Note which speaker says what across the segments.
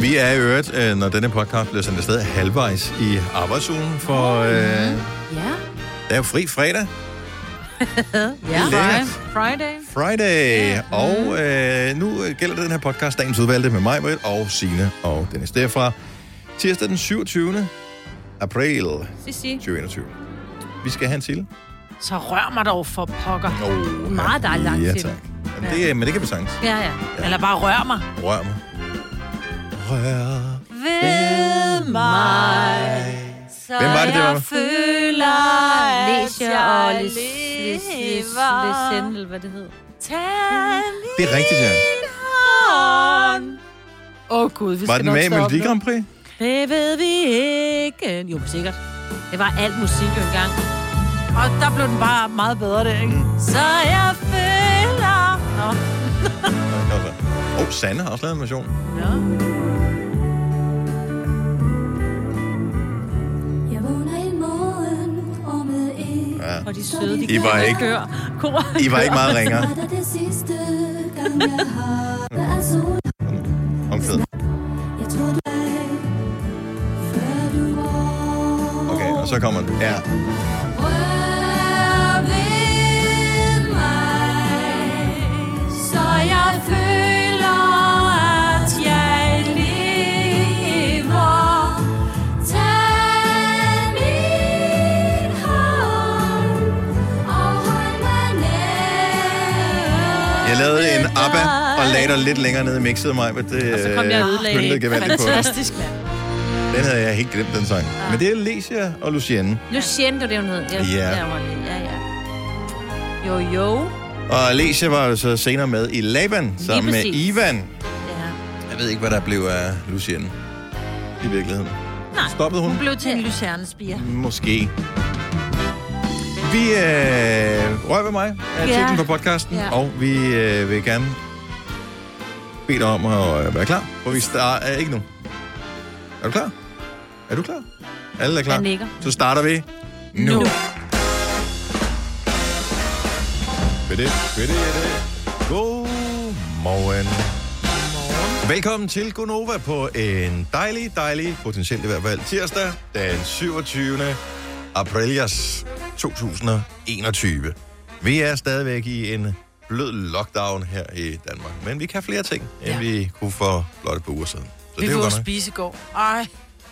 Speaker 1: Vi er i øvrigt, øh, når denne podcast bliver sendt afsted, halvvejs i arbejdsugen, for øh, der
Speaker 2: mm-hmm.
Speaker 3: Ja.
Speaker 1: er jo fri fredag,
Speaker 3: ja.
Speaker 1: Lækkert.
Speaker 2: Friday.
Speaker 1: Friday, og øh,
Speaker 2: mm-hmm.
Speaker 1: nu øh, gælder det den her podcast, dagens udvalgte med mig, Britt, og Sine og Dennis. Det er fra tirsdag den 27. april
Speaker 2: Sissi.
Speaker 1: 2021. Vi skal have en til.
Speaker 2: Så rør mig dog for pokker.
Speaker 1: Oh,
Speaker 3: Meget dejlig lang
Speaker 1: ja,
Speaker 3: til.
Speaker 1: tak. Jamen, det, er- men det kan vi sagtens.
Speaker 3: Ja, ja.
Speaker 2: Eller bare rør mig.
Speaker 1: Rør mig. Rør.
Speaker 2: Ved mig. Så
Speaker 1: Hvem var det, det var?
Speaker 2: føler,
Speaker 3: Lesia og Lisendel, hvad det hedder.
Speaker 1: Det er rigtigt, ja.
Speaker 2: Åh oh, gud, vi
Speaker 1: Var
Speaker 2: skal
Speaker 1: den
Speaker 2: nok
Speaker 1: med i
Speaker 2: stoppe
Speaker 1: Melodi
Speaker 2: nu.
Speaker 1: Grand Prix?
Speaker 3: Det ved vi ikke. Jo, sikkert. Det var alt musik jo engang.
Speaker 2: Og der blev den bare meget bedre, det, ikke?
Speaker 1: Mm.
Speaker 2: Så jeg føler... Nå.
Speaker 1: Åh, oh, Sanne har også lavet en version.
Speaker 2: Ja.
Speaker 4: Jeg vågner i morgen og med en
Speaker 1: Ja.
Speaker 3: Og de søde, de
Speaker 1: I var ikke-
Speaker 3: kører. Kor.
Speaker 1: I var ikke meget ringere.
Speaker 4: Var der det sidste gang jeg har været sol
Speaker 1: Omkvædet.
Speaker 4: Jeg tror du er Før du går
Speaker 1: Okay, og så kommer den. Ja.
Speaker 4: Rør ved mig Så jeg føler at jeg lever Tag min hånd Og hold mig nær
Speaker 1: Jeg lavede en ABBA og lagde dig lidt længere ned i mixet mig, men det
Speaker 3: Og så kom jeg og ødelagde
Speaker 1: pyntede
Speaker 3: hele.
Speaker 1: gevaldigt på.
Speaker 2: Fantastisk, mand.
Speaker 1: Den havde jeg helt glemt, den sang. Men det er Lesia og Lucienne.
Speaker 3: Nu tjente du det jo ned. Ja.
Speaker 1: Ja.
Speaker 3: der var det. Ja, ja. Jo, jo.
Speaker 1: Og Lesia var jo så senere med i Laban, sammen med
Speaker 3: præcis.
Speaker 1: Ivan.
Speaker 3: Ja.
Speaker 1: Jeg ved ikke, hvad der blev af Lucienne i virkeligheden.
Speaker 3: Nej,
Speaker 1: Stoppede hun?
Speaker 3: hun blev til en lucernespire.
Speaker 1: Måske. Vi øh, røg ved mig er
Speaker 3: Ja.
Speaker 1: titlen på podcasten,
Speaker 3: Ja.
Speaker 1: og vi øh, vil gerne bede dig om at øh, være klar, for vi starter øh, ikke nu. Er du klar? Er du klar? Alle er klar?
Speaker 3: Jeg nikker.
Speaker 1: Så starter vi nu. nu. Ved det, ved det, ved det. Godmorgen. Velkommen til Gonova på en dejlig, dejlig, potentielt i hvert fald tirsdag, den 27. aprilias 2021. Vi er stadigvæk i en blød lockdown her i Danmark, men vi kan flere ting, end
Speaker 2: Ja.
Speaker 1: vi kunne for blot et par uger siden. Så
Speaker 2: Vi
Speaker 1: det er jo
Speaker 2: kunne jo
Speaker 1: godt nok.
Speaker 2: spise i går. Ej,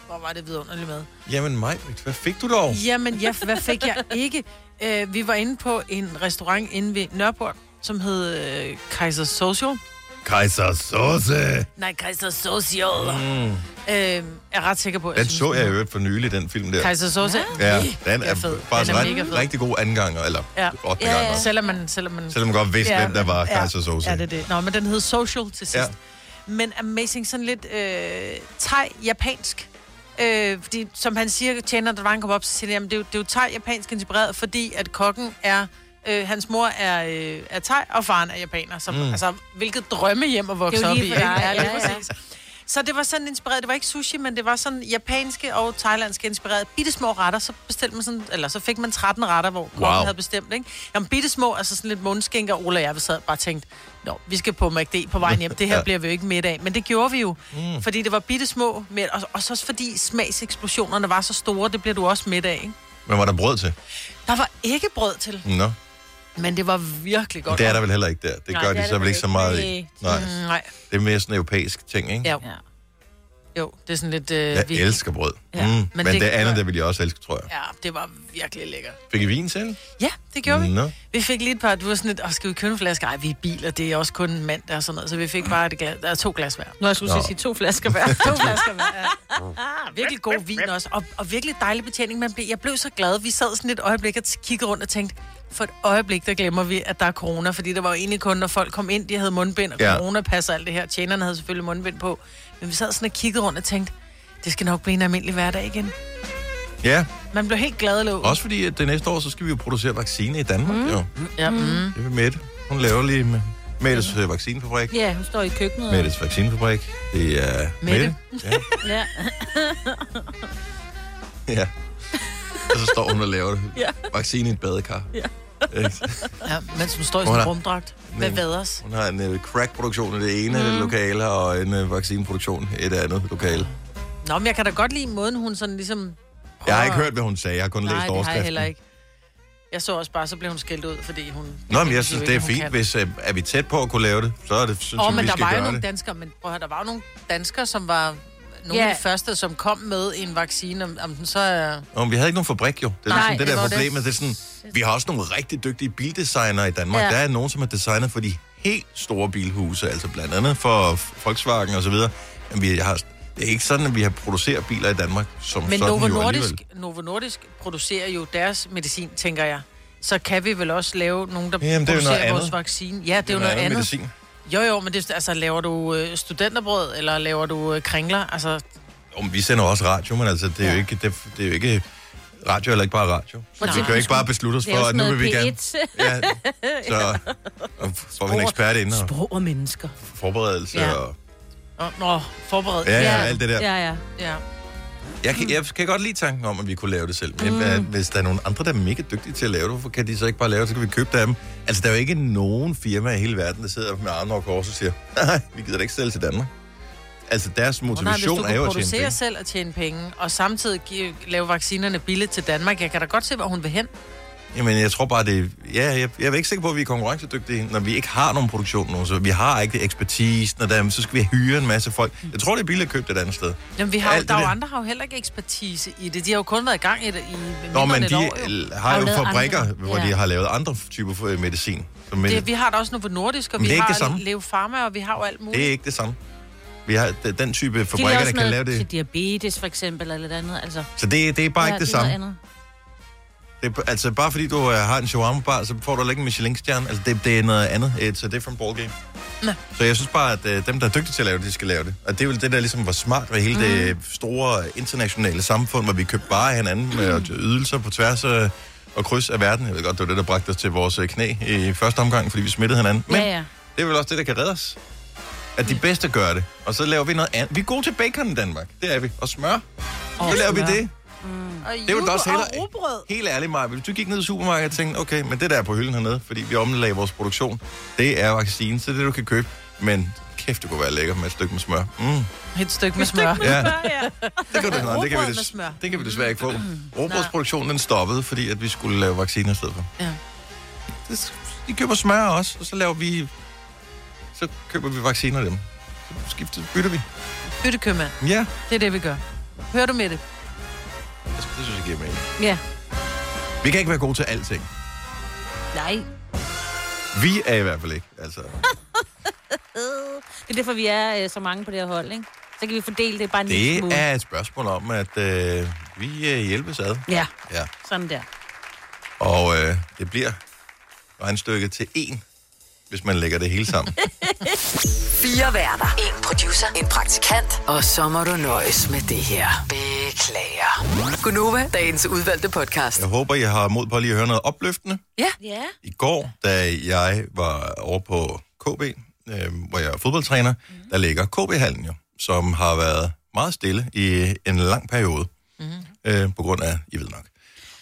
Speaker 2: hvor var det vidunderligt med.
Speaker 1: Jamen mig, hvad fik du dog?
Speaker 2: Jamen, ja, hvad fik jeg ikke? Øh, vi var inde på en restaurant inde ved Nørreport, som hed øh, Kaiser Social.
Speaker 1: Kaiser Sauce!
Speaker 2: Nej, Kaiser Social.
Speaker 1: Mm.
Speaker 2: Øh, jeg er ret sikker på. at
Speaker 1: Den
Speaker 2: synes,
Speaker 1: så jeg i øvrigt for nylig, den film der.
Speaker 2: Kaiser Sauce.
Speaker 1: Ja, den
Speaker 2: Jeg
Speaker 1: er
Speaker 2: er fed.
Speaker 1: faktisk
Speaker 2: Den er mega
Speaker 1: ret,
Speaker 2: fed.
Speaker 1: rigtig god anden gang, eller
Speaker 2: Ja.
Speaker 1: ja. 8. gang. også.
Speaker 2: Selvom man... Selvom man
Speaker 1: Selvom man godt vidste, hvem der var Kaiser Soze.
Speaker 2: Ja, det er det. Nå, men den hed Social til sidst.
Speaker 1: Ja.
Speaker 2: Ja. Men amazing, sådan lidt øh, thai-japansk. Øh, fordi, som han siger, tjener, der var en kom op, så siger han, jamen, det er jo, det er jo thai-japansk inspireret, fordi at kokken er... Øh, hans mor er, øh, er thai, og faren er japaner. Så, mm. Altså, hvilket drømme hjem at vokse
Speaker 3: Det er jo
Speaker 2: op i.
Speaker 3: lige for
Speaker 2: ikke?
Speaker 3: dig, ja, ja.
Speaker 2: præcis. Så det var sådan inspireret, det var ikke sushi, men det var sådan japanske og thailandske inspireret. Bitte små retter, så bestilte man sådan, eller så fik man 13 retter, hvor wow. havde bestemt, ikke? Jamen bitte små, altså sådan lidt mundskænker, Ola og jeg vi sad og bare tænkt, nå, vi skal på McD på vejen hjem, det her
Speaker 1: Ja.
Speaker 2: ja. bliver vi jo ikke midt af. Men det gjorde vi jo, mm. fordi det var bitte små, med, og, og så også fordi smagseksplosionerne var så store, det bliver du også midt af, ikke?
Speaker 1: Men var der brød til?
Speaker 2: Der var ikke brød til,
Speaker 1: Nå,
Speaker 2: men det var virkelig godt.
Speaker 1: Mm. det er der vel heller ikke der. Det
Speaker 2: Nej,
Speaker 1: gør
Speaker 2: det
Speaker 1: de
Speaker 3: er
Speaker 1: så
Speaker 3: der
Speaker 1: vel
Speaker 3: vel
Speaker 1: ikke så
Speaker 3: ikke.
Speaker 1: meget i. Nej,
Speaker 2: Mm, Nej,
Speaker 1: det er mere sådan en europæisk ting, ikke?
Speaker 2: jo.
Speaker 3: Ja.
Speaker 2: jo, det er sådan lidt... Øh,
Speaker 1: Jeg
Speaker 2: vi-
Speaker 1: elsker brød.
Speaker 2: Ja,
Speaker 1: Mm.
Speaker 2: men
Speaker 1: Men
Speaker 2: det
Speaker 1: det
Speaker 2: kan
Speaker 1: andet,
Speaker 2: gøre-
Speaker 1: det ville jeg også elske, tror jeg.
Speaker 2: Ja, det var virkelig lækkert.
Speaker 1: Fik I vin selv?
Speaker 2: Ja, det gjorde vi.
Speaker 1: Nå.
Speaker 2: Vi fik lige et par, du var sådan lidt, åh, skal vi købe en flaske? Ej, vi er biler, det er også kun en mand, der er sådan noget. Så vi fik bare et glas, der er to glas hver.
Speaker 3: Nu har jeg skulle til at sige to flasker hver. to flasker hver.
Speaker 2: Ah, virkelig god vin også, og, og virkelig dejlig betjening. Man blev, jeg blev så glad, vi sad sådan et øjeblik og t- kiggede rundt og tænkte, for et øjeblik, der glemmer vi, at der er corona, fordi der var jo egentlig kun, når folk kom ind, de havde mundbind, og
Speaker 1: Ja.
Speaker 2: ja. corona passer alt det her. Tjenerne havde selvfølgelig mundbind på, men vi sad sådan og kiggede rundt og tænkte, det skal nok blive en almindelig hverdag igen.
Speaker 1: Ja,
Speaker 2: Man blev helt glad og lå.
Speaker 1: også fordi, at det næste år, så skal vi jo producere vaccine i Danmark, jo.
Speaker 2: Ja, mm.
Speaker 1: Det er Mette. Hun laver lige med Mettes øh, vaccinefabrik.
Speaker 3: Ja, hun står i køkkenet. og-
Speaker 1: Mettes vaccinefabrik. Det er Mette.
Speaker 2: Mette.
Speaker 1: Ja.
Speaker 3: Ja.
Speaker 1: Ja. Og så står hun og laver det. Ja. Vaccine i et badekar. Ja.
Speaker 2: Ja, mens hun står i sådan
Speaker 1: Hun er-
Speaker 2: en rumdragt med
Speaker 1: Men-
Speaker 2: vaders.
Speaker 1: Hun har en øh, crackproduktion i det ene mm. lokale, og en øh, vaccineproduktion i det andet lokale.
Speaker 2: Nå, men jeg kan da godt lide måden, hun sådan ligesom...
Speaker 1: Jeg har ikke hørt, hvad hun sagde. Jeg har kun
Speaker 2: Nej,
Speaker 1: læst
Speaker 2: det har jeg
Speaker 1: overskriften.
Speaker 2: heller ikke. Jeg så også bare, så blev hun skældt ud, fordi hun...
Speaker 1: Nå, men jeg
Speaker 2: jo
Speaker 1: synes,
Speaker 2: ikke,
Speaker 1: det er
Speaker 2: hun
Speaker 1: fint,
Speaker 2: kan.
Speaker 1: hvis øh, er vi tæt på at kunne lave det, så er det, synes
Speaker 2: Åh,
Speaker 1: jeg,
Speaker 2: oh, men
Speaker 1: vi
Speaker 2: der
Speaker 1: skal
Speaker 2: var jo
Speaker 1: gøre
Speaker 2: nogle
Speaker 1: det.
Speaker 2: danskere, men prøv at høre, der var jo nogle danskere, som var nogle
Speaker 3: Ja.
Speaker 2: af de første, som kom med en vaccine, om, om den så er...
Speaker 1: Nå, men vi havde ikke nogen fabrik, jo. Det er
Speaker 3: Nej,
Speaker 1: sådan, det
Speaker 3: det
Speaker 1: der
Speaker 3: var det.
Speaker 1: problemet. Det. er sådan, vi har også nogle rigtig dygtige bildesignere i Danmark. Ja.
Speaker 3: Ja.
Speaker 1: Der er nogen, som har designet for de helt store bilhuse, altså blandt andet for Volkswagen og så videre. Men vi har, det er ikke sådan, at vi har produceret biler i Danmark, som
Speaker 2: Men
Speaker 1: sådan
Speaker 2: Novo
Speaker 1: jo
Speaker 2: Nordisk,
Speaker 1: alligevel.
Speaker 2: Novo Nordisk producerer jo deres medicin, tænker jeg. Så kan vi vel også lave nogen, der
Speaker 1: Jamen, det er jo
Speaker 2: Jamen, producerer
Speaker 1: noget
Speaker 2: vores
Speaker 1: andet.
Speaker 2: vaccine. Ja, det er jo noget andet.
Speaker 1: Medicin.
Speaker 2: Jo, jo, men det, er- altså, laver du øh, studenterbrød, eller laver du øh, kringler? Altså,
Speaker 1: Om vi sender også radio, men altså, det er, ja. jo,
Speaker 2: Ja.
Speaker 1: ikke, det, det er jo ikke... Radio er heller ikke bare radio. Så
Speaker 3: Nej.
Speaker 1: vi kan jo ikke bare beslutte os
Speaker 3: Det er
Speaker 1: for,
Speaker 3: jo
Speaker 1: at
Speaker 3: sådan
Speaker 1: nu
Speaker 3: noget
Speaker 1: vil vi
Speaker 3: P1.
Speaker 1: gerne... Ja, så og får vi en ekspert ind og
Speaker 3: Sprog og mennesker.
Speaker 1: forberedelse
Speaker 2: Ja.
Speaker 1: og...
Speaker 2: nå, nå forbered.
Speaker 1: Ja, ja, alt det der.
Speaker 3: Ja, ja.
Speaker 2: ja.
Speaker 1: Jeg kan, jeg kan godt lide tanken om, at vi kunne lave det selv. Men mm. hvis der er nogen andre, der er mega dygtige til at lave det, hvorfor kan de så ikke bare lave det? Så kan vi købe det af dem. Altså, der er jo ikke nogen firma i hele verden, der sidder med armene over kors og siger, nej, vi gider da ikke sælge til Danmark. Altså, deres
Speaker 2: Og nej, hvis
Speaker 1: motivation
Speaker 2: du
Speaker 1: er jo
Speaker 2: kunne
Speaker 1: at tjene
Speaker 2: producere
Speaker 1: penge.
Speaker 2: selv og tjene penge, og samtidig give, lave vaccinerne billigt til Danmark, jeg kan da godt se, hvor hun vil hen.
Speaker 1: Jamen, jeg tror bare, det... Ja, jeg, jeg er ikke sikker på, at vi er konkurrencedygtige, når vi ikke har nogen produktion nu. Så vi har ikke ekspertisen, og der, så skal vi hyre en masse folk. Jeg tror, det er billigt at købe det et andet sted.
Speaker 2: Jamen, vi har,
Speaker 1: Alt det
Speaker 2: Alt der er jo
Speaker 1: der.
Speaker 2: andre, har jo heller ikke ekspertise i det. De har jo kun været i gang i, det- i mindre
Speaker 1: Nå, men
Speaker 2: end et
Speaker 1: de
Speaker 2: år. Jo.
Speaker 1: øh,
Speaker 3: Har
Speaker 1: har jo
Speaker 3: jo lavet
Speaker 1: fabrikker,
Speaker 3: andre.
Speaker 1: hvor
Speaker 3: Ja.
Speaker 1: de har lavet andre typer øh, medicin. Så med,
Speaker 2: Det, vi har da også Novo Nordisk, og
Speaker 1: Men
Speaker 2: vi
Speaker 1: det er ikke det
Speaker 2: har
Speaker 1: samme.
Speaker 2: Leo Pharma, og vi har jo alt muligt.
Speaker 1: Det er ikke det samme. Vi har d- den type
Speaker 3: De laver
Speaker 1: fabrikker, der
Speaker 3: også
Speaker 1: kan lave
Speaker 3: noget
Speaker 1: det.
Speaker 3: til diabetes, for eksempel, eller lidt andet. Altså,
Speaker 1: Så det, det er bare ja, ikke det,
Speaker 3: er noget
Speaker 1: samme.
Speaker 3: andet.
Speaker 1: Det, er- altså, bare fordi du øh, har en shawarma-bar, så får du heller ikke en Michelin-stjerne. Altså, det, det er noget andet. It's a different ballgame.
Speaker 2: Nej.
Speaker 1: Så jeg synes bare, at øh, dem, der er dygtige til at lave det, de skal lave det. Og det er vel det, der ligesom var smart ved hele mm. det store internationale samfund, hvor vi købte bare af hinanden med mm. ydelser på tværs af, og kryds af verden. Jeg ved godt, det var det, der bragte os til vores øh, knæ i første omgang, fordi vi smittede hinanden. Men
Speaker 3: Ja, ja.
Speaker 1: Det er vel også det, der kan redde os. At de bedste gør det. Og så laver vi noget andet. Vi er gode til bacon i Danmark. Det er vi. Og smør. Og så laver vi det.
Speaker 2: Og
Speaker 1: Det er vel da også
Speaker 2: og
Speaker 1: heller...
Speaker 2: rugbrød.
Speaker 1: Helt ærligt, Maja, hvis du gik ned i supermarkedet og tænkte, okay, men det der er på hylden hernede, fordi vi omlagde vores produktion, det er vaccine, så det er det, du kan købe. Men kæft, det kunne være lækkert med et stykke med smør. Mm.
Speaker 2: Et stykke med smør.
Speaker 1: Ja,
Speaker 3: ja.
Speaker 1: det kan, du, nej, det, kan vi,
Speaker 2: Rugbrød med
Speaker 1: des,
Speaker 2: smør. Mm.
Speaker 1: det kan vi desværre ikke få. Råbrødsproduktionen den stoppede, fordi at vi skulle lave vacciner i stedet for.
Speaker 2: Ja.
Speaker 1: Det, de køber smør også, og så laver vi... Så køber vi vacciner af dem. Så skifter, bytter vi.
Speaker 2: Byttekøbmand,
Speaker 1: Ja,
Speaker 2: det er det, vi gør. Hører du med det?
Speaker 1: altså, det synes jeg giver mening.
Speaker 3: ja.
Speaker 1: Vi kan ikke være gode til alting.
Speaker 3: Nej.
Speaker 1: Vi er i hvert fald ikke. Altså,
Speaker 3: Det er derfor, vi er øh, så mange på det her hold, ikke? Så kan vi fordele det bare en lille
Speaker 1: det
Speaker 3: smule.
Speaker 1: er et spørgsmål om, at øh, vi øh, hjælpes ad.
Speaker 3: Ja,
Speaker 1: Ja.
Speaker 3: sådan der.
Speaker 1: Og øh, det bliver regnstykket til én, hvis man lægger det hele sammen.
Speaker 5: Fire værter. En producer. En praktikant. Og så må du nøjes med det her. Beklager. Gunova, dagens udvalgte podcast.
Speaker 1: Jeg håber, I har mod på lige at høre noget opløftende.
Speaker 3: Ja.
Speaker 1: I går, da jeg var over på KB, øh, hvor jeg er fodboldtræner, mm. der ligger KB-hallen jo, som har været meget stille i en lang periode, mm. øh, på grund af, I ved nok.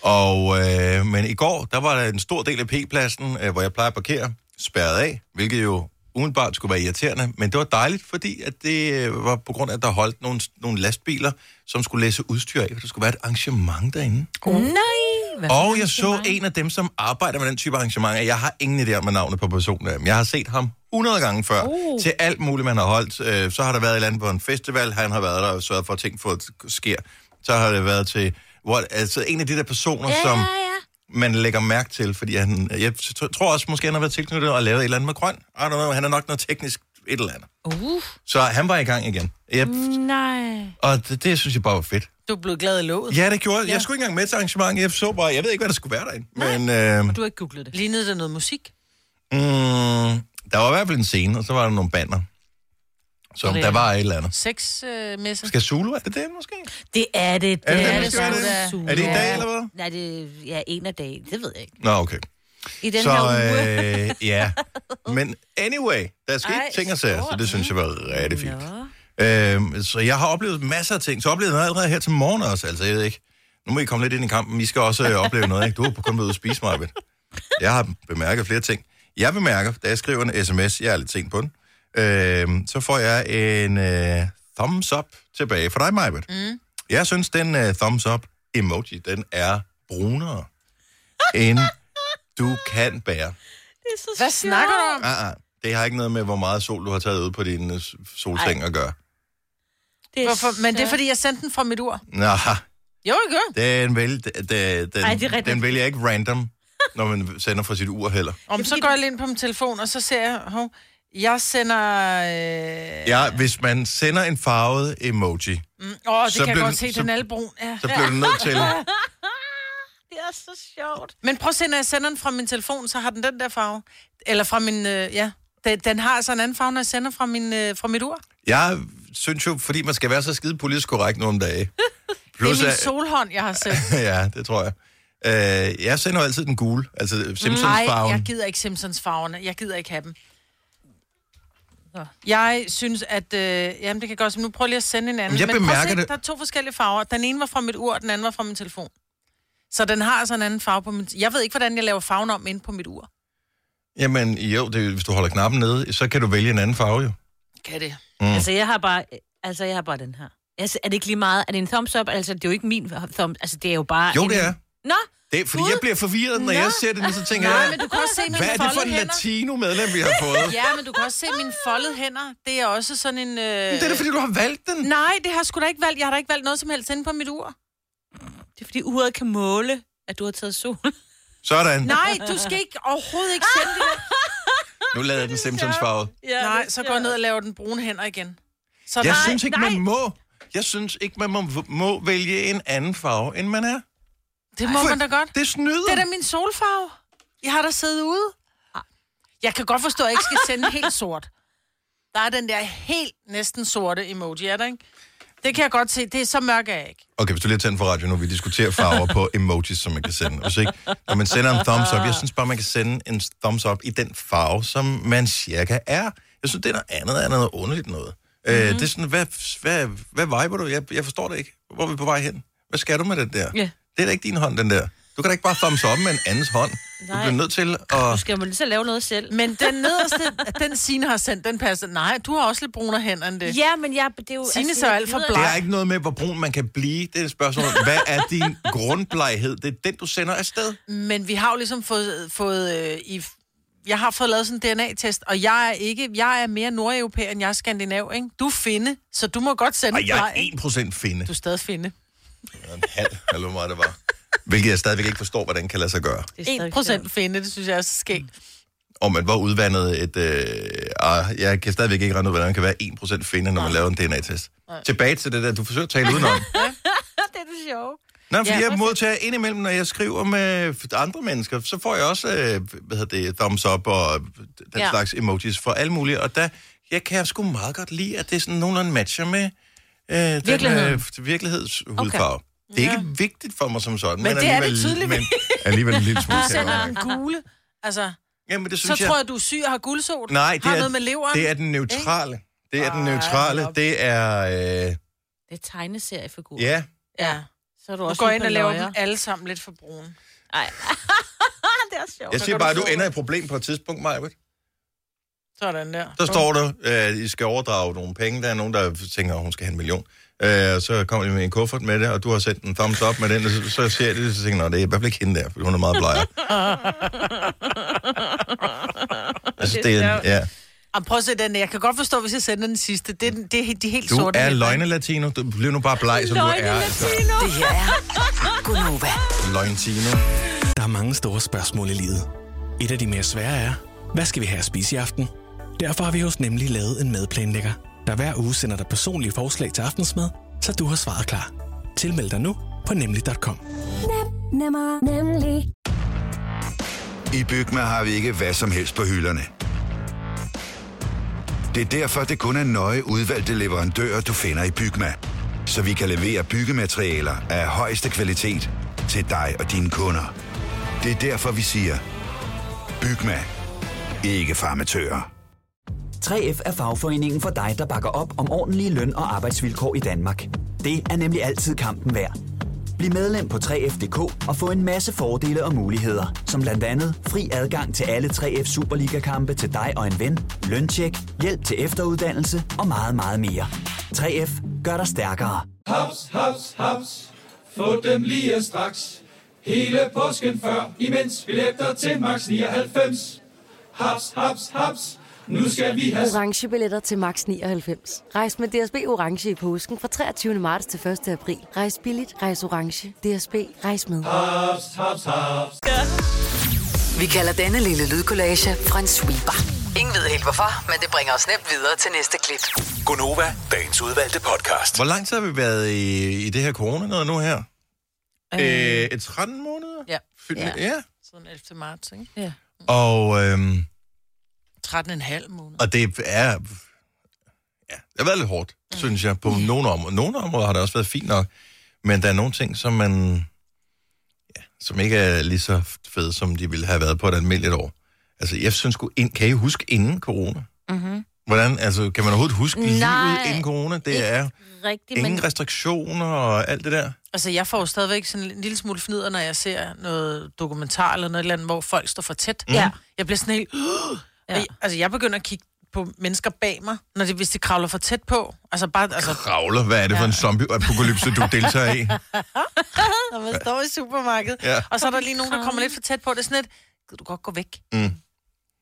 Speaker 1: Og, øh, men i går, der var der en stor del af P-pladsen, øh, hvor jeg plejer at parkere, spærret af, hvilket jo umiddelbart skulle være irriterende, men det var dejligt, fordi at det øh, var på grund af, at der holdt nogle, nogle lastbiler, som skulle læse udstyr af, for der skulle være et arrangement derinde.
Speaker 3: Mm. Nej. Hvad for
Speaker 1: Og
Speaker 3: et
Speaker 1: jeg så
Speaker 3: arrangement?
Speaker 1: en af dem, som arbejder med den type arrangementer. Jeg har ingen idé om hvad navnet på personen. er, men Jeg har set ham 100 gange før uh.
Speaker 3: Uh.
Speaker 1: til alt muligt, man har holdt. Øh, Så har der været et eller andet på en festival. Han har været der og sørget for, at ting for sker. Så har det været til... What, altså en af de der personer,
Speaker 3: Ja,
Speaker 1: som
Speaker 3: ja, ja.
Speaker 1: man lægger mærke til, fordi han, jeg t- tror også, måske han har været tilknyttet og lavet et eller andet med grøn. I don't know, han er nok noget teknisk et eller andet.
Speaker 2: Uh,
Speaker 1: Så han var i gang igen. Jeg,
Speaker 3: Mm. Nej.
Speaker 1: og det, det synes jeg bare var fedt.
Speaker 2: du er blevet glad i låget.
Speaker 1: Ja, det gjorde jeg. Jeg skulle ikke engang med til arrangementet. Jeg så bare, jeg ved ikke, hvad der skulle være derinde. Men, øh,
Speaker 3: Du har ikke googlet det.
Speaker 2: Lignede det noget musik?
Speaker 1: Mm, der var i hvert fald en scene, og så var der nogle banner. Så
Speaker 2: Og det
Speaker 1: der
Speaker 2: er-
Speaker 1: var et eller andet.
Speaker 2: Sex øh, messe?
Speaker 1: Skal Zulu, er det det måske?
Speaker 3: Det er det.
Speaker 1: Er det
Speaker 2: det,
Speaker 1: det,
Speaker 2: det
Speaker 1: måske
Speaker 2: Zulu
Speaker 1: er
Speaker 2: er.
Speaker 1: det? Er det i dag, eller hvad?
Speaker 3: Nej, det ja, en af dagen. Det ved jeg ikke.
Speaker 1: Nå, okay.
Speaker 3: I den
Speaker 1: så,
Speaker 3: her uge.
Speaker 1: øh, ja. Men anyway, der skete
Speaker 3: Ej,
Speaker 1: ting og sager, så det synes jeg var rigtig fint.
Speaker 3: Nå.
Speaker 1: Øhm, så jeg har oplevet masser af ting. Så oplevede jeg allerede her til morgen også, altså jeg ved ikke. Nu må I komme lidt ind i kampen. I skal også øh, opleve noget, ikke? Du har kun været ude at spise mig, Jeg har bemærket flere ting. Jeg bemærker, da jeg skriver en sms, jeg er lidt sent på den, øh, så får jeg en øh, thumbs up tilbage fra dig, Majbert. Mm. Jeg synes, den øh, thumbs up emoji, den er brunere, end du kan bære.
Speaker 3: Det er så
Speaker 2: Hvad snakker du om?
Speaker 1: Ah, ah. Det har ikke noget med, hvor meget sol du har taget ud på din øh, s- solseng at gøre.
Speaker 3: Det er
Speaker 2: Hvorfor? Men det er, fordi jeg sendte den fra mit ur.
Speaker 1: Nå,
Speaker 2: Jo, jeg gør.
Speaker 1: den, vil, den,
Speaker 3: Ej, det er
Speaker 1: den,
Speaker 3: rigtigt.
Speaker 1: den vælger jeg ikke random, når man sender fra sit ur heller.
Speaker 2: Om, så går jeg lige ind på min telefon, og så ser jeg, hov, jeg sender... Øh...
Speaker 1: Ja, hvis man sender en farvet emoji,
Speaker 2: Åh, oh, det
Speaker 1: Så
Speaker 2: kan jeg
Speaker 1: blev
Speaker 2: godt
Speaker 1: den-
Speaker 2: se,
Speaker 1: så-
Speaker 2: den er albrun. Ja.
Speaker 1: så bliver du nødt til...
Speaker 3: Det er så sjovt.
Speaker 2: Men prøv at se, når jeg sender den fra min telefon, så har den den der farve. Eller fra min... Øh, ja, den, den har altså en anden farve, når jeg sender fra, min, øh, fra mit ur.
Speaker 1: Jeg synes jo, fordi man skal være så skide politisk korrekt nogle dage.
Speaker 2: Det
Speaker 1: Plus,
Speaker 2: er min
Speaker 1: at-
Speaker 2: solhånd, jeg har sendt.
Speaker 1: ja, det tror jeg. Øh, jeg sender jo altid den gule, altså
Speaker 2: Nej,
Speaker 1: Simpsons-farven.
Speaker 2: jeg gider ikke Simpsons-farverne. Jeg gider ikke have dem. Jeg synes, at... Øh, jamen, det kan godt Nu prøv lige at sende en anden.
Speaker 1: Jamen, jeg
Speaker 2: prøv at
Speaker 1: bemærker
Speaker 2: se,
Speaker 1: det.
Speaker 2: Der er to forskellige farver. Den ene var fra mit ur, og den anden var fra min telefon. Så den har altså en anden farve på min... Jeg ved ikke, hvordan jeg laver farven om inde på mit ur.
Speaker 1: Jamen jo, det, er jo- hvis du holder knappen nede, så kan du vælge en anden farve jo.
Speaker 2: Kan det?
Speaker 3: Mm. Altså, jeg har bare, altså, jeg har bare den her. Altså, er det ikke lige meget? Er det en thumbs up? Altså, det er jo ikke min thumbs... Altså, det er jo bare...
Speaker 1: Jo,
Speaker 3: en...
Speaker 1: det er.
Speaker 3: Nå,
Speaker 1: Det er fordi, jeg bliver forvirret, når
Speaker 3: Nå.
Speaker 1: jeg ser det, så tænker
Speaker 2: Nej,
Speaker 1: jeg,
Speaker 2: men du kan også se mine
Speaker 1: hvad er det for en
Speaker 2: foldede hænder.
Speaker 1: latino-medlem, vi har fået?
Speaker 2: Ja, men du kan også se mine foldede hænder. Det er også sådan en... Øh...
Speaker 1: Det er da, fordi du har valgt den.
Speaker 2: Nej, det har jeg sgu da ikke valgt. Jeg har da ikke valgt noget som helst inde på mit ur.
Speaker 3: det er fordi uret kan måle, at du har taget sol.
Speaker 1: Sådan.
Speaker 2: Nej, du skal ikke overhovedet ikke sende det.
Speaker 1: Nu lader jeg den Simpsons-farve.
Speaker 3: ja,
Speaker 2: Nej, så går jeg ned og laver den brune hænder igen. Så
Speaker 1: Jeg
Speaker 2: nej,
Speaker 1: synes ikke, man
Speaker 3: nej.
Speaker 1: må. Jeg synes ikke, man må, må vælge en anden farve, end man er.
Speaker 2: det må man da godt.
Speaker 1: Det snyder.
Speaker 2: Det er da min solfarve. Jeg har da siddet ude. Jeg kan godt forstå, at jeg ikke skal sende helt sort. Der er den der helt næsten sorte emoji, er der ikke? Det kan jeg godt se. Det er så mørk er jeg ikke.
Speaker 1: Okay, hvis du lige tænder for radio nu, vi diskuterer farver på emojis, som man kan sende. Hvis ikke, når man sender en thumbs up, jeg synes bare, man kan sende en thumbs up i den farve, som man cirka er. Jeg synes, det er noget andet, er noget underligt noget. Mm-hmm.
Speaker 3: Mhm.
Speaker 1: Øh, det er sådan, hvad, hvad, hvad viber du? Jeg, jeg forstår det ikke. Hvor er vi på vej hen? Hvad skal du med den der?
Speaker 3: Ja.
Speaker 1: Det er da ikke din hånd, den der. Du kan da ikke bare thumbs up med en andens hånd. Du
Speaker 3: Nej.
Speaker 1: bliver nødt til at...
Speaker 3: Skal man lige så lave noget selv?
Speaker 2: Men den nederste, den Signe har sendt, den passer. Nej, du har også lidt brunere hænder end det.
Speaker 3: Ja, men jeg, det er jo... altså,
Speaker 2: Signe ser
Speaker 3: jeg
Speaker 2: alt for
Speaker 3: gider-
Speaker 2: bleg.
Speaker 1: Det er ikke noget med, hvor brun man kan blive. Det er et spørgsmål. Hvad er din grundbleghed? Det er den, du sender afsted.
Speaker 2: Men vi har jo ligesom fået, fået øh, i, jeg har fået lavet sådan en DNA-test, og jeg er ikke, jeg er mere nordeuropæer, end jeg er skandinav, ikke? Du er finde, så du må godt sende
Speaker 1: Ej, jeg
Speaker 2: bleg, ikke?
Speaker 1: er 1% finde.
Speaker 2: Du er stadig finde.
Speaker 1: Eller en halv, eller hvor meget det var. Hvilket jeg stadigvæk ikke forstår, hvordan kan lade sig gøre.
Speaker 3: Det er
Speaker 2: 1% finde, det synes jeg er så skægt.
Speaker 1: Og man var udvandet et... Øh, ah, jeg kan stadigvæk ikke regne ud, hvordan man kan være 1% finde, når man laver en DNA-test. Tilbage til det der, du forsøger at tale udenom.
Speaker 3: det er det sjove.
Speaker 1: Nå, fordi
Speaker 3: Ja,
Speaker 1: jeg
Speaker 3: præcis.
Speaker 1: modtager indimellem, når jeg skriver med andre mennesker, så får jeg også, øh, hvad hedder det, thumbs up og den ja.
Speaker 3: Ja.
Speaker 1: slags emojis fra alle mulige. Og der jeg kan jeg sgu meget godt lide, at det sådan nogenlunde matcher med øh, den
Speaker 3: Virkeligheden.
Speaker 1: øh, virkelighedshudfarve. Okay. Det er ikke vigtigt for mig som sådan.
Speaker 2: Men det er det
Speaker 1: alligevel-
Speaker 2: tydeligvis.
Speaker 1: Men alligevel en lille smule.
Speaker 2: Du
Speaker 1: kan jeg
Speaker 2: sender
Speaker 1: godt
Speaker 2: den
Speaker 1: mærke.
Speaker 2: gule, altså,
Speaker 1: Jamen, det
Speaker 2: så
Speaker 1: synes jeg...
Speaker 2: tror jeg, du er syg og har guldsot.
Speaker 1: Nej, det
Speaker 2: har
Speaker 1: er,
Speaker 2: noget med leveren.
Speaker 1: det er den neutrale. Det er den
Speaker 2: Ej,
Speaker 1: neutrale.
Speaker 2: hold op.
Speaker 1: Det er... Øh,
Speaker 3: Det er tegneseriefigur.
Speaker 1: ja,
Speaker 2: Ja.
Speaker 3: Så er du
Speaker 2: Du
Speaker 3: også
Speaker 2: går
Speaker 3: en
Speaker 2: ind og laver
Speaker 3: paløjer.
Speaker 2: dem alle sammen lidt for brune.
Speaker 3: Ej. det er sjovt.
Speaker 1: jeg
Speaker 2: så
Speaker 1: siger
Speaker 2: kan
Speaker 1: bare, at
Speaker 2: du
Speaker 1: du
Speaker 2: få-
Speaker 1: ender i et problem på et tidspunkt, Maja.
Speaker 2: Sådan der.
Speaker 1: Så står der, at I skal overdrage nogle penge. Der er nogen, der tænker, at hun skal have en million. Øh, og så kommer de med en kuffert med det, og du har sendt en thumbs up med den, og så, så ser jeg det, så tænker jeg, "Nå, det er i hvert fald ikke hende der, for hun er meget blegere. altså, det er, ja.
Speaker 2: Jamen, prøv at se den der. Jeg kan godt forstå, hvis jeg sender den sidste. Det er, den, det er de helt
Speaker 1: Du
Speaker 2: sorte.
Speaker 1: er
Speaker 2: hænder.
Speaker 1: løgne-latino. Du bliver nu bare bleg, som du er. Altså.
Speaker 5: Det her er Gunova.
Speaker 1: Løgne-tino.
Speaker 6: Der er mange store spørgsmål i livet. Et af de mere svære er, hvad skal vi have at spise i aften? Derfor har vi hos Nemlig lavet en madplanlægger, der hver uge sender dig personlige forslag til aftensmad, så du har svaret klar. Tilmeld dig nu på nemlig.com.
Speaker 4: Nem, nemmer, nemlig.
Speaker 7: I Bygma har vi ikke hvad som helst på hylderne. Det er derfor, det kun er nøje udvalgte leverandører, du finder i Bygma. Så vi kan levere byggematerialer af højeste kvalitet til dig og dine kunder. Det er derfor, vi siger, Bygma. Ikke farmatører.
Speaker 8: 3F er fagforeningen for dig, der bakker op om ordentlige løn- og arbejdsvilkår i Danmark. Det er nemlig altid kampen værd. Bliv medlem på 3F.dk og få en masse fordele og muligheder, som blandt andet fri adgang til alle 3F Superliga-kampe til dig og en ven, løntjek, hjælp til efteruddannelse og meget, meget mere. 3F gør dig stærkere.
Speaker 9: Haps, haps, haps. Få dem lige straks. Hele påsken før, imens billetter til max 99. Haps, haps, haps. Nu skal vi have...
Speaker 10: orange billetter til max 99. Rejs med DSB orange i påsken fra 23. marts til 1. april. Rejs billigt, rejs orange. DSB rejs med.
Speaker 9: Haps, haps, haps.
Speaker 5: Vi kalder denne lille lydkollage en sweeper. Ingen ved helt hvorfor, men det bringer os nemt videre til næste klip.
Speaker 6: Gonova, dagens udvalgte podcast.
Speaker 1: Hvor lang tid har vi været i, i det her corona noget nu her? Øh, et 13 måneder?
Speaker 2: Ja.
Speaker 1: Fyldt med- ja.
Speaker 2: Siden 11. marts, ikke?
Speaker 3: Ja.
Speaker 1: Og, øhm,
Speaker 2: 13,5 måneder.
Speaker 1: og det er... Ja, det har været lidt hårdt, mm. synes jeg, på nogle områder. Nogle områder har det også været fint nok, men der er nogle ting, som man... Ja, som ikke er lige så fede, som de ville have været på et almindeligt år. Altså, jeg synes sgu... ind- Kan I huske inden corona?
Speaker 3: Mm-hmm.
Speaker 1: Hvordan, altså, kan man overhovedet huske livet
Speaker 3: Nej,
Speaker 1: inden corona? Det
Speaker 3: ikke
Speaker 1: er
Speaker 3: Rigtig,
Speaker 1: ingen
Speaker 3: men...
Speaker 1: restriktioner og alt det der.
Speaker 2: Altså, jeg får jo stadigvæk sådan en lille smule fnider, når jeg ser noget dokumentar eller noget eller andet, hvor folk står for tæt.
Speaker 3: Ja.
Speaker 2: Jeg bliver sådan helt...
Speaker 3: Ja.
Speaker 2: Ja. Altså, jeg begynder at kigge på mennesker bag mig, når de, hvis de kravler for tæt på. Altså, bare... Altså,
Speaker 1: Kravler, hvad er det for en zombie-apokalypse, du deltager i?
Speaker 2: når man står i supermarkedet,
Speaker 1: Ja.
Speaker 2: ja. og så er der lige nogen, der kommer lidt for tæt på. Det er sådan lidt... Gid du godt gå væk?
Speaker 1: Mm.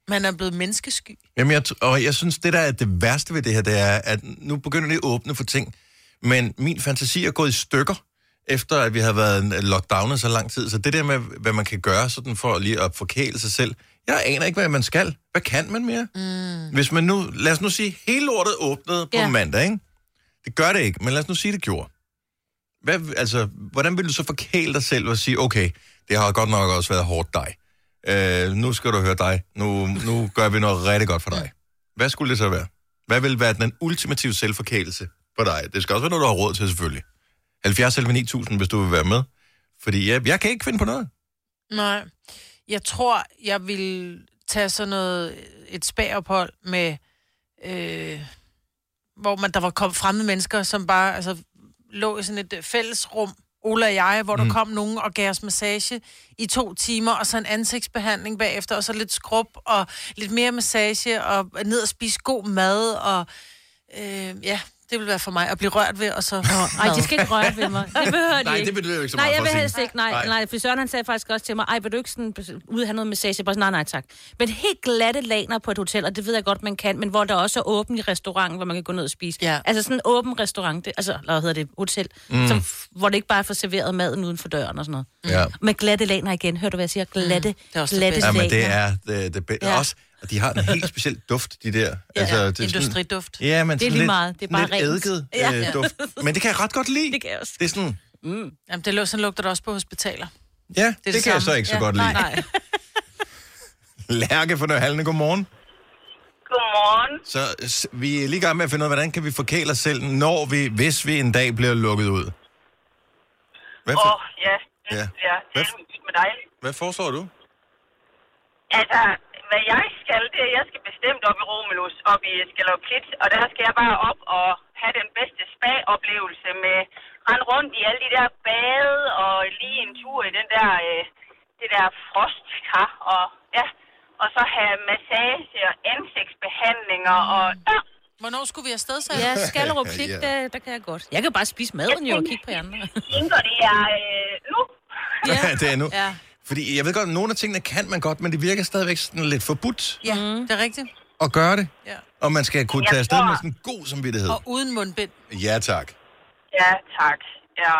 Speaker 2: Man er blevet menneskesky.
Speaker 1: Jamen, jeg, t- og jeg synes, det der er det værste ved det her, det er, at nu begynder det at åbne for ting. Men min fantasi er gået i stykker, efter at vi har været øh, lockdownet så lang tid. Så det der med, hvad man kan gøre sådan for lige at forkæle sig selv, jeg aner ikke, hvad man skal. Hvad kan man mere? Mm. Hvis man nu, lad os nu sige, hele lortet åbnede på
Speaker 3: Ja.
Speaker 1: mandag, ikke? Det gør det ikke, men lad os nu sige, det gjorde. Hvad, altså, hvordan vil du så forkæle dig selv og sige, okay, det har godt nok også været hårdt dig. Øh, nu skal du høre dig. Nu, nu gør vi noget rigtig godt for dig. Hvad skulle det så være? Hvad vil være den ultimative selvforkælelse for dig? Det skal også være noget, du har råd til, selvfølgelig. 70 11 9000, hvis du vil være med. Fordi jeg, jeg kan ikke finde på noget.
Speaker 2: Nej. Jeg tror, jeg vil tage sådan noget, øh, et spagophold med, øh, hvor man, der var kom fremmede mennesker, som bare altså, lå i sådan et øh, fællesrum, Ola og jeg, hvor mm. der kom nogen og gav os massage i to timer, og så en ansigtsbehandling bagefter, og så lidt skrub, og lidt mere massage, og ned og spise god mad, og øh, ja, det vil være for mig at blive rørt ved, og så...
Speaker 3: Nej, de skal ikke røre ved mig. Det behøver de
Speaker 1: Nej,
Speaker 3: ikke.
Speaker 1: det betyder jo ikke så
Speaker 3: nej,
Speaker 1: meget
Speaker 3: jeg
Speaker 1: for
Speaker 3: vil
Speaker 1: at sige.
Speaker 3: helst ikke. Nej,
Speaker 1: Nej.
Speaker 3: nej, for Søren han sagde faktisk også til mig, ej, vil du ikke sådan bes- ud og have noget massage? Jeg bare sådan, nej, nej, tak. Men helt glatte laner på et hotel, og det ved jeg godt, man kan, men hvor der også er åben i restaurant, hvor man kan gå ned og spise.
Speaker 2: Ja.
Speaker 3: Altså sådan en åben restaurant, det, altså, eller hvad hedder det, hotel, mm. som, f- hvor det ikke bare får serveret maden uden for døren og sådan noget.
Speaker 1: Ja.
Speaker 3: Med glatte laner igen, hørte du, hvad jeg siger? Glatte, mm.
Speaker 2: også det
Speaker 3: glatte
Speaker 2: bedste.
Speaker 1: Ja,
Speaker 3: laner.
Speaker 1: men det er øh, det, det bedste. Ja.
Speaker 3: Ja.
Speaker 1: Også, og de har en helt speciel duft, de der. Ja, det er sådan,
Speaker 2: Industriduft.
Speaker 1: ja, men
Speaker 3: Det er
Speaker 1: sådan
Speaker 3: lige
Speaker 1: lidt,
Speaker 3: meget. Det er bare
Speaker 1: sådan lidt
Speaker 3: rent.
Speaker 1: eddiket øh, duft. Men det kan jeg ret godt lide.
Speaker 3: Det kan jeg også.
Speaker 1: Det er sådan,
Speaker 2: Jamen, det lå, sådan lugter det også på hospitaler.
Speaker 1: ja, det, det, det kan jeg
Speaker 2: samme.
Speaker 1: så ikke så
Speaker 2: ja,
Speaker 1: godt lide.
Speaker 2: Nej, nej.
Speaker 1: Lærke for Nørhalne, godmorgen.
Speaker 11: Godmorgen.
Speaker 1: Så s- vi er lige i gang med at finde ud af, hvordan kan vi forkæle os selv, når vi, hvis vi en dag bliver lukket ud? Hvad,
Speaker 11: Åh,
Speaker 1: for,
Speaker 11: oh, ja. Mm,
Speaker 1: Ja.
Speaker 11: Ja, ja. det
Speaker 1: Hvad
Speaker 11: er
Speaker 1: f-
Speaker 11: jo med dig.
Speaker 1: hvad foreslår du?
Speaker 11: Altså, hvad jeg skal, det er, jeg skal bestemt op i Romulus, op i Skalop Klit, og der skal jeg bare op og have den bedste spa-oplevelse med rende rundt i alle de der bade og lige en tur i den der, øh, det der frostkar, og ja, og så have massage og ansigtsbehandlinger, og ja,
Speaker 2: Hvornår skulle vi afsted, så?
Speaker 3: Ja, Skallerup Klit,
Speaker 1: Ja.
Speaker 3: der, der kan jeg godt. Jeg kan bare spise maden jo og kigge på jer andre.
Speaker 11: tænker det er øh, nu.
Speaker 1: Ja. det er nu.
Speaker 2: Ja.
Speaker 1: Fordi jeg ved godt, at nogle af tingene kan man godt, men det virker stadigvæk sådan lidt forbudt
Speaker 2: Ja, mm. det er rigtigt.
Speaker 1: at gøre det.
Speaker 2: Ja.
Speaker 1: Og man skal kunne
Speaker 11: Jeg
Speaker 1: tage afsted
Speaker 11: tror-
Speaker 1: med sådan en god samvittighed.
Speaker 2: Og uden mundbind.
Speaker 1: Ja, tak.
Speaker 11: Ja, tak. Ja,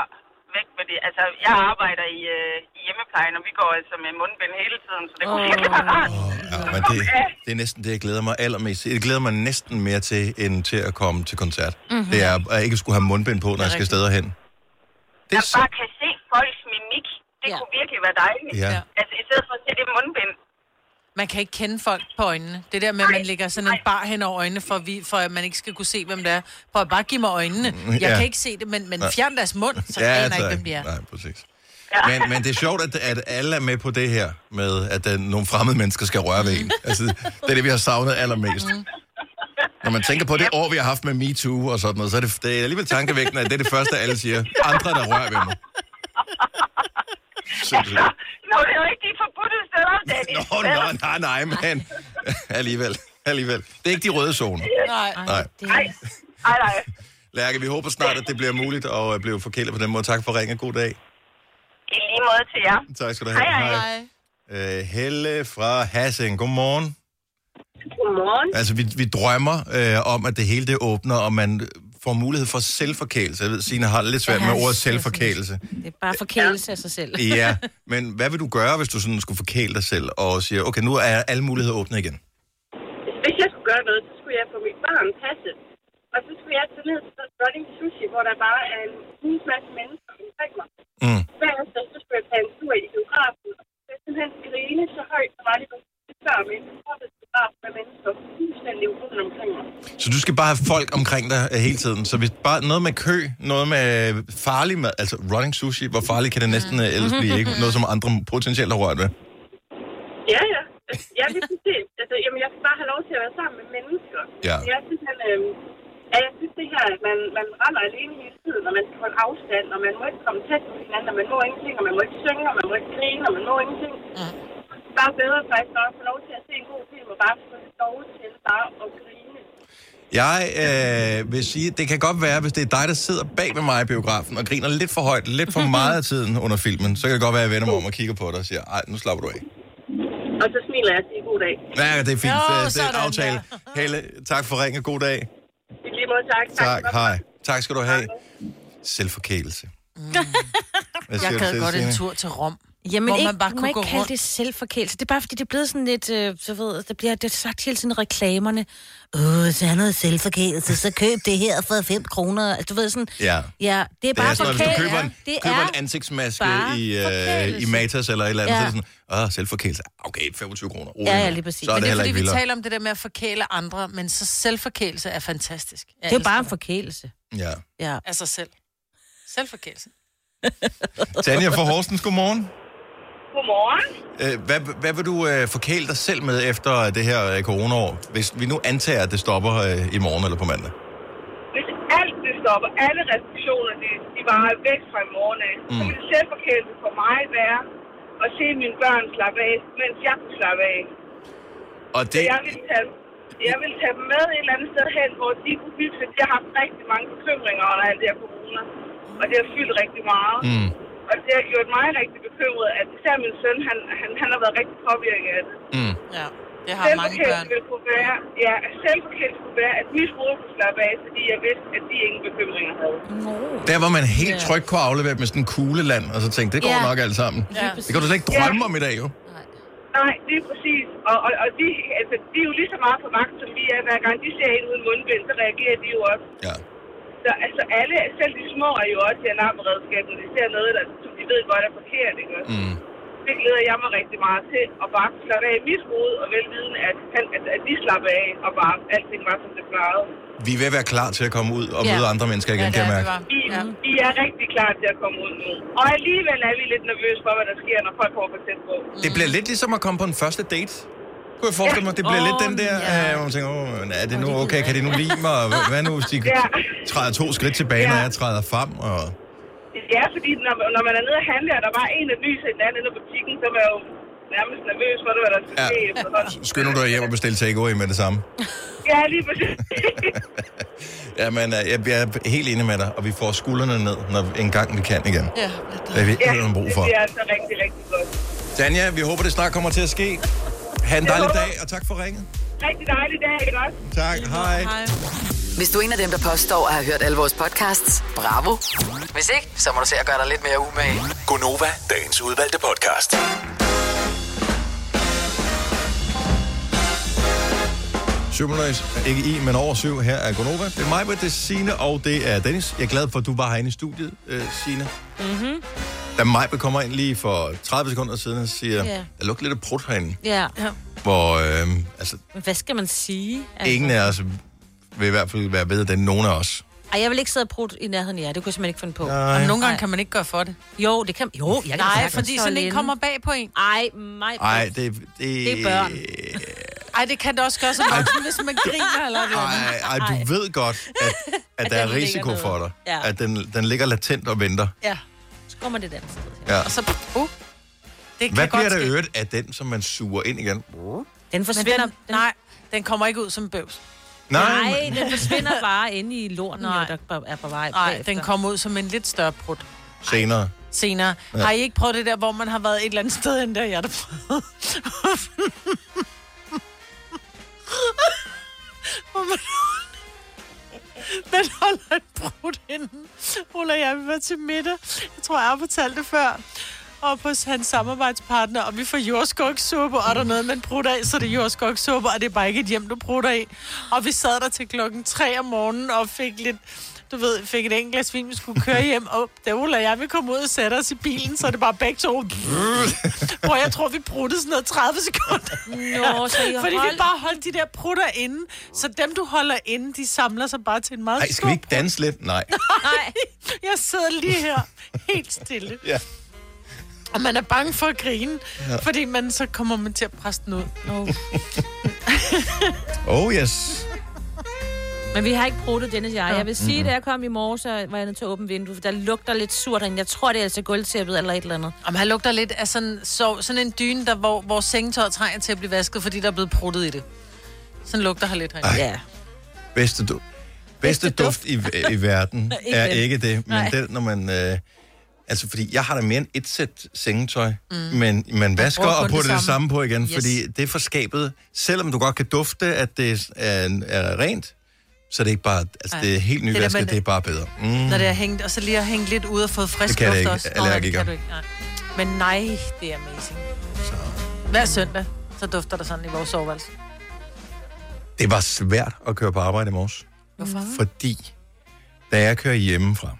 Speaker 11: væk med det. Altså, jeg arbejder i, øh, i hjemmeplejen, og vi går altså med mundbind hele tiden, så det kunne
Speaker 3: Åh.
Speaker 11: virkelig være rart.
Speaker 1: Ja, men det, det er næsten det, jeg glæder mig allermest til. Jeg glæder mig næsten mere til, end til at komme til koncert. Mm-hmm. Det er at ikke skulle have mundbind på, når jeg skal
Speaker 2: Mhm. rigtigt.
Speaker 1: steder hen. Det er
Speaker 11: Jeg
Speaker 1: så...
Speaker 11: bare kan se folks mimik. Det
Speaker 3: Ja.
Speaker 11: ja. kunne virkelig være dejligt.
Speaker 1: Ja.
Speaker 2: Ja.
Speaker 11: Altså, i stedet for at se det mundbind.
Speaker 2: Man kan ikke kende folk på øjnene. Det der med, at man
Speaker 11: Nej,
Speaker 2: lægger sådan en
Speaker 11: nej.
Speaker 2: bar hen over øjnene, for, vi, for at man ikke skal kunne se, hvem det er. For at bare give mig øjnene. Jeg
Speaker 1: Mm, ja.
Speaker 2: kan ikke se det, men, men fjern deres mund, så
Speaker 1: ja,
Speaker 2: aner jeg ikke,
Speaker 1: tak.
Speaker 2: hvem de er.
Speaker 1: Nej, præcis. Men, men det er sjovt, at, at alle er med på det her, med at der, nogle fremmede mennesker skal røre ved
Speaker 2: Mhm.
Speaker 1: en. Altså, det er det, vi har savnet allermest. Når man tænker på det år, vi har haft med MeToo og sådan noget, så er det, det er alligevel tankevækkende, at det er det første, alle siger. Andre, der rører ved mig. Simpelthen.
Speaker 11: Nå, det er jo ikke de forbudte steder, Dennis.
Speaker 1: Åh, nej, nej, nej, men alligevel, alligevel. Det er ikke de røde zoner.
Speaker 11: Nej.
Speaker 1: Nej.
Speaker 11: Nej, nej, nej.
Speaker 1: Lærke, vi håber snart, at det bliver muligt at øh, blive forkælet på den måde. Tak for ringen. God dag.
Speaker 11: I lige måde til jer.
Speaker 1: Tak skal du
Speaker 11: Hej,
Speaker 1: have.
Speaker 11: hej. hej.
Speaker 1: Øh, Helle fra Hassing. Godmorgen.
Speaker 12: Godmorgen.
Speaker 1: Altså, vi, vi drømmer øh, om, at det hele det åbner, og man får mulighed for selvforkælelse. Jeg ved, Signe har lidt svært med
Speaker 3: Ja,
Speaker 1: ordet
Speaker 3: det er
Speaker 1: selvforkælelse.
Speaker 3: Det er bare forkælelse af sig selv.
Speaker 1: Ja, men hvad vil du gøre, hvis du sådan skulle forkæle dig selv og siger, okay, nu er alle muligheder åbne igen?
Speaker 12: Hvis jeg skulle gøre noget, så skulle jeg få mit barn passet. Og så skulle jeg tage ned til Running Sushi, hvor der bare er en hulens masse mennesker omkring mig.
Speaker 1: Mm.
Speaker 12: Bagefter så skulle jeg tage en tur i biografen. Jeg simpelthen grine så højt, så var det nogle før mennesker, hvor der biografen med mennesker fuldstændig uden omkring mig.
Speaker 1: Så du skal bare have folk omkring dig øh, hele tiden. Så hvis bare noget med kø, noget med farlig mad, altså running sushi, hvor farlig kan det næsten øh, ellers blive, ikke? Noget, som andre potentielt har rørt ved.
Speaker 12: Ja, ja. Ja, lige præcis. Altså, jamen, jeg skal bare have lov til at være sammen med mennesker.
Speaker 1: Ja.
Speaker 12: Jeg synes, han, øh, ja, jeg synes det her, at man, man render alene hele tiden, og man skal holde afstand, og man må ikke komme tæt på hinanden, og man må ingenting, og man må ikke synge, og man må ikke grine, og man må ingenting. Ja. Bare bedre faktisk bare at få lov til at se en god film, og bare få lov til bare at grine.
Speaker 1: Jeg øh, vil sige, det kan godt være, hvis det er dig, der sidder bag ved mig i biografen og griner lidt for højt, lidt for meget af tiden under filmen, så kan det godt være, at jeg vender mig om og kigger på dig og siger, ej, nu slapper du af.
Speaker 12: Og så smiler jeg og siger god dag.
Speaker 1: Ja, det er fint.
Speaker 12: Jo,
Speaker 1: Jo, det er
Speaker 12: sådan
Speaker 1: en
Speaker 12: der.
Speaker 1: aftale. Helle, tak for ringen. God dag.
Speaker 12: I lige måde, tak.
Speaker 1: Tak. Hej. Tak skal du have. Selvforkælelse. Hvad siger
Speaker 2: Mm. Jeg
Speaker 1: du
Speaker 2: gad
Speaker 1: til,
Speaker 2: godt en
Speaker 1: Signe?
Speaker 2: tur til Rom.
Speaker 3: Jamen,
Speaker 2: hvor
Speaker 3: ikke,
Speaker 2: man bare
Speaker 3: må
Speaker 2: kunne
Speaker 3: ikke
Speaker 2: gå
Speaker 3: kalde
Speaker 2: rundt.
Speaker 3: det selvforkælelse. Det er bare, fordi det er blevet sådan lidt, øh, så ved, det bliver det er sagt hele tiden i reklamerne. Åh, så er noget selvforkælelse, så køb det her for 5 kroner. Altså, du ved sådan,
Speaker 1: Ja.
Speaker 3: ja det er
Speaker 1: Det er
Speaker 3: bare
Speaker 1: sådan, noget, hvis du køber en,
Speaker 3: forkæl- det
Speaker 1: køber
Speaker 3: er
Speaker 1: en ansigtsmaske
Speaker 3: bare
Speaker 1: i, øh, i
Speaker 3: forkælelse.
Speaker 1: Matas eller et eller andet, ja. så
Speaker 3: Ja.
Speaker 1: er det sådan, åh, selvforkælelse. Okay, 25 kroner. Rolig
Speaker 2: Ja, ja,
Speaker 1: nu.
Speaker 2: lige præcis.
Speaker 1: Så er
Speaker 2: men
Speaker 1: det,
Speaker 2: det er
Speaker 1: heller
Speaker 2: fordi,
Speaker 1: ikke
Speaker 2: vi
Speaker 1: vildere.
Speaker 2: taler om det der med at forkæle andre, men så selvforkælelse er fantastisk. Jeg
Speaker 3: Det er jo
Speaker 2: elsker
Speaker 3: bare en forkælelse.
Speaker 1: Ja.
Speaker 3: Ja.
Speaker 2: Af sig selv. Selvforkælelse.
Speaker 1: Tanja fra Horsens, godmorgen.
Speaker 12: Godmorgen.
Speaker 1: Øh, Hvad, hvad vil du øh, forkæle dig selv med efter det her øh, coronaår, hvis vi nu antager, at det stopper øh, i morgen eller på mandag?
Speaker 12: Hvis alt det stopper, alle restriktioner, de, de var væk fra i morgen af, mm. så ville selvforkælelse for mig være at se mine børn slappe af, mens jeg kunne slappe af.
Speaker 1: Og det,
Speaker 12: Jeg ville tage, jeg ville tage dem med et eller andet sted hen, hvor de kunne hygge sig. Jeg har haft rigtig mange bekymringer under alt det her corona, og det har fyldt rigtig meget. Mm. Og det har gjort mig rigtig bekymret, at især min søn, han, han, han har været rigtig påvirket af det.
Speaker 1: Mm.
Speaker 2: Ja, det har mange
Speaker 12: Selvforkælelse
Speaker 2: børn.
Speaker 12: ville kunne være, ja, selvforkælelse kunne være, at mit hoved kunne slappe af, fordi jeg vidste, at de ingen bekymringer havde.
Speaker 1: Der, hvor man helt trygt kunne aflevere dem i sådan en kugleland, og så tænkte, det går
Speaker 12: Ja.
Speaker 1: nok alt sammen.
Speaker 12: Ja.
Speaker 1: Det kan du slet ikke drømme
Speaker 12: Ja.
Speaker 1: om i dag, jo.
Speaker 12: Nej, det er præcis. Og, og, og de, altså, de er jo lige så meget på magt, som vi er. Hver gang de ser en uden mundbind, så reagerer de jo også.
Speaker 1: Ja.
Speaker 12: Så altså, alle, selv de små er jo også i alarmberedskaben. De ser noget, der, som de ved godt er forkert, ikke også?
Speaker 1: Mm.
Speaker 12: Det glæder jeg mig rigtig meget til, at bare slappe af i mit hoved, og velviden, at, han, at, at de slapper af, og bare alting var, som det plejede.
Speaker 1: Vi er ved at være klar til at komme ud og møde andre mennesker igen, kan jeg mærke.
Speaker 12: I, I er rigtig klar til at komme ud nu. Og alligevel er vi lidt nervøse for, hvad der sker, når folk kommer for tæt på.
Speaker 1: Det bliver lidt ligesom at komme på en første date. Kunne jeg forestille mig, det bliver
Speaker 12: Ja.
Speaker 1: lidt den der, øh, hvor man tænker, åh, men er det nu okay, kan de nu lide mig, og hvad- hvad nu hvis de
Speaker 12: Ja.
Speaker 1: træder to skridt tilbage, når jeg træder frem, og...
Speaker 12: Ja, fordi når, når man er nede og handler, og der bare en, der lyser i den anden inde i butikken, så er man jo nærmest nervøs for, hvad der skal
Speaker 1: Ja.
Speaker 12: ja. ske. efterhånden.
Speaker 1: Skynder du dig hjem og bestiller takeaway med det samme?
Speaker 12: Ja, lige præcis.
Speaker 1: Jamen, øh, jeg, jeg er helt enig med dig, og vi får skuldrene ned, når en gang vi kan igen.
Speaker 12: ja,
Speaker 1: Det har vi eddermame brug for.
Speaker 12: Det er altså rigtig, rigtig godt.
Speaker 1: Tanja, vi håber, det snart kommer til at ske. Ha' en
Speaker 12: Jeg
Speaker 1: dejlig
Speaker 12: håber.
Speaker 1: dag, og tak for ringet.
Speaker 12: Rigtig dejlig dag, ikke også?
Speaker 1: Tak, hej.
Speaker 5: Hvis du er en af dem, der påstår at have hørt alle vores podcasts, bravo. Hvis ikke, så må du se at gøre dig lidt mere umage.
Speaker 6: Gonova, dagens udvalgte podcast.
Speaker 1: Syv minutter i- ikke i, men over syv. Her er Gonova. Det er mig, det er Signe, og det er Dennis. Jeg er glad for, at du var herinde i studiet, øh, Signe.
Speaker 3: Mm-hmm.
Speaker 1: Da Majbe kommer ind lige for 30 sekunder siden og siger,
Speaker 3: Ja.
Speaker 1: der lugter lidt af prut herinde,
Speaker 3: Ja.
Speaker 1: hvor øh, altså,
Speaker 3: Men hvad skal man sige? Altså,
Speaker 1: ingen af os vil i hvert fald være bedre end nogen af os.
Speaker 3: Ej, jeg vil ikke sidde og bruge i nærheden af jer. Det kunne jeg simpelthen ikke finde på.
Speaker 1: Nej.
Speaker 2: Jamen, nogle gange
Speaker 3: Nej.
Speaker 2: kan man ikke gøre for det.
Speaker 3: Jo, det kan... Jo, jeg kan
Speaker 2: Nej,
Speaker 3: sagtens
Speaker 2: fordi sådan
Speaker 3: holde
Speaker 2: en
Speaker 3: inde.
Speaker 2: kommer bag på en.
Speaker 3: Ej, mig.
Speaker 1: Ej, det, det,
Speaker 2: Det er børn. Ej, det kan det også gøre som
Speaker 1: Ej.
Speaker 2: voksen, hvis man griner eller noget.
Speaker 1: Ej, ej,
Speaker 2: Ej.
Speaker 1: du ved godt, at, at,
Speaker 2: At
Speaker 1: der er
Speaker 2: den ligger
Speaker 1: risiko
Speaker 2: nede.
Speaker 1: for dig.
Speaker 2: Ja.
Speaker 1: At den, den ligger latent og venter.
Speaker 2: Ja.
Speaker 3: kommer det et andet sted.
Speaker 1: Ja.
Speaker 2: Og så, uh, det kan
Speaker 1: Hvad
Speaker 2: godt
Speaker 1: bliver der
Speaker 2: ske.
Speaker 1: øvrigt af den, som man suger ind igen?
Speaker 3: Den forsvinder.
Speaker 2: Den, den, nej, den kommer ikke ud som bøvs.
Speaker 1: Nej,
Speaker 3: Nej, den forsvinder bare inde i lorten, jo,
Speaker 2: Nej.
Speaker 3: der bare er på vej.
Speaker 2: Nej,
Speaker 3: bagefter.
Speaker 2: den kommer ud som en lidt større brud
Speaker 1: Senere.
Speaker 2: senere.
Speaker 1: Ja.
Speaker 2: Ja. Har I ikke prøvet det der, hvor man har været et eller andet sted, end der jeg har prøvet? hvor man, man holder et brud inden. Ola og jeg, vi var til middag. Jeg tror, jeg har fortalt det før. Og på hans samarbejdspartner, og vi får jordskogssuppe, og der er noget, man prutter af, så det er jordskogssuppe, og det er bare ikke et hjem, du prutter i. Og vi sad der til klokken 3 om morgenen og fik lidt du ved, fik et enkelt glas vin, vi skulle køre hjem, og da Ola og jeg vil komme ud og sætte os i bilen, så er det bare begge to. Hvor jeg tror, vi bruttede sådan noget 30 sekunder.
Speaker 3: Nå, så I har
Speaker 2: Fordi vi
Speaker 3: holdt-
Speaker 2: bare holdt de der prutter inde, så dem, du holder inde, de samler sig bare til en meget
Speaker 1: Nej, skal vi ikke danse lidt? Nej.
Speaker 2: Nej. Jeg sidder lige her, helt stille.
Speaker 1: Ja.
Speaker 2: Og man er bange for at grine,
Speaker 1: Ja.
Speaker 2: ja. fordi man, så kommer man til at presse den ud.
Speaker 3: Oh.
Speaker 1: Oh yes.
Speaker 3: Men vi har ikke brugt det, Dennis og jeg. Jeg vil sige,
Speaker 1: Mhm.
Speaker 3: mm-hmm. da jeg kom i morges, så var jeg nødt til at åbne vinduet, for der lugter lidt surt herinde. Jeg tror, det er altså gulvtæppet eller et eller andet.
Speaker 2: Om han lugter lidt af sådan, så, sådan en dyne, der, hvor, hvor sengetøjet trænger til at blive vasket, fordi der er blevet pruttet i det. Sådan lugter han lidt.
Speaker 1: Ej. Ja. Bedste, du- bedste duft i, i verden
Speaker 2: Ikke
Speaker 1: er
Speaker 2: den.
Speaker 1: ikke det, men
Speaker 2: Nej.
Speaker 1: Nej. det, når man... Øh, altså, fordi jeg har da mere end et sæt sengetøj, mm.
Speaker 13: Mm.
Speaker 1: men man vasker
Speaker 13: bruger
Speaker 1: og
Speaker 13: kun
Speaker 1: putter
Speaker 13: det
Speaker 1: det samme. det
Speaker 13: samme
Speaker 1: samme på igen, yes.
Speaker 13: Yes.
Speaker 1: fordi det er forskabet. Selvom du godt kan dufte, at det er, er rent, så er det ikke bare... Altså,
Speaker 2: Ej.
Speaker 1: det er helt
Speaker 2: Det er det,
Speaker 1: nyvasket, det,
Speaker 2: man-
Speaker 1: det er bare bedre. Mm.
Speaker 2: Når det er hængt, og så lige har hængt lidt ud og fået frisk
Speaker 1: Det kan jeg
Speaker 2: luft
Speaker 1: ikke.
Speaker 2: også.
Speaker 1: Allergiker.
Speaker 2: nej, det kan du ikke. Nej. Men nej, det er amazing.
Speaker 1: Mm.
Speaker 2: Hver søndag, så dufter der sådan i vores soveværelse.
Speaker 1: Det var svært at køre på arbejde i morges.
Speaker 2: Hvorfor?
Speaker 1: Fordi, da jeg kører hjemmefra,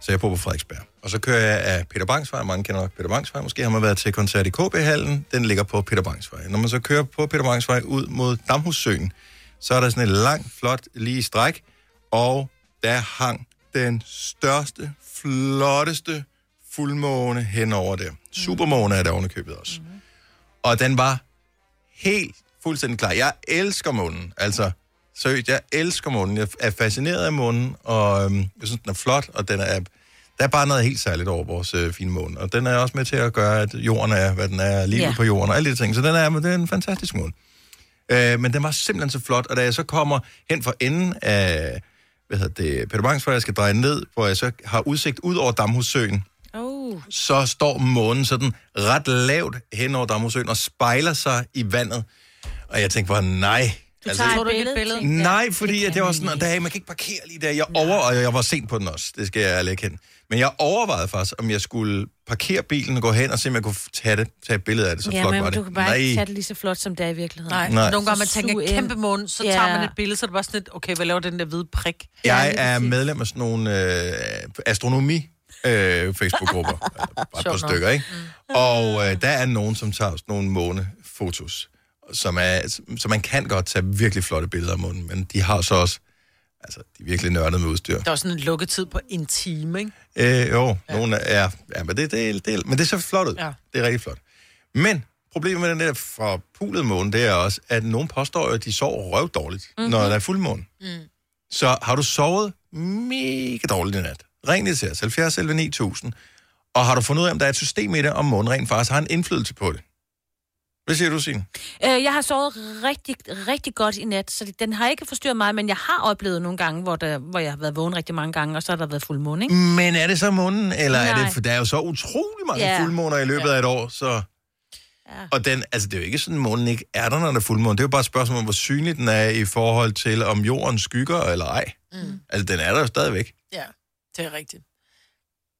Speaker 1: så jeg bor på Frederiksberg, og så kører jeg af Peter Bangsvej, mange kender nok Peter Bangsvej, måske har man været til koncert i KB-hallen, den ligger på Peter Bangsvej. Når man så kører på Peter Bangsvej ud mod Damhussøen, så er der sådan et langt, flot, lige stræk, og der hang den største, flotteste fuldmåne henover der. Supermåne er der ovenikøbet også. Og den var helt fuldstændig klar. Jeg elsker månen. Altså, seriøst, jeg elsker månen. Jeg er fascineret af månen, og øhm, jeg synes, den er flot, og den er... Der er bare noget helt særligt over vores øh, fine måne, og den er også med til at gøre, at jorden er, hvad den er, livet
Speaker 13: Ja.
Speaker 1: yeah. på jorden og alle de ting. Så den er, men det er en fantastisk måne. Øh, men den var simpelthen så flot, og da jeg så kommer hen fra enden af hvad hedder det, Peter Bangs, hvor jeg skal dreje ned, hvor jeg så har udsigt ud over Damhussøen,
Speaker 3: Oh.
Speaker 1: så står månen sådan ret lavt hen over Damhussøen og spejler sig i vandet. Og jeg tænkte bare, nej. Altså,
Speaker 2: Du tager et billede, tænkte jeg.
Speaker 1: Nej, fordi at det var sådan, at der, man kan ikke parkere lige der. Jeg over, og jeg var sent på den også, det skal jeg ærligt erkende. Men jeg overvejede faktisk, om jeg skulle parkere bilen og gå hen og se, om jeg kunne tage, det, tage et billede af det. Så
Speaker 3: ja,
Speaker 1: flot
Speaker 3: men
Speaker 1: var det.
Speaker 3: du kan bare
Speaker 1: Nej.
Speaker 3: ikke tage det lige så flot, som det er i virkeligheden.
Speaker 1: Nej. Nej.
Speaker 2: Nogle gange man
Speaker 3: Så
Speaker 2: tænker,
Speaker 3: sug ind.
Speaker 2: kæmpe måne, så
Speaker 3: Ja.
Speaker 2: tager man et billede, så er det bare sådan lidt, okay, hvad laver den der hvide prik?
Speaker 1: Jeg er medlem af sådan nogle øh, astronomi øh, Facebook-grupper. Bare et par
Speaker 2: Sjovt nok.
Speaker 1: stykker, ikke? Og øh, der er nogen, som tager sådan nogle månefotos, som er, så man kan godt tage virkelig flotte billeder af månen, men de har så også, altså, de er virkelig nørdede med udstyr.
Speaker 2: Der er sådan en lukketid på en time, ikke?
Speaker 1: Øh, jo, ja. nogen er, ja, ja men, det, det, det, men det er så flot ud. Ja.
Speaker 2: Ja.
Speaker 1: Det er rigtig flot. Men problemet med den der forpulede måne, det er også, at nogen påstår, jo, at de sover røvdårligt, mm-hmm. når der er fuldmåne. Mm. Så har du sovet mega dårligt i nat, ring lige til os, 70 11 9000, og har du fundet ud af, om der er et system i det, om månen rent faktisk har en indflydelse på det? Hvad siger du, Signe?
Speaker 3: Øh, jeg har sovet rigtig, rigtig godt i nat, så den har ikke forstyrret mig, men jeg har oplevet nogle gange, hvor, der, hvor jeg har været vågen rigtig mange gange, og så har der været fuld måne, ikke?
Speaker 1: Men er det så månen, eller er
Speaker 3: Nej.
Speaker 1: det, for der er jo så utrolig mange
Speaker 3: Ja.
Speaker 1: yeah. fuldmåner i løbet
Speaker 3: Ja.
Speaker 1: yeah. af et år, så...
Speaker 3: Ja.
Speaker 1: Og den, altså det er jo ikke sådan, at månen ikke er der, når der er fuldmåne. Det er jo bare et spørgsmål om, hvor synlig den er i forhold til, om jorden skygger eller ej.
Speaker 2: Mm.
Speaker 1: Altså den er der jo stadigvæk.
Speaker 2: Ja, det er rigtigt.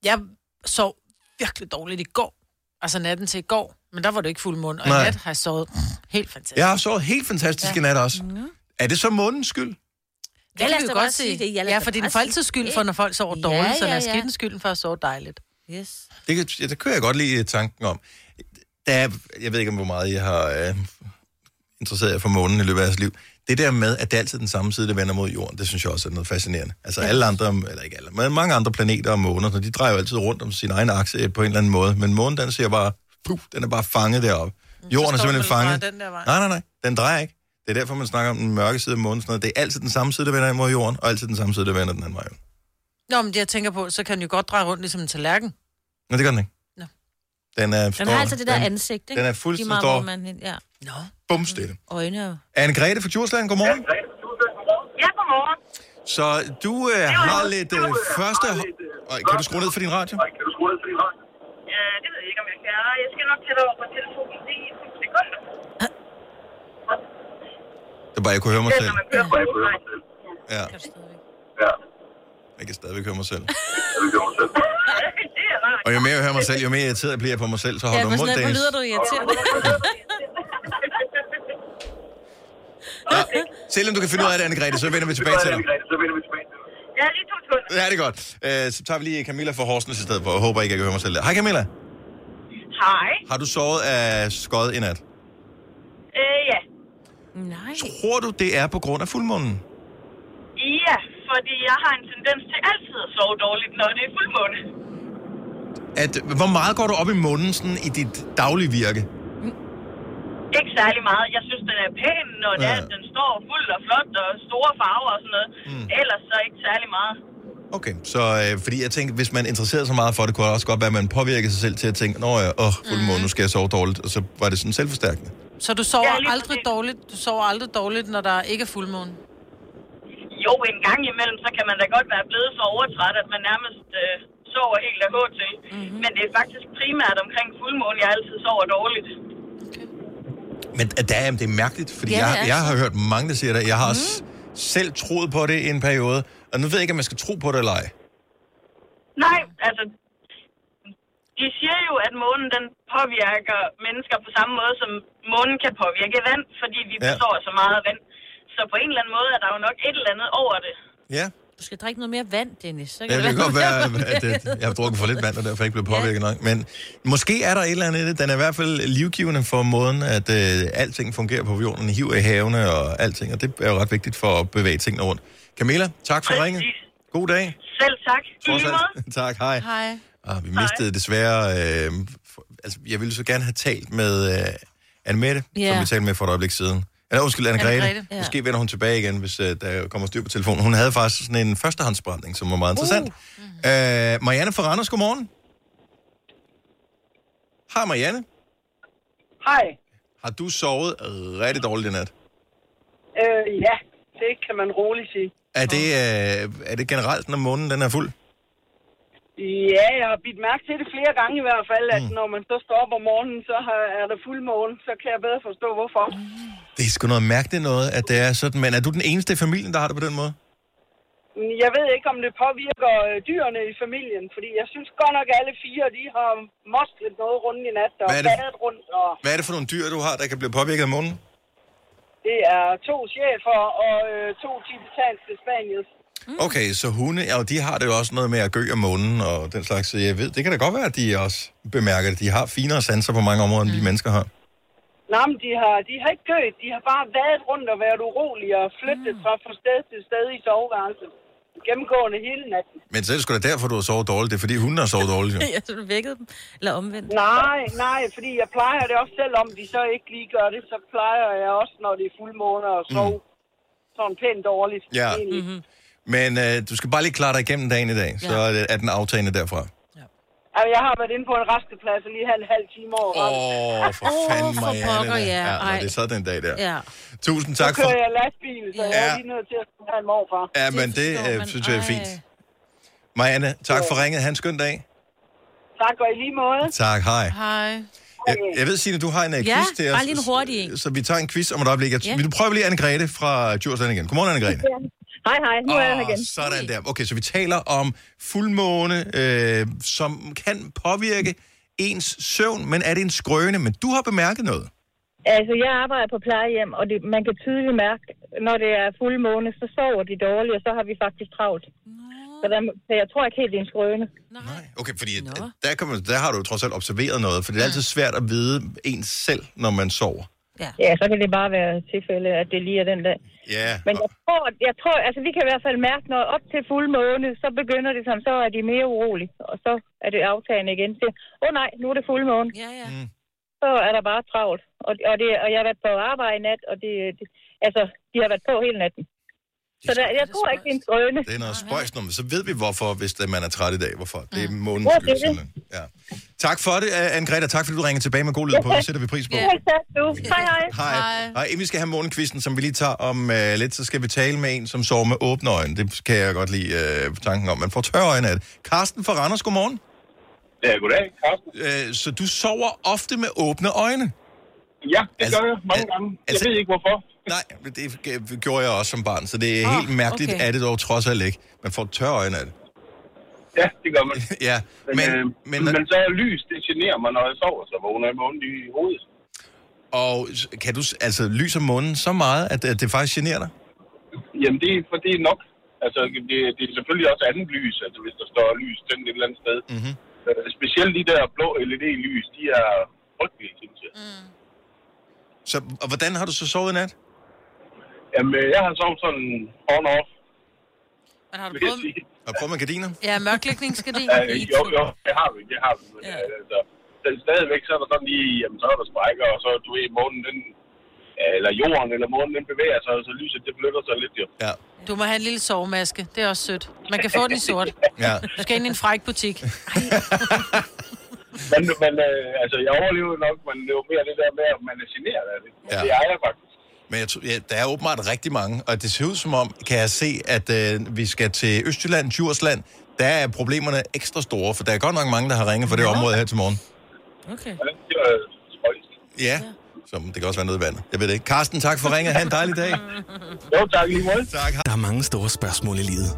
Speaker 2: Jeg sov virkelig dårligt i går. Altså natten til i går. Men der var det ikke fuld mund. Og
Speaker 1: Nej.
Speaker 2: i nat har jeg sovet helt fantastisk.
Speaker 1: Jeg har sovet helt fantastisk ja. i nat også.
Speaker 3: Mm-hmm.
Speaker 1: Er det så månens skyld?
Speaker 2: Det kan
Speaker 3: lad os
Speaker 2: vi
Speaker 3: da
Speaker 2: jo
Speaker 3: bare
Speaker 2: godt
Speaker 3: sige
Speaker 2: sige.
Speaker 3: det. Ja,
Speaker 2: Ja,
Speaker 3: lad os
Speaker 2: ja
Speaker 3: da
Speaker 2: for det
Speaker 3: bare
Speaker 2: er folks skyld for, når folk sover
Speaker 3: Ja,
Speaker 2: dårligt, så
Speaker 3: ja,
Speaker 2: lad os
Speaker 3: ja.
Speaker 2: give den skylden for at sove dejligt.
Speaker 3: Yes.
Speaker 1: Det, kan, ja, det kører jeg godt lide tanken om. Der er, jeg ved ikke, om hvor meget jeg har øh, interesseret jer for månen i løbet af jeres liv. Det der med, at det er altid den samme side, der vender mod jorden, det synes jeg også er noget fascinerende. Altså alle andre, eller ikke alle, men mange andre planeter og måner, så de drejer jo altid rundt om sin egen akse øh, på en eller anden måde. Men månen, den ser bare, puh, den er bare fanget deroppe. Jorden er
Speaker 13: Mm, står
Speaker 1: simpelthen
Speaker 13: den bare
Speaker 1: fanget.
Speaker 13: den der vej.
Speaker 1: Nej, nej, nej, den drejer ikke. Det er derfor, man snakker om den mørke side af månen. Sådan noget. Det er altid den samme side, der vender mod jorden, og altid den samme side, der vender den anden vej.
Speaker 2: Nå, men det jeg tænker på, så kan den jo godt dreje rundt ligesom en tallerken.
Speaker 1: Nå, det gør den ikke.
Speaker 2: Nå.
Speaker 1: Den, er,
Speaker 3: Den har altså det der ansigt, ikke?
Speaker 1: Den er fuldstændig
Speaker 3: Lige
Speaker 1: står
Speaker 3: meget, hvor man, ja. Nå.
Speaker 1: bumstille.
Speaker 3: Øjne og...
Speaker 1: Anne-Grethe fra Djursland, godmorgen.
Speaker 11: Ja, godmorgen.
Speaker 1: Så du øh, har lidt øh, første... Øj, kan du skrue ned for din radio?
Speaker 11: Øh, det ved jeg ikke, om jeg kan. Jeg skal nok tætte over på telefonen lige i 10 sekunder.
Speaker 1: Det er bare, jeg kunne høre mig
Speaker 11: Det er,
Speaker 1: selv.
Speaker 11: når man kører på motorvejen.
Speaker 1: Ja. Jeg kan stadigvæk høre mig selv. Og jo mere jeg hører mig selv, jo mere irriteret jeg bliver på mig selv, så holder
Speaker 3: Ja,
Speaker 1: du
Speaker 3: for
Speaker 1: mund,
Speaker 3: sådan noget, hvor
Speaker 1: Dennis.
Speaker 3: lyder du irriterende.
Speaker 1: Ja. Selvom du kan finde ud af det, Anne-Grethe, så vender vi tilbage til dig.
Speaker 11: Ja, lige to sekunder.
Speaker 1: Ja, det er godt. Øh, så tager vi lige Camilla fra Horsens i stedet for. Jeg håber ikke, jeg kan høre mig selv der. Hej Camilla,
Speaker 11: Hej.
Speaker 1: har du sovet af skod i nat?
Speaker 11: Øh, ja.
Speaker 3: Nej.
Speaker 1: Tror du, det er på grund af fuldmånen?
Speaker 11: Ja, fordi jeg har en tendens til altid at sove dårligt, når det er fuldmåne.
Speaker 1: At, hvor meget går du op i månen sådan, i dit daglige virke?
Speaker 11: Ikke særlig meget. Jeg synes, den er pæn, når det er, at den står fuldt og flot og store farver og sådan noget. Mm. Ellers så ikke særlig meget.
Speaker 1: Okay, så øh, fordi jeg tænker, hvis man interesserer sig meget for det, kunne det også godt være, at man påvirker sig selv til at tænke, nå ja, åh,
Speaker 11: Mhm.
Speaker 1: fuldmåne, nu skal jeg sove dårligt, og så var det sådan selvforstærkende.
Speaker 2: Så du sover ja, aldrig dårligt, du sover aldrig dårligt, når der ikke er fuldmåne?
Speaker 11: Jo, en gang imellem, så kan man da godt være blevet så overtræt, at man nærmest øh, sover helt af til. Mm-hmm. Men det er faktisk primært omkring fuldmåne, jeg altid sover dårligt.
Speaker 1: Men at der, er- det er mærkeligt, fordi
Speaker 11: Ja,
Speaker 1: ja,
Speaker 11: det
Speaker 1: jeg,
Speaker 11: er
Speaker 1: jeg
Speaker 11: så. Mhm.
Speaker 1: har hørt mange, der siger det. Jeg har mm. selv troet på det i en periode, og nu ved jeg ikke, om jeg skal tro på det eller ej.
Speaker 11: Nej, altså... De siger jo, at månen den påvirker mennesker på samme måde, som månen kan påvirke vand, fordi vi ja.
Speaker 1: Ja.
Speaker 11: består af så meget af vand. Så på en eller anden måde er der jo nok et eller andet over det.
Speaker 1: Ja,
Speaker 3: Du skal drikke noget mere vand, Dennis. Så
Speaker 1: ja det kan
Speaker 3: være
Speaker 1: godt
Speaker 3: noget
Speaker 1: være,
Speaker 3: mere
Speaker 1: at det,
Speaker 3: påvirket.
Speaker 1: jeg har drukket for lidt vand, og derfor ikke blev påvirket nok. Men måske er der et eller andet i det. Den er i hvert fald livgivende for måden, at øh, alting fungerer på jorden. Hiv i havene og alting, og det er jo ret vigtigt for at bevæge tingene rundt. Camilla, tak for ringet. God dag.
Speaker 11: Selv tak. I
Speaker 1: Trods
Speaker 11: lige
Speaker 1: alt.
Speaker 11: måde.
Speaker 1: tak, hej.
Speaker 2: Hej.
Speaker 1: Ah, vi mistede desværre... Øh, for, altså, jeg ville så gerne have talt med øh, Anne-Mette, yeah.
Speaker 6: Ja.
Speaker 1: som vi talte med for et øjeblik siden. Eller undskyld, Anne-Grete.
Speaker 6: Anne-Grete, ja.
Speaker 1: Ja. Måske vender hun tilbage igen, hvis øh, der kommer styr på telefonen. Hun havde faktisk sådan en førstehåndsbrænding, som var meget interessant. Uh. Øh, Marianne fra Randers, godmorgen. Hej Marianne.
Speaker 12: Hej.
Speaker 1: Har du sovet rigtig dårligt i nat?
Speaker 12: Øh, ja, det kan man roligt sige.
Speaker 1: Er det, øh, er det generelt, når månen den er fuld?
Speaker 12: Ja, jeg har bidt mærke til det flere gange i hvert fald, at mm. når man så står op om morgenen, så har- er der fuldmåne, så kan jeg bedre forstå, hvorfor.
Speaker 1: Det er sgu noget mærkeligt noget, at det er sådan. Men er du den eneste i familien, der har det på den måde?
Speaker 12: Mm, Jeg ved ikke, om det påvirker øh, dyrene i familien, fordi jeg synes godt nok, at alle fire de har moslet noget rundt i nat, og
Speaker 1: Hvad er det-
Speaker 12: badet rundt, og
Speaker 1: Hvad er det for nogle dyr, du har, der kan blive påvirket af månen?
Speaker 12: det er to chefer og øh, to tibetanske spaniels.
Speaker 1: Okay, så hunde, ja, og de har det jo også noget med at gø om månen og den slags. Så jeg ved, det kan da godt være, at de også bemærker det. De har finere sanser på mange områder, end vi mennesker har.
Speaker 12: Nej, men de har, de har ikke gødt, de har bare været rundt og været urolige og flyttet mm. fra, fra sted til sted i soveværelset. Gennemgående hele natten.
Speaker 1: Men så er det sgu da derfor, du har sovet dårligt. Det er fordi, hunden har sovet dårligt. Jo.
Speaker 3: jeg sådan vækkede dem. Eller omvendt.
Speaker 12: Nej, nej, fordi jeg plejer det også, selvom de så ikke lige gør det, så plejer jeg også, når det er fuldmåne og sove mm. sådan pænt dårligt.
Speaker 1: Ja.
Speaker 12: egentlig.
Speaker 1: Men øh, du skal bare lige klare dig igennem dagen i dag, så
Speaker 12: Ja.
Speaker 1: øh, er den aftagende derfra.
Speaker 12: Altså, jeg har været inde på en resteplads og lige halv, halv time over.
Speaker 1: Åh, oh, for fanden, Marianne. da. ja, nå, det er sådan en dag der. Tusind tak
Speaker 12: for... Nu
Speaker 1: for...
Speaker 12: kører jeg lastbil, så jeg
Speaker 1: Ja.
Speaker 12: er lige nødt til at skulle have en morfar.
Speaker 1: Ja, men det øh, synes jeg er fint. Marianne, tak for ringet. Ha' en skøn dag.
Speaker 12: Tak, og i lige måde.
Speaker 1: Tak, hej.
Speaker 2: Hej.
Speaker 1: Jeg, jeg ved, Signe, du har en uh, quiz
Speaker 3: Ja,
Speaker 1: til os.
Speaker 3: bare lige en hurtig en.
Speaker 1: Så vi tager en quiz om et øjeblik. Jeg t-
Speaker 3: Ja.
Speaker 1: Vil du prøve lige Anne-Grete fra Djursland igen? Godmorgen, Anne-Grete.
Speaker 14: Hej, hej. Nu er jeg her
Speaker 1: Åh,
Speaker 14: igen.
Speaker 1: Sådan der. Okay, så vi taler om fuldmåne, øh, som kan påvirke ens søvn, men er det en skrøne? Men du har bemærket noget.
Speaker 14: Altså, jeg arbejder på plejehjem, og det, man kan tydeligt mærke, når det er fuldmåne, så sover de dårligt, og så har vi faktisk travlt. Så, der, så jeg tror ikke helt, det er en skrøne.
Speaker 1: Okay, fordi at, at der, kan man, der har du jo trods alt observeret noget, for det er altid svært at vide ens selv, når man sover.
Speaker 14: Ja. ja, så kan det bare være et tilfælde, at det lige er den dag.
Speaker 1: Ja,
Speaker 14: Men jeg tror, jeg tror, altså vi kan i hvert fald mærke, når op til fuldmåne, så begynder det sådan, så er de mere urolige, og så er det aftagende igen. Så, åh oh, nej, nu er det fuldmåne.
Speaker 3: Ja, ja.
Speaker 1: Mm.
Speaker 14: Så er der bare travlt. Og, og, det, og jeg har været på arbejde i nat, og det, det, altså, de har været på hele natten. Så der, jeg tror ikke, det er en skrøne.
Speaker 1: Det er noget spøjs nummer. Så ved vi hvorfor, hvis det- man er træt i dag. Hvorfor? Det er månens
Speaker 14: Ja, det
Speaker 1: skyld.
Speaker 14: er det.
Speaker 1: simpelthen. Ja. Tak for det, Anne-Grete, og tak fordi du ringer tilbage med god lyd på. Det sætter vi pris på.
Speaker 14: tak, du. Hej, hej.
Speaker 1: Hej. Hej. Inden vi skal have morgenkvisten, som vi lige tager om øh, lidt, så skal vi tale med en, som sover med åbne øjne. Det kan jeg godt lide øh, tanken om. Man får tørre øjne af det. Karsten fra Randers, godmorgen.
Speaker 13: Ja, goddag, Carsten.
Speaker 1: Øh, så du sover ofte med åbne øjne?
Speaker 13: Ja, det altså, gør jeg mange gange. Altså, jeg ved ikke, hvorfor.
Speaker 1: Nej, men det g- gjorde jeg også som barn, så det er oh, helt mærkeligt, okay.
Speaker 13: okay.
Speaker 1: at det dog trods alt ikke. Man får tørre øjne af det.
Speaker 13: Ja, det gør man.
Speaker 1: ja,
Speaker 13: men, men, øh, men, men, så er lys, det generer mig, når jeg sover, så vågner jeg med ondt i hovedet.
Speaker 1: Og s- kan du s- altså lyse om månen så meget, at, at det faktisk generer dig?
Speaker 13: Jamen, det, er, for det er nok. Altså, det, det er selvfølgelig også andet lys, altså hvis der står lys tændt et eller andet sted.
Speaker 1: Mm-hmm.
Speaker 13: Øh, specielt de der blå LED-lys, de er frygtelige, synes jeg. Mm.
Speaker 1: Så, og hvordan har du så sovet i nat?
Speaker 13: Jamen, øh, jeg har sovet sådan on-off.
Speaker 2: Men har du
Speaker 13: vil jeg
Speaker 2: prøvet-
Speaker 13: sige.
Speaker 1: Har du prøvet med gardiner?
Speaker 2: Ja, mørklægningsgardin.
Speaker 13: Ja, jo, jo, det har vi, det har vi. Men, ja. altså, den stadigvæk, så er der sådan lige, jamen, så er der sprækker, og så, du ved, månen, den, eller jorden, eller månen, den bevæger sig, og så lyset, det flytter sig lidt, jo.
Speaker 1: Ja.
Speaker 2: Du må have en lille sovemaske. Det er også sødt. Man kan få den i sort.
Speaker 1: Ja.
Speaker 2: Du skal ind i en fræk butik.
Speaker 13: Men, men øh, altså, jeg overlevede nok, men det var mere det der med, at man er generet af det. Ja. Det er jeg faktisk.
Speaker 1: Men jeg tror, ja, der er åbenbart rigtig mange, og det ser ud som om, kan jeg se, at øh, vi skal til Østjylland, Djursland, der er problemerne ekstra store, for der er godt nok mange, der har ringet for det område her til morgen.
Speaker 3: Okay.
Speaker 13: Det var spøjst.
Speaker 1: Ja, som det kan også være noget i vandet. Jeg ved det ikke. Carsten, tak for ringet. Ha' en dejlig dag.
Speaker 13: Jo, tak lige måde.
Speaker 1: Tak.
Speaker 6: Der er mange store spørgsmål i livet.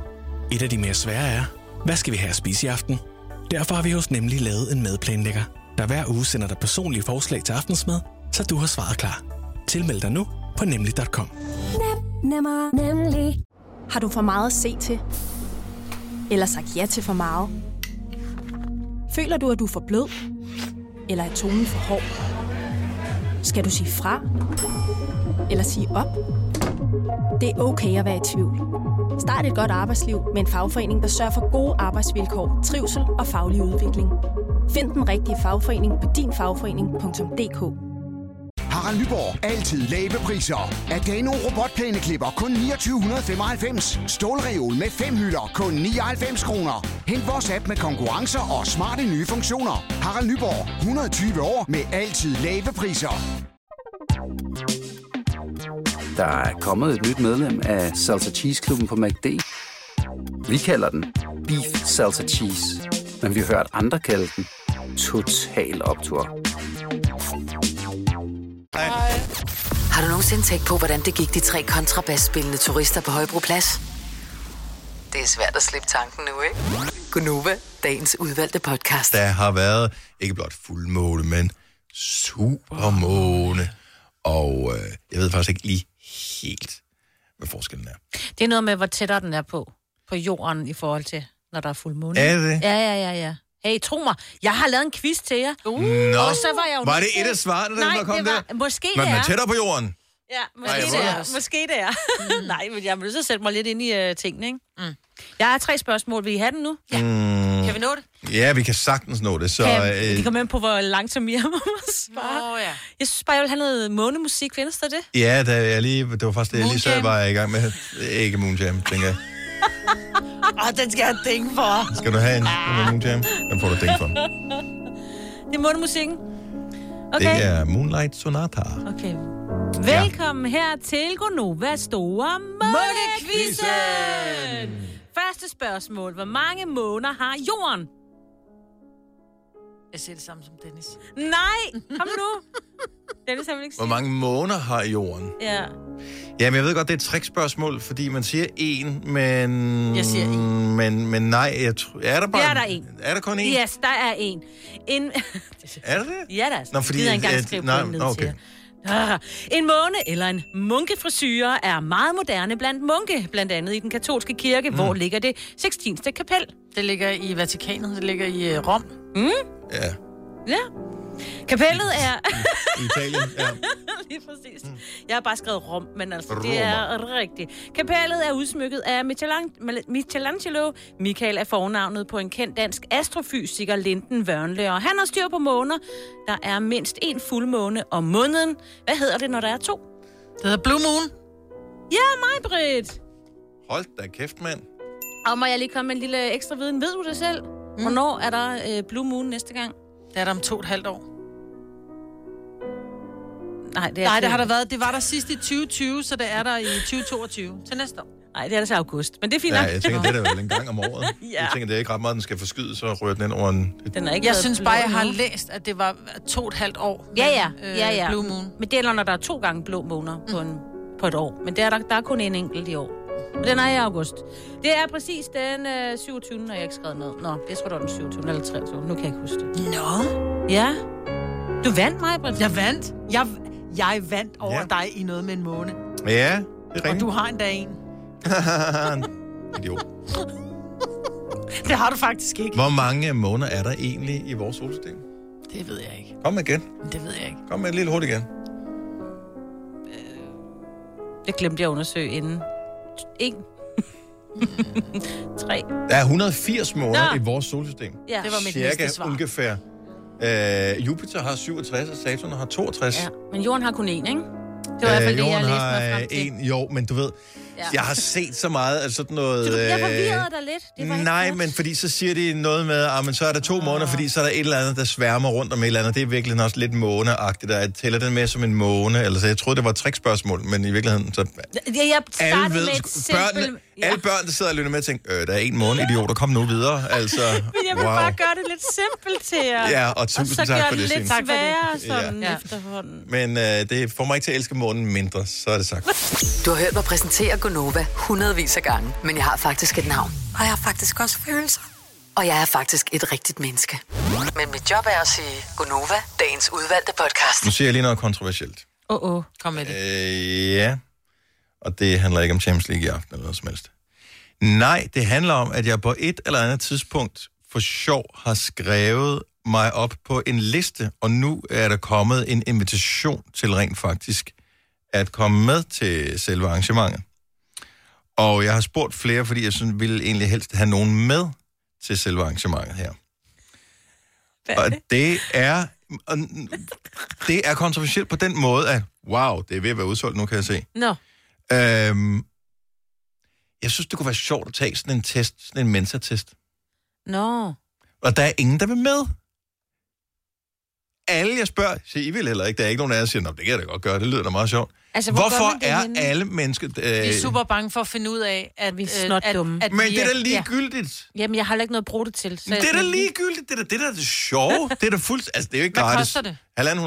Speaker 6: Et af de mere svære er, hvad skal vi have at spise i aften? Derfor har vi hos Nemlig lavet en madplanlægger, der hver uge sender dig personlige forslag til aftensmad, så du har svaret klar. Tilmeld dig nu på nemlig.com.
Speaker 15: Nemmer, nemlig. Har du for meget at se til? Eller sagt ja til for meget? Føler du, at du er for blød? Eller er tonen for hård? Skal du sige fra? Eller sige op? Det er okay at være i tvivl. Start et godt arbejdsliv med en fagforening, der sørger for gode arbejdsvilkår, trivsel og faglig udvikling. Find den rigtige fagforening på dinfagforening.dk.
Speaker 16: Harald Nyborg. Altid lave priser. Adano robotplæneklipper kun 2995. Stålreol med fem hylder kun 99 kroner. Hent vores app med konkurrencer og smarte nye funktioner. Harald Nyborg. 120 år med altid lave priser.
Speaker 17: Der er kommet et nyt medlem af Salsa Cheese Klubben på MACD. Vi kalder den Beef Salsa Cheese, men vi har hørt andre kalde den Total Optor.
Speaker 5: Har du nogensinde tænkt på, hvordan det gik de tre kontrabasspillende turister på Højbroplads? Det er svært at slippe tanken nu, ikke? Gunova, dagens udvalgte podcast.
Speaker 1: Der har været ikke blot fuldmåne, men supermåne. Og øh, jeg ved faktisk ikke lige helt, hvad forskellen er.
Speaker 3: Det er noget med, hvor tættere den er på, på jorden i forhold til, når der er fuldmåne.
Speaker 1: Er det?
Speaker 3: Ja, ja, ja, ja. Hey, tro mig, jeg har lavet en quiz til jer. Uh,
Speaker 1: Nå,
Speaker 3: og så var jeg jo
Speaker 1: var det
Speaker 3: nødt til-
Speaker 1: et af svarene, der
Speaker 3: Nej,
Speaker 1: var kommet
Speaker 3: det var,
Speaker 1: der?
Speaker 3: Måske
Speaker 1: Men
Speaker 3: det
Speaker 1: man
Speaker 3: er.
Speaker 1: er tættere på jorden.
Speaker 3: Ja, måske
Speaker 1: Ej,
Speaker 3: Ej,
Speaker 1: hvor
Speaker 3: det
Speaker 1: er
Speaker 3: er. Måske det er. Mm. Nej, men jeg er nødt til at sætte mig lidt ind i uh, tingene, ikke? Mm. Jeg har tre spørgsmål. Vil I have den nu?
Speaker 1: Ja. Mm,
Speaker 3: Kan vi nå det?
Speaker 1: Ja, vi kan sagtens nå det. Så,
Speaker 3: kan, det
Speaker 1: øh,
Speaker 3: kommer an på, hvor langsomt jeg må svare. Oh, ja. Jeg synes bare, jeg vil have noget månemusik. Findes der det?
Speaker 1: ja, da jeg lige, det var faktisk det, jeg lige sad var i gang med. Ikke Moonjam, tænker jeg.
Speaker 2: Åh, den skal jeg dænke for.
Speaker 1: Skal du have en, en Moonjam? Den får du ting for.
Speaker 3: Det er månemusikken. Okay.
Speaker 1: Det er Moonlight Sonata.
Speaker 3: Okay. Velkommen ja. her til Gonovas store månekvidsen. Første spørgsmål. Hvor mange måneder har jorden?
Speaker 2: Jeg siger det samme som Dennis.
Speaker 3: Nej, kom nu. Dennis har vel ikke
Speaker 1: Hvor
Speaker 3: sige.
Speaker 1: mange måneder har jorden?
Speaker 3: Ja.
Speaker 1: Jamen, jeg ved godt, det er et trickspørgsmål, fordi man siger en, men...
Speaker 3: Jeg siger
Speaker 1: en. Men, men nej, jeg tror... Er der bare...
Speaker 3: Det er der en.
Speaker 1: Er der kun en?
Speaker 3: Yes, der er en. en...
Speaker 1: Er der det?
Speaker 3: ja, der er.
Speaker 1: Nå, fordi-
Speaker 3: Jeg gider ikke
Speaker 1: øh,
Speaker 3: engang skrive
Speaker 1: nej,
Speaker 3: på ned
Speaker 1: nå,
Speaker 3: til
Speaker 1: okay.
Speaker 3: jer. Ah, en måne eller en munkefrisyre er meget moderne blandt munke, blandt andet i den katolske kirke. Mm. Hvor ligger det 16. kapel?
Speaker 2: Det ligger i Vatikanet, det ligger i øh, Rom.
Speaker 3: Mm?
Speaker 1: Ja.
Speaker 3: Ja. Kapellet er...
Speaker 1: I Italien, ja.
Speaker 3: Lige præcis. Jeg har bare skrevet Rom, men altså,
Speaker 1: Roma.
Speaker 3: det er rigtigt. Kapellet er udsmykket af Michelang- Michelangelo. Michael er fornavnet på en kendt dansk astrofysiker, Linden Wørnle, og han har styr på måner. Der er mindst en fuldmåne om måneden. Hvad hedder det, når der er to?
Speaker 2: Det hedder Blue Moon.
Speaker 3: Ja, mig, Britt.
Speaker 1: Hold da kæft, mand.
Speaker 3: Og må jeg lige komme med en lille ekstra viden? Ved du det selv? Mm. Hvornår er der øh, Blue Moon næste gang?
Speaker 2: Det er der om to og et halvt år.
Speaker 3: Nej, det er
Speaker 2: Nej,
Speaker 3: ikke-
Speaker 2: det har der været. Det var der sidst i 2020, så det er der i 2022 til næste år.
Speaker 3: Nej, det er altså august. Men det er fint
Speaker 1: Ja,
Speaker 3: nok.
Speaker 1: jeg tænker, det er da vel en gang om året. ja.
Speaker 2: Ja.
Speaker 1: Jeg tænker, det er ikke ret meget, den skal forskyde, så rører den ind over en...
Speaker 3: Den er ikke
Speaker 2: Jeg
Speaker 3: blevet
Speaker 2: synes bare, jeg
Speaker 3: lukket
Speaker 2: har
Speaker 3: nu.
Speaker 2: læst, at det var to og et halvt år.
Speaker 3: Ja, ja.
Speaker 2: mellem, øh, Mm.
Speaker 3: ja, ja.
Speaker 2: Blue Moon.
Speaker 3: Men det er, når der er to gange blå måneder på, en, på et år. Men det er der, der er kun en enkelt i år. Men den er i august. Det er præcis den øh, 27. når jeg ikke skrevet ned. Nå, jeg tror, det var den 27. eller 23. Nu kan jeg ikke huske det.
Speaker 2: Nå.
Speaker 3: Ja. Du vandt mig, Britt.
Speaker 2: Jeg vandt. Jeg, jeg vandt over
Speaker 1: Ja.
Speaker 2: ja. dig i noget med en måne.
Speaker 1: Ja, det er
Speaker 2: Og
Speaker 1: rigtigt.
Speaker 2: du har endda en.
Speaker 1: Idiot.
Speaker 2: Det har du faktisk ikke.
Speaker 1: Hvor mange måneder er der egentlig i vores solsystem?
Speaker 2: Det ved jeg ikke.
Speaker 1: Kom igen.
Speaker 2: Det ved jeg ikke.
Speaker 1: Kom med et lille hurtigt igen.
Speaker 3: Det glemte jeg at undersøge inden. En. Tre.
Speaker 1: Der er 180 måneder
Speaker 3: Nå.
Speaker 1: i vores solsystem.
Speaker 3: Ja. Det var mit
Speaker 1: Cirka
Speaker 3: næste svar.
Speaker 1: ungefær. Øh, Jupiter har 67, og Saturn har 62.
Speaker 3: Ja. Men jorden har kun en, ikke? Det var i hvert fald det, jeg
Speaker 1: jorden
Speaker 3: læste
Speaker 1: har
Speaker 3: mig frem til.
Speaker 1: en, jo, men du ved,
Speaker 3: Ja.
Speaker 1: ja. jeg har set så meget af sådan noget...
Speaker 3: Så du, jeg
Speaker 1: øh,
Speaker 3: forvirrede dig lidt. Det var ikke
Speaker 1: Nej,
Speaker 3: godt. Ah.
Speaker 1: men fordi så siger de noget med, at men så er der to måneder, fordi så er der et eller andet, der sværmer rundt om et eller andet. Det er virkelig også lidt måneagtigt, og jeg tæller den med som en måne. Eller så jeg troede, det var et trickspørgsmål, men i virkeligheden, så
Speaker 3: Ja, jeg
Speaker 1: alle
Speaker 3: startede
Speaker 1: ved,
Speaker 3: med et
Speaker 1: sgu- børnene,
Speaker 3: simpelt... Ja.
Speaker 1: alle børn, der sidder og lytter med, tænker, øh, der er en måne, idioter, kom nu videre. Altså,
Speaker 3: Men jeg vil
Speaker 1: wow.
Speaker 3: bare gøre det lidt simpelt til jer.
Speaker 1: Ja, og tusind
Speaker 3: og så
Speaker 1: tak
Speaker 3: gøre
Speaker 1: for det,
Speaker 3: det lidt
Speaker 1: Signe. Tak for det.
Speaker 3: sværere
Speaker 1: Ja.
Speaker 3: sådan ja. efterhånden.
Speaker 1: Men øh, det får mig ikke til at elske månen mindre, så er det sagt.
Speaker 5: Du har hørt mig præsentere Gonova hundredvis af gange, men jeg har faktisk et navn. Og jeg har faktisk også følelser. Og jeg er faktisk et rigtigt menneske. Men mit job er at sige Gonova, dagens udvalgte podcast.
Speaker 1: Nu siger jeg lige noget kontroversielt.
Speaker 3: Åh, oh, oh.
Speaker 2: Kom med det.
Speaker 1: Øh, ja, og det handler ikke om Champions League i aften eller noget som helst. Nej, det handler om, at jeg på et eller andet tidspunkt for sjov har skrevet mig op på en liste, og nu er der kommet en invitation til rent faktisk at komme med til selve arrangementet. Og jeg har spurgt flere, fordi jeg synes, ville egentlig helst have nogen med til selve arrangementet her. Og det er, og det er kontroversielt på den måde, at wow, det er ved at være udsolgt nu, kan jeg se.
Speaker 3: Nå.
Speaker 1: Øhm, jeg synes, det kunne være sjovt at tage sådan en test, sådan en mensa-test.
Speaker 3: Nå.
Speaker 1: Og der er ingen, der vil med. Alle, jeg spørger, siger, I vil heller ikke. Der er ikke nogen af jer, der siger, Nå, det kan jeg da godt gøre, det lyder da meget sjovt.
Speaker 2: Altså, hvor gør
Speaker 1: Hvorfor
Speaker 2: man det
Speaker 1: er
Speaker 2: henne?
Speaker 1: alle mennesker... Øh,
Speaker 2: Vi er super bange for at finde ud af, at vi
Speaker 3: er snotdumme.
Speaker 1: Men det er da ligegyldigt.
Speaker 3: Jamen, jeg har heller ikke noget at bruge det til. Så
Speaker 1: Det er da ligegyldigt. Det er da det, der er det sjove. Det er da fuldt... Altså, det er jo ikke
Speaker 2: Hvad
Speaker 1: gratis.
Speaker 2: koster det?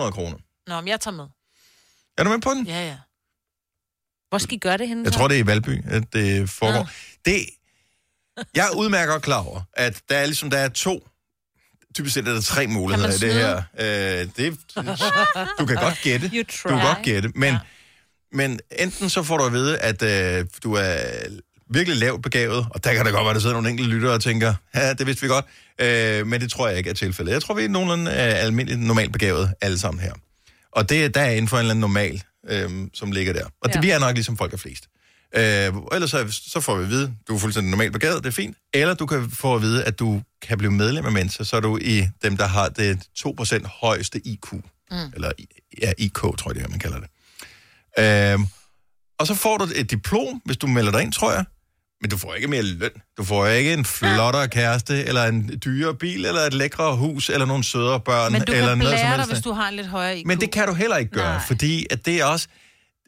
Speaker 1: 1.500 kroner.
Speaker 2: Nå, men jeg tager med.
Speaker 1: Er du med på den?
Speaker 2: Ja, ja.
Speaker 3: Hvor skal I gøre det henne?
Speaker 1: Jeg tror, det er i Valby, at det foregår. Det, jeg er udmærket godt klar over, at der er ligesom, der er to, typisk set er der tre muligheder i
Speaker 18: Kan
Speaker 1: det
Speaker 18: man
Speaker 1: her. Øh, det, du kan godt gætte.
Speaker 18: You
Speaker 1: Du kan godt gætte, men, ja. men enten så får du at vide, at øh, du er virkelig lavt begavet, og der kan da godt være, at der sidder nogle enkelte lyttere og tænker, ja, det vidste vi godt, øh, men det tror jeg ikke er tilfældet. Jeg tror, vi er nogenlunde øh, almindeligt normalt begavet alle sammen her. Og det der er inden for en eller anden normal, øh, som ligger der. Og det,
Speaker 18: Ja.
Speaker 1: vi er nok ligesom folk er flest. Øh, ellers så, så får vi at vide, du er fuldstændig normalt begavet, det er fint. Eller du kan få at vide, at du kan blive medlem af Mensa, så er du i dem, der har det 2% højeste IQ. Mm. Eller ja, IK, tror jeg det er, man kalder det. Øhm, og så får du et diplom, hvis du melder dig ind, tror jeg. Men du får ikke mere løn. Du får ikke en flottere kæreste, eller en dyrere bil, eller et lækre hus, eller nogle sødere børn.
Speaker 2: Men du kan
Speaker 1: eller noget som
Speaker 2: blære dig,
Speaker 1: helst.
Speaker 2: hvis du har en lidt højere IQ.
Speaker 1: Men det kan du heller ikke gøre,
Speaker 2: Nej.
Speaker 1: Nej. fordi at det er også...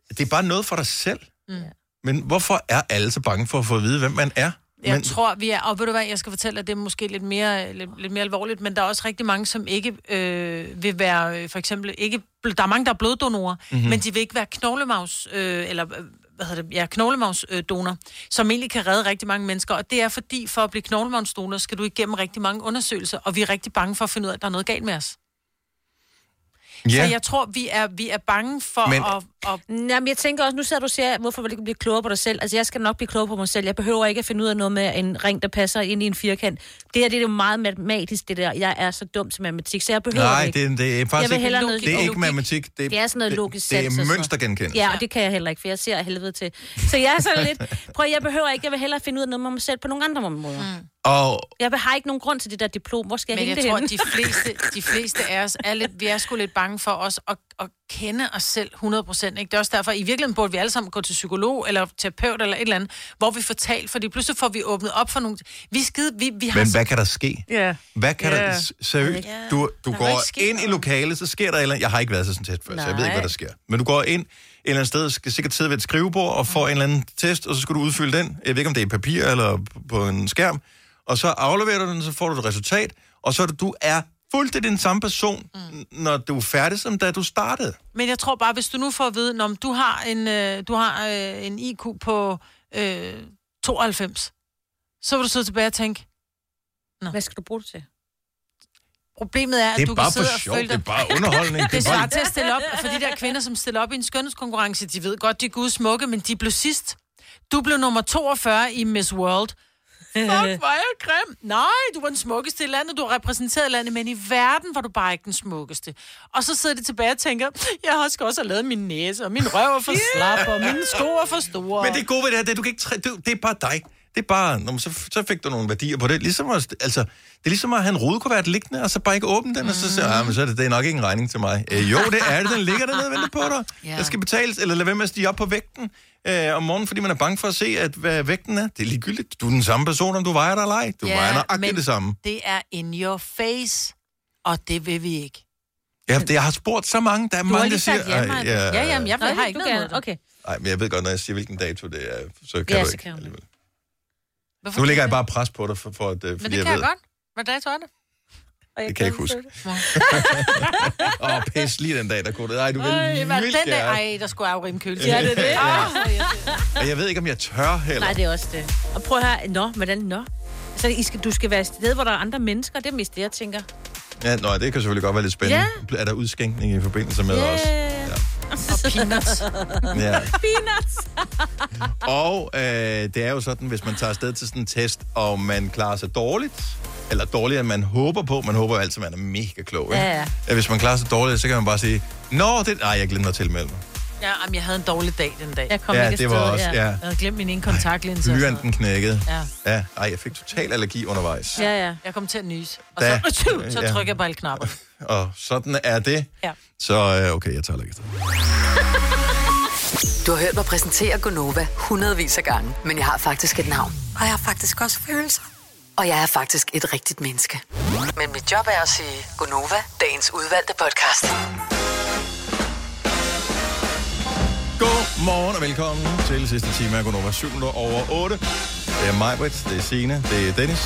Speaker 1: Det er bare noget for dig selv.
Speaker 2: Mm.
Speaker 1: Men hvorfor er alle så bange for at få at vide, hvem man er?
Speaker 2: Jeg
Speaker 1: men,
Speaker 2: tror, vi er... Og ved du hvad, jeg skal fortælle, at det er måske lidt mere, lidt, lidt mere alvorligt, men der er også rigtig mange, som ikke øh, vil være... øh, For eksempel ikke... Der er mange, der er bloddonorer, mm-hmm.
Speaker 14: Mhm.
Speaker 2: men de vil ikke være knoglemaus... Øh, eller øh, hvad hedder det, ja, knoglemavsdonor, øh, donor, som egentlig kan redde rigtig mange mennesker. Og det er fordi, for at blive knoglemavsdonor, skal du igennem rigtig mange undersøgelser, og vi er rigtig bange for at finde ud af, at der er noget galt med os. Så jeg tror, vi er, vi er bange for
Speaker 3: Men-
Speaker 2: at... at
Speaker 3: Jamen, jeg tænker også, nu sidder du og siger, hvorfor vil du ikke blive klogere på dig selv? Altså, jeg skal nok blive klogere på mig selv. Jeg behøver ikke at finde ud af noget med en ring, der passer ind i en firkant. Det her, det er jo meget matematisk, det der. Jeg er så dum til matematik, så jeg behøver
Speaker 1: Nej,
Speaker 3: ikke.
Speaker 1: det, er- det er
Speaker 3: Jeg
Speaker 1: faktisk
Speaker 3: vil
Speaker 1: ikke,
Speaker 3: hellere noget
Speaker 1: det er
Speaker 3: logik.
Speaker 1: ikke matematik. Det,
Speaker 3: Det er sådan noget
Speaker 1: det-
Speaker 3: logisk
Speaker 1: Det,
Speaker 3: sans og
Speaker 1: er
Speaker 3: sådan noget.
Speaker 1: mønstergenkendelse.
Speaker 3: Ja, og det kan jeg heller ikke, for jeg ser af helvede til. Så jeg er sådan lidt... Prøv at jeg behøver ikke, jeg vil hellere finde ud af noget med mig selv på nogle andre måder. Mm.
Speaker 1: Og
Speaker 3: Jeg har ikke nogen grund til det der diplom. Hvor skal jeg
Speaker 2: Men
Speaker 3: hænge
Speaker 2: jeg
Speaker 3: det
Speaker 2: tror,
Speaker 3: henne?
Speaker 2: at de fleste, de fleste af os er lidt, vi er sgu lidt bange for os at, at kende os selv 100%. Ikke? Det er også derfor, i virkeligheden burde vi alle sammen gå til psykolog eller terapeut eller et eller andet, hvor vi får talt, fordi pludselig får vi åbnet op for nogle... Vi er skide, vi, vi har...
Speaker 1: Men hvad kan der ske?
Speaker 2: Ja.
Speaker 1: Hvad kan
Speaker 2: Ja.
Speaker 1: yeah. der... s- Seriøst,
Speaker 2: Ja.
Speaker 1: du, du
Speaker 2: Der kan
Speaker 1: går
Speaker 2: ikke ske
Speaker 1: ind i lokalet, så sker der et eller andet... Jeg har ikke været så sådan tæt før, så jeg ved ikke, hvad der
Speaker 2: Nej.
Speaker 1: sker. Men du går ind et eller andet sted, skal sikkert sidde ved et skrivebord og får en eller anden test, og så skal du udfylde den. Jeg ved ikke, om det er i papir eller p- på en skærm. Og så afleverer du den, så får du et resultat, og så er du, du er fuldstændig den samme person, mm. når du er færdig, som da du startede.
Speaker 2: Men jeg tror bare, hvis du nu får at vide, om du har en, øh, du har, øh, en IQ på øh, 92, så vil du sidde tilbage og tænke... Nå.
Speaker 3: Hvad skal du bruge det til?
Speaker 2: Problemet er, at
Speaker 1: Det er
Speaker 2: du
Speaker 1: bare
Speaker 2: kan
Speaker 1: for
Speaker 2: sidde og
Speaker 1: sjov,
Speaker 2: føle dig...
Speaker 1: det er bare underholdning, det er
Speaker 2: det svarer
Speaker 1: bare-
Speaker 2: til at stille op, for de der kvinder, som stiller op i en skønhedskonkurrence, de ved godt, de er gudsmukke, men de blev sidst. Du blev nummer 42 i Miss World. Fuck, hvor er jeg grim. Nej, du var den smukkeste i landet, du har repræsenteret landet, men i verden var du bare ikke den smukkeste. Og så sidder de tilbage og tænker, jeg har også, også have lavet min næse, og min røv er for slap, og mine sko er for store.
Speaker 1: Men det gode ved det er, det, er, du kan ikke træ... det, det er bare dig. Det er bare, når man, så, så fik du nogle værdier på det. Ligesom at, altså, det er ligesom at have en rudekuvert liggende, og så bare ikke åbne den, og så siger jeg, men så er det, det er nok ikke en regning til mig. Øh, jo, det er det, den ligger dernede og venter på dig.
Speaker 18: Ja.
Speaker 1: Ja. Jeg skal betales, eller lad være med at stige op på vægten øh, om morgenen, fordi man er bange for at se, at, hvad vægten er. Det er ligegyldigt. Du er den samme person, om du vejer dig eller ej. Du ja, vejer nøjagtigt
Speaker 2: men
Speaker 1: det samme.
Speaker 2: det er in your face, og det vil vi ikke.
Speaker 1: Ja, det, jeg har spurgt så mange, der er
Speaker 2: Du har
Speaker 1: mange, der
Speaker 2: lige
Speaker 1: siger...
Speaker 2: sagt ja,
Speaker 1: "Ej,
Speaker 2: Maja. Ja, jamen, jeg
Speaker 3: Nå,
Speaker 2: har
Speaker 3: det
Speaker 2: ikke
Speaker 3: du
Speaker 2: noget
Speaker 3: gerne.
Speaker 2: imod det.
Speaker 3: Okay.
Speaker 1: Ej, men jeg ved godt, når jeg siger, hvilken dato det er, så kan
Speaker 3: Ja,
Speaker 1: du
Speaker 3: så
Speaker 1: ikke.
Speaker 3: kan hun
Speaker 1: alligevel.
Speaker 2: Hvorfor
Speaker 1: nu
Speaker 2: kan
Speaker 1: lægger
Speaker 2: jeg
Speaker 1: jeg bare pres på dig, for, for at, øh, fordi
Speaker 2: Men det kan
Speaker 1: jeg
Speaker 2: jeg
Speaker 1: ved,
Speaker 2: godt. Hvad dato er det?
Speaker 1: Det kan jeg ikke huske. Åh, oh, pis lige den dag, der kunne det. Ej, du vil
Speaker 2: Øj, hvad,
Speaker 1: vildt
Speaker 2: den der,
Speaker 1: gerne.
Speaker 2: ej, der skulle jeg jo rime køle.
Speaker 1: Ja, det er det.
Speaker 2: Ah,
Speaker 1: Og jeg ved ikke, om jeg tør heller.
Speaker 3: Nej, det er også det. Og prøv at høre, nå, hvordan nå? Så I skal, du skal være et sted, hvor der er andre mennesker. Det er mest det, jeg tænker.
Speaker 1: Ja, nej, det kan selvfølgelig godt være lidt spændende. Ja. Er der udskænkning i forbindelse med yeah. os?
Speaker 3: Ja. Og
Speaker 2: peanuts.
Speaker 1: Ja.
Speaker 3: peanuts.
Speaker 1: Og øh, det er jo sådan, hvis man tager afsted til sådan en test, og man klarer sig dårligt, eller dårligere, end man håber på. Man håber jo altid, at man er mega klog. Ikke?
Speaker 2: Ja, ja.
Speaker 1: Øh, Hvis man klarer sig dårligt, så kan man bare sige, Nå, det... Nej, jeg glemte at tilmelde mig.
Speaker 2: ja, jamen, jeg havde en dårlig dag den dag. Jeg
Speaker 1: kom Ja, ikke det var afsted, også- ja. ja.
Speaker 2: Jeg havde glemt min ene kontaktlinse. og sådan noget.
Speaker 1: Blyanten knækkede.
Speaker 2: Ja.
Speaker 1: ja. Ej, jeg fik total allergi undervejs.
Speaker 2: Ja, ja. Jeg kom til at nyse. Og
Speaker 1: Da.
Speaker 2: så, så, så
Speaker 1: Ja.
Speaker 2: trykker jeg bare alle knapper.
Speaker 1: Og sådan er det.
Speaker 2: Ja.
Speaker 1: Så øh, okay, jeg tager ikke.
Speaker 5: Du har hørt mig præsentere Gonova hundredvis af gange, men jeg har faktisk et navn. Og jeg har faktisk også følelser. Og jeg er faktisk et rigtigt menneske. Men mit job er at sige Gonova, dagens udvalgte podcast.
Speaker 1: Godmorgen og velkommen til sidste time af Gunova 7 over 8. Det er Majbrit, det er Signe, det er Dennis.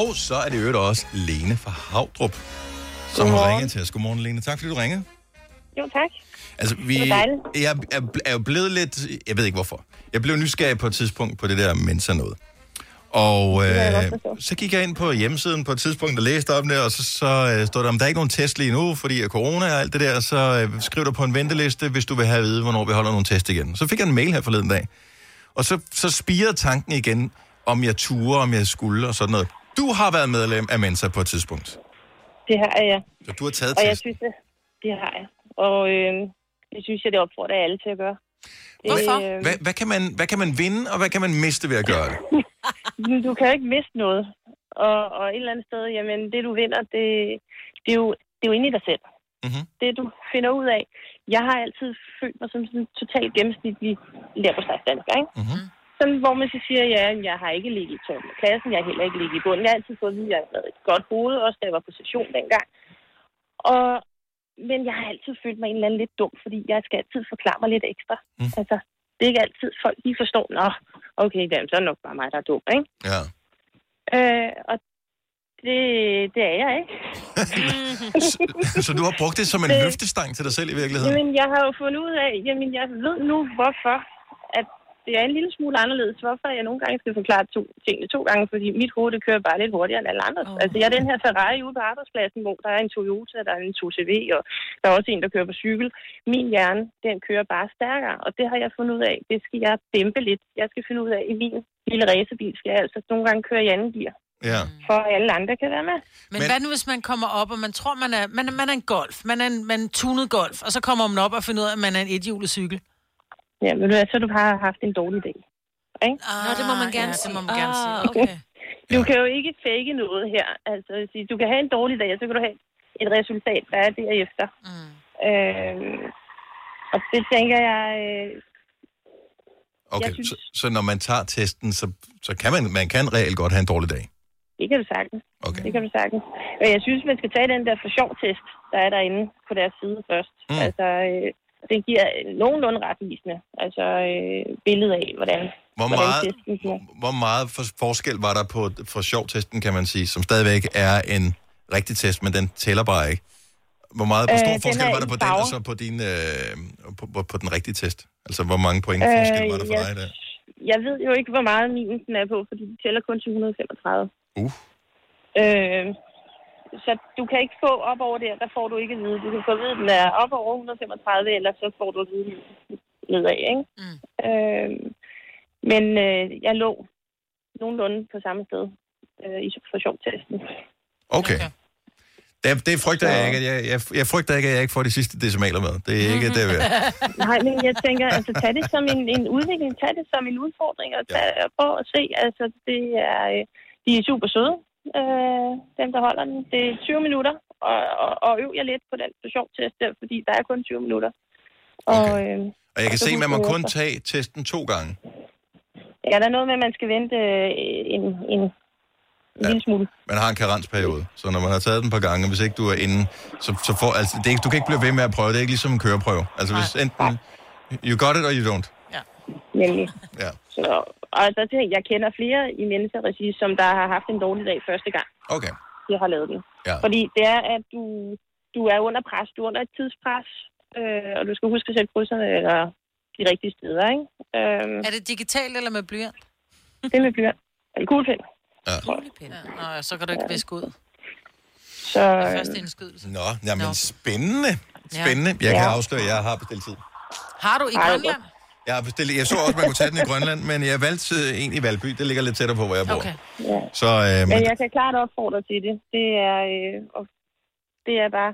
Speaker 1: Og så er det i øvrigt også Lene fra Havdrup, som har
Speaker 19: Godmorgen.
Speaker 1: ringet til os. Godmorgen, Lene. Tak fordi du ringede.
Speaker 19: Jo, tak.
Speaker 1: Altså, vi,
Speaker 19: Det var
Speaker 1: jeg,
Speaker 19: dejligt.
Speaker 1: jeg er jo blevet lidt... Jeg ved ikke hvorfor. Jeg blev nysgerrig på et tidspunkt på det der mensa noget. Og øh, så gik jeg ind på hjemmesiden på et tidspunkt og læste om det, og så, så øh, stod der, om der er ikke nogen test lige nu, fordi af corona og alt det der, så øh, skriv dig på en venteliste, hvis du vil have at vide, hvornår vi holder nogle test igen. Så fik jeg en mail her forleden dag, og så, så spirede tanken igen, om jeg turde, om jeg skulle og sådan noget. Du har været medlem af Mensa på et tidspunkt,
Speaker 19: Det har jeg.
Speaker 1: så du har taget
Speaker 19: Og jeg
Speaker 1: test.
Speaker 19: synes, det, det har jeg. Og øh, det synes jeg, det opfordrer jeg alle til at gøre. Det, øh,
Speaker 1: Hvad, hvad, kan man, hvad kan man vinde, og hvad kan man miste ved at gøre det?
Speaker 19: du- du kan jo ikke miste noget. Og, og et eller andet sted, jamen det du vinder, det, det, er, jo, det er jo inde i dig selv.
Speaker 1: Mm-hmm.
Speaker 19: Det du finder ud af. Jeg har altid følt mig som sådan en totalt gennemsnitlig lærer på dansker, ikke?
Speaker 1: Mm-hmm.
Speaker 19: Sådan, hvor man så siger, ja, jeg har ikke ligget i toppen af klassen, jeg har heller ikke ligget i bunden. Jeg har altid fået at vide, at jeg har været et godt hoved, også da jeg var på session dengang. Og, men jeg har altid følt mig en eller anden lidt dum, fordi jeg skal altid forklare mig lidt ekstra. Mm. Altså, det er ikke altid folk lige forstår, nå, okay, jamen, så er det nok bare mig, der er dum, ikke?
Speaker 1: Ja.
Speaker 19: Øh, og det, det er jeg, ikke?
Speaker 1: Så du har brugt det som en
Speaker 19: Det-
Speaker 1: løftestang til dig selv i virkeligheden?
Speaker 19: Øh, Jamen, jeg har jo fundet ud af, jamen, jeg ved nu, hvorfor at det er en lille smule anderledes. Hvorfor jeg nogle gange skal forklare to, tingene to gange, fordi mit hoved, det kører bare lidt hurtigere end alle andre. Oh. Altså, jeg er den her Ferrari ude på arbejdspladsen, hvor der er en Toyota, der er en 2CV, og der er også en, der kører på cykel. Min hjerne, den kører bare stærkere, og det har jeg fundet ud af. Det skal jeg dæmpe lidt. Jeg skal finde ud af, i min lille racerbil skal jeg altså nogle gange køre i anden gear,
Speaker 1: Ja.
Speaker 19: for at alle andre kan være med.
Speaker 2: Men, Men hvad nu, hvis man kommer op, og man tror, man er, man, er- man er en golf, man er en, man er en tunet golf, og så kommer man op og finder ud af, at man er en ethjulet cykel?
Speaker 19: Ja, men du, så har du bare haft en dårlig dag. Ikke?
Speaker 2: Ah, Nå, det må man gerne ja, sige. Det må man gerne ah, sige. Okay.
Speaker 19: Du kan jo ikke fake noget her. Altså, jeg vil sige, du kan have en dårlig dag, og så kan du have et resultat, der er derefter. Mm. Øh, og det tænker jeg... Øh,
Speaker 1: Okay, synes... så, så når man tager testen, så, så kan man, man kan reelt godt have en dårlig dag.
Speaker 19: det kan du sagtens. Okay. Det kan du sagtens. Men jeg synes, man skal tage den der for sjov test, der er derinde på deres side først. Mm. Altså, øh, det giver nogenlunde retvisende altså, øh, billede af, hvordan,
Speaker 1: Hvor
Speaker 19: hvordan
Speaker 1: meget-
Speaker 19: testen bliver.
Speaker 1: Hvor meget for, forskel var der på for sjov-testen, kan man sige, som stadigvæk er en rigtig test, men den tæller bare ikke? Hvor meget hvor
Speaker 19: Øh,
Speaker 1: stor
Speaker 19: den
Speaker 1: forskel
Speaker 19: er
Speaker 1: var der
Speaker 19: i
Speaker 1: på den,
Speaker 19: farver.
Speaker 1: og så på, din, øh, på, på, på den rigtige test? Altså, hvor mange point forskel var der for
Speaker 19: Øh, jeg,
Speaker 1: dig der?
Speaker 19: jeg ved jo ikke, hvor meget min den er på, fordi de tæller kun til 135.
Speaker 1: Uh.
Speaker 19: Øh, så du kan ikke få op over der, der får du ikke at vide. Du kan få at vide, at den er op over 135, eller så får du at vide nedad, ikke? Mm. Øh, men øh, jeg lå nogenlunde på samme sted øh, i for sjov-testen.
Speaker 1: Okay. Det, det frygter jeg ikke. at Jeg, jeg, jeg frygter ikke, at jeg ikke får de sidste decimaler med. Det er ikke det værd.
Speaker 19: Nej, men jeg tænker, altså tag det som en, en udvikling, tag det som en udfordring, og tag, ja. prøv at se, altså det er, øh, de er super søde, øh, dem der holder den. Det er 20 minutter, og, og, og øv jer lidt på den sjov-test der, fordi der er kun 20 minutter. Og, okay. øh,
Speaker 1: Og jeg kan
Speaker 19: så
Speaker 1: se, at man må
Speaker 19: husker
Speaker 1: kun
Speaker 19: jeg så.
Speaker 1: tage testen to gange.
Speaker 19: Ja, der er noget med, at man skal vente øh, en, en, en lille smule.
Speaker 1: Man har en karensperiode, så når man har taget den par gange, hvis ikke du er inde, så, så får... Altså, det er, ikke- du kan ikke blive ved med at prøve. Det er ikke ligesom en køreprøve. Altså, hvis enten... You got it, or you don't.
Speaker 19: Nemlig.
Speaker 1: Ja.
Speaker 19: Så, og så tænker jeg, jeg kender flere i menneskeregi, som der har haft en dårlig dag første gang.
Speaker 1: Okay.
Speaker 19: De har lavet den.
Speaker 1: Ja.
Speaker 19: Fordi det er, at du, du er under pres. Du er under et tidspres. Øh, og du skal huske at sætte krydserne eller de rigtige steder, ikke? Øhm,
Speaker 2: Er det digitalt eller med blyant?
Speaker 19: det er med blyant. Eller kuglepen.
Speaker 1: Ja.
Speaker 2: Ja, nå, så kan du ikke viske ud.
Speaker 19: Så, øh,
Speaker 2: Det er først indskydelse.
Speaker 1: Nå, jamen spændende. Spændende. Jeg kan
Speaker 2: Ja.
Speaker 1: afsløre, at jeg har bestilt tid.
Speaker 2: Har du i
Speaker 1: Ej,
Speaker 2: Grønland?
Speaker 1: Jeg, har bestilt, jeg så også, man kunne tage den i Grønland, men jeg valgte øh, en i Valby. Det ligger lidt tættere på, hvor jeg bor.
Speaker 19: Okay. Ja.
Speaker 1: Så, øh,
Speaker 19: Men
Speaker 1: men,
Speaker 19: jeg kan klart opfordre til det. Det er, øh, og det er bare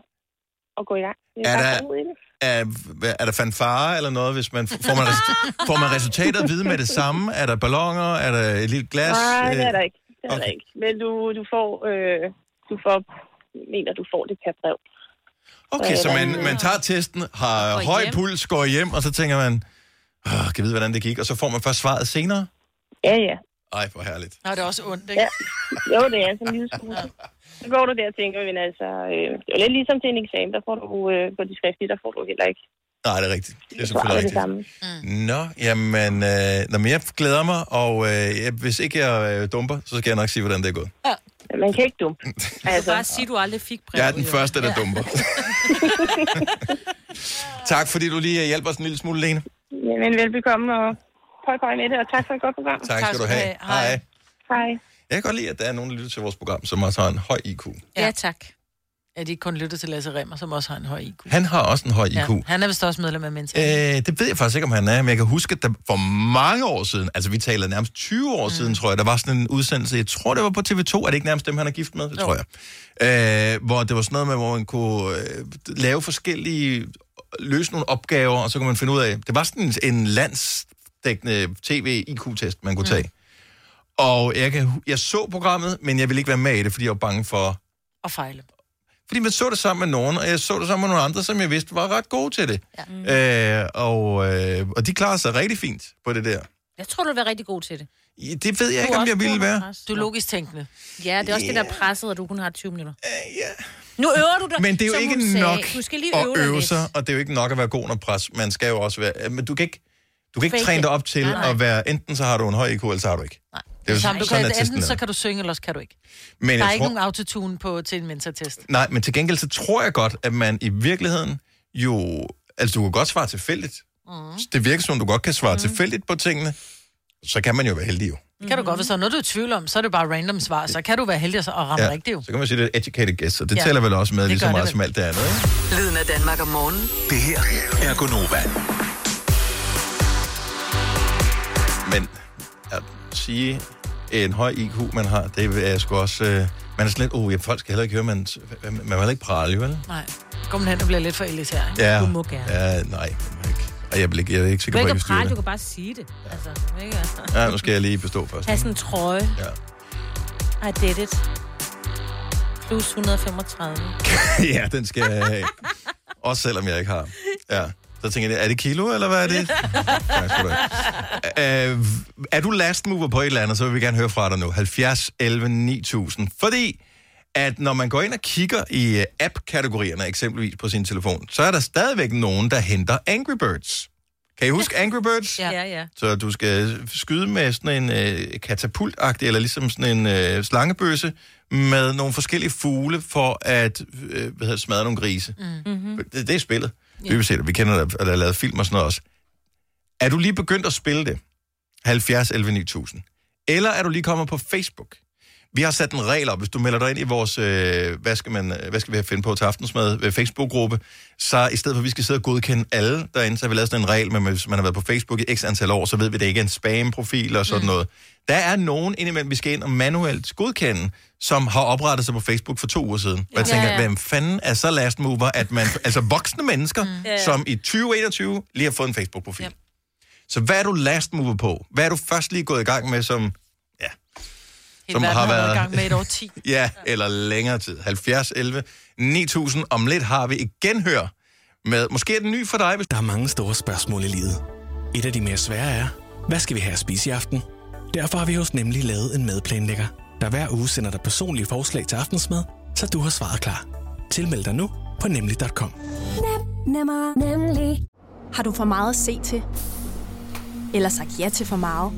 Speaker 19: at gå i gang. Det
Speaker 1: Er
Speaker 19: bare
Speaker 1: der-
Speaker 19: at gå ud i det.
Speaker 1: er, hvad- er der fanfare eller noget? Hvis man, får, man resu- får man resultatet at vide med det samme? Er der ballonger? Er der et lille glas?
Speaker 19: Nej, det er
Speaker 1: Øh,
Speaker 19: der ikke. Det er okay. der ikke. Men du, du får, øh, du får, mener du får det per brev. Øh,
Speaker 1: Okay, så man, man tager testen, har
Speaker 19: Går
Speaker 1: høj
Speaker 19: hjem.
Speaker 1: puls, går hjem, og så tænker man, "Åh, kan jeg vide, hvordan det gik? Og så får man først svaret senere?
Speaker 19: Ja, ja.
Speaker 1: Ej, hvor herligt.
Speaker 2: Nå, det er også ondt, ikke?
Speaker 19: Ja. Jo, det er sådan en lille smule. Så går du der og tænker, men altså, øh, det er jo lidt ligesom til en eksamen, der får du øh, på de skriftlige, der får du heller ikke.
Speaker 1: Nej, det er rigtigt. Det er
Speaker 19: svaret
Speaker 1: selvfølgelig
Speaker 19: det
Speaker 1: rigtigt.
Speaker 19: samme.
Speaker 1: Nå, jamen, øh, nå, men jeg glæder mig, og øh, jeg, hvis ikke jeg øh, dumper, så skal jeg nok sige, hvordan det er gået.
Speaker 19: Man kan ikke dumpe.
Speaker 3: Altså. Du kan bare sige, du aldrig fik brev.
Speaker 1: Jeg er den første, der dumper. tak, fordi du lige øh, hjalp os en lille smule, Lene.
Speaker 19: Jamen, velbekomme, og pøj pøj med det, og tak for et godt program.
Speaker 1: Tak skal du have. Hej.
Speaker 19: Hej.
Speaker 1: Jeg kan godt lide, at der er nogen, der lytter til vores program, som også har en høj IQ.
Speaker 2: Ja, ja tak. Ja, de ikke kun lytter til Lasse Remmer, som også har en høj IQ.
Speaker 1: Han har også en høj IQ.
Speaker 2: Ja, han er vist også medlem af Mental.
Speaker 1: Øh, det ved jeg faktisk ikke, om han er, men jeg kan huske, at der for mange år siden, altså vi taler nærmest 20 år mm. siden, tror jeg, der var sådan en udsendelse, jeg tror, det var på TV2, er det ikke nærmest dem, han er gift med? Det
Speaker 18: Jo.
Speaker 1: tror jeg. Øh, hvor det var sådan noget med, hvor man kunne øh, lave forskellige, løse nogle opgaver, og så kunne man finde ud af, det var sådan en landsdækkende tv-IQ-test, man kunne tage. Og jeg, kan, hu- jeg så programmet, men jeg ville ikke være med i det, fordi jeg var bange for...
Speaker 2: Og fejle.
Speaker 1: Fordi man så det sammen med nogen, og jeg så det sammen med nogle andre, som jeg vidste var ret gode til det. Ja. Øh, og, øh, og de klarer sig rigtig fint på det der.
Speaker 3: Jeg tror, du vil være rigtig god til det.
Speaker 1: I- Det ved jeg
Speaker 3: Du
Speaker 1: ikke,
Speaker 3: er
Speaker 1: om jeg
Speaker 3: også
Speaker 1: ville
Speaker 3: god
Speaker 1: være.
Speaker 3: under pres.
Speaker 2: Du er logisk tænkende.
Speaker 3: Ja, det er også yeah. det, der er presset, at du kun har 20 minutter. Ja. Nu øver du dig,
Speaker 1: Men det er jo
Speaker 3: som hun
Speaker 1: ikke
Speaker 3: sagde.
Speaker 1: nok
Speaker 3: Du skal lige
Speaker 1: at
Speaker 3: øve, dig
Speaker 1: øve
Speaker 3: lidt.
Speaker 1: sig, og det er jo ikke nok at være god under pres. Man skal jo også være... øh, Men du kan ikke, du kan ikke
Speaker 2: Fake
Speaker 1: træne
Speaker 2: it.
Speaker 1: dig op til
Speaker 2: Nej, nej.
Speaker 1: at være... Enten så har du en høj IQ, eller så har du ikke. Nej. Det er jo
Speaker 2: Samt, du
Speaker 1: sådan,
Speaker 2: kan,
Speaker 1: er testen
Speaker 2: enten
Speaker 1: er.
Speaker 2: så kan du synge, eller også kan du ikke.
Speaker 1: Men
Speaker 2: Men der
Speaker 1: jeg
Speaker 2: er ikke
Speaker 1: tror-
Speaker 2: nogen autotune på til en mentortest.
Speaker 1: Nej, men til gengæld så tror jeg godt, at man i virkeligheden jo... Altså, du kan godt svare tilfældigt. Mm. Det virker som, du godt kan svare mm. tilfældigt på tingene. Så kan man jo være heldig jo.
Speaker 3: Mm-hmm.
Speaker 2: Det kan du godt, hvis der er noget, du er i tvivl om, så er det bare random svar. Så kan du være heldig og så- og ramme ja. rigtigt jo.
Speaker 1: Så kan man sige, det er educated guess, og det
Speaker 2: Ja.
Speaker 1: ja. tæller vel også med
Speaker 2: Det
Speaker 1: lige så
Speaker 2: gør det
Speaker 1: meget
Speaker 2: vel.
Speaker 1: som alt det andet, ikke?
Speaker 5: Lyden af Danmark om morgenen.
Speaker 1: Det her er Gonova. Men at sige en høj IQ, man har, det er sgu også... Øh, man er sådan lidt, oh, ja, folk skal heller ikke høre, man, man må heller ikke prale, jo, vel?
Speaker 2: Nej. Kom hen og bliver lidt for elitær, ikke?
Speaker 1: Ja,
Speaker 2: Du må gerne.
Speaker 1: Ja, nej, man må ikke. Og jeg, vil ikke, jeg er ikke
Speaker 3: Du
Speaker 1: sikker
Speaker 3: kan
Speaker 1: på, at
Speaker 3: ikke
Speaker 1: jeg kan styre
Speaker 3: prale, du
Speaker 1: det.
Speaker 3: kan bare sige det. Altså, ikke?
Speaker 1: Ja, nu skal jeg lige bestå først.
Speaker 3: Have sådan en trøje.
Speaker 1: Ja.
Speaker 3: I did it. Plus 135.
Speaker 1: ja, den skal jeg have. Også selvom jeg ikke har. Ja. Så tænker jeg, er det kilo, eller hvad er det? Øh, er du last mover på et eller andet, så vil vi gerne høre fra dig nu. 70 11 9000. Fordi at når man går ind og kigger i øh, app-kategorierne, eksempelvis på sin telefon, så er der stadigvæk nogen, der henter Angry Birds. Kan I huske Angry Birds?
Speaker 3: ja, ja.
Speaker 1: Så du skal skyde med sådan en øh, katapultagtig, eller ligesom sådan en øh, slangebøsse, med nogle forskellige fugle for at øh, hvad hedder, det, smadre nogle grise.
Speaker 18: Mm-hmm.
Speaker 1: Det, det er spillet. Yeah. Dybest set, og vi kender det, og der er lavet film og sådan noget også. Er du lige begyndt at spille det? 70 11 9000. Eller er du lige kommet på Facebook? Vi har sat en regel op. Hvis du melder dig ind i vores, øh, hvad, skal man, hvad skal vi have finde på til aftensmad, øh, Facebook-gruppe, så i stedet for, at vi skal sidde og godkende alle derinde, så har vi lavet sådan en regel, men hvis man har været på Facebook i x antal år, så ved vi, at det ikke er en spam-profil og sådan mm. noget. Der er nogen indimellem, vi skal ind og manuelt godkende, som har oprettet sig på Facebook for to uger siden. Og jeg
Speaker 18: Ja.
Speaker 1: tænker,
Speaker 18: Ja, ja.
Speaker 1: hvem fanden er så last mover, at man, altså voksne mennesker, mm.
Speaker 18: Ja.
Speaker 1: som i 2021 lige har fået en Facebook-profil. Yep. Så hvad er du last mover på? Hvad er du først lige gået i gang med, som
Speaker 2: Hele
Speaker 1: Som
Speaker 2: verden
Speaker 1: har
Speaker 2: været
Speaker 1: været-
Speaker 2: i gang med et år 10.
Speaker 1: Ja, eller længere tid. 70, 11, 9000. Om lidt har vi igen hør med, måske er den ny for dig, hvis...
Speaker 6: Der er mange store spørgsmål i livet. Et af de mere svære er, hvad skal vi have at spise i aften? Derfor har vi hos Nemlig lavet en madplanlægger, der hver uge sender dig personlige forslag til aftensmad, så du har svaret klar. Tilmeld dig nu på nemlig.com.
Speaker 15: Nemmer, nemlig. Har du for meget at se til? Eller sagt ja til for meget?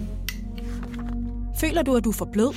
Speaker 15: Føler du, at du er for blød?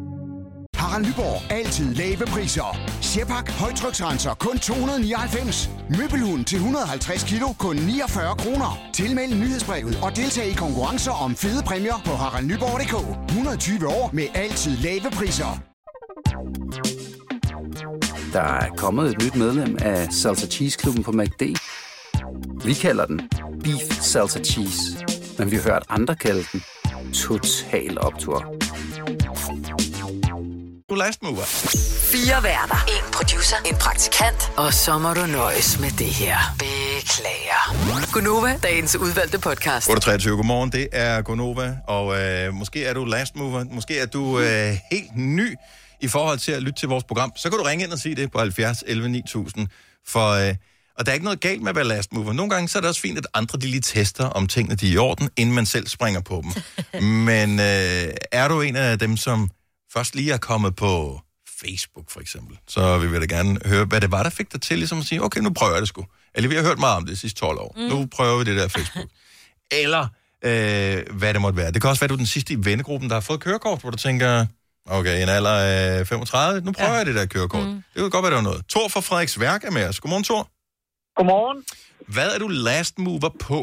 Speaker 16: Harald Nyborg. Altid lave priser. Sjehpak. Højtryksrenser. Kun 299. Møbelhund til 150 kilo. Kun 49 kroner. Tilmeld nyhedsbrevet og deltag i konkurrencer om fede præmier på haraldnyborg.dk. 120 år med altid lave priser.
Speaker 17: Der er kommet et nyt medlem af Salsa Cheese Klubben på MACD. Vi kalder den Beef Salsa Cheese, men vi har hørt andre kalde den Total Optor.
Speaker 1: Du er last mover.
Speaker 5: Fire værter. En producer. En praktikant. Og så må du nøjes med det her. Beklager. Gunova, dagens udvalgte podcast.
Speaker 1: 8.23, godmorgen, det er Gonova, og øh, måske er du last mover, måske er du øh, helt ny i forhold til at lytte til vores program, så kan du ringe ind og sige det på 70 11 9000, for, øh, og der er ikke noget galt med at være last mover. Nogle gange så er det også fint, at andre de lige tester, om tingene de er i orden, inden man selv springer på dem. Men øh, er du en af dem, som først lige er kommet på Facebook for eksempel, så vil vi da gerne høre, hvad det var, der fik dig til ligesom at sige, okay, nu prøver jeg det sgu. Eller vi har hørt meget om det de sidste 12 år. Mm.
Speaker 18: Mm.
Speaker 1: Nu prøver vi det der Facebook. Eller øh, hvad det måtte være. Det kan også være, at du er den sidste i vennegruppen, der har fået kørekort, hvor du tænker, okay, i en alder af 35, nu prøver ja. jeg det der kørekort. Mm. Det kunne godt være, der var noget. Tor fra Frederiks Værk er med os. Godmorgen, Tor.
Speaker 20: Godmorgen.
Speaker 1: Hvad er du last mover på?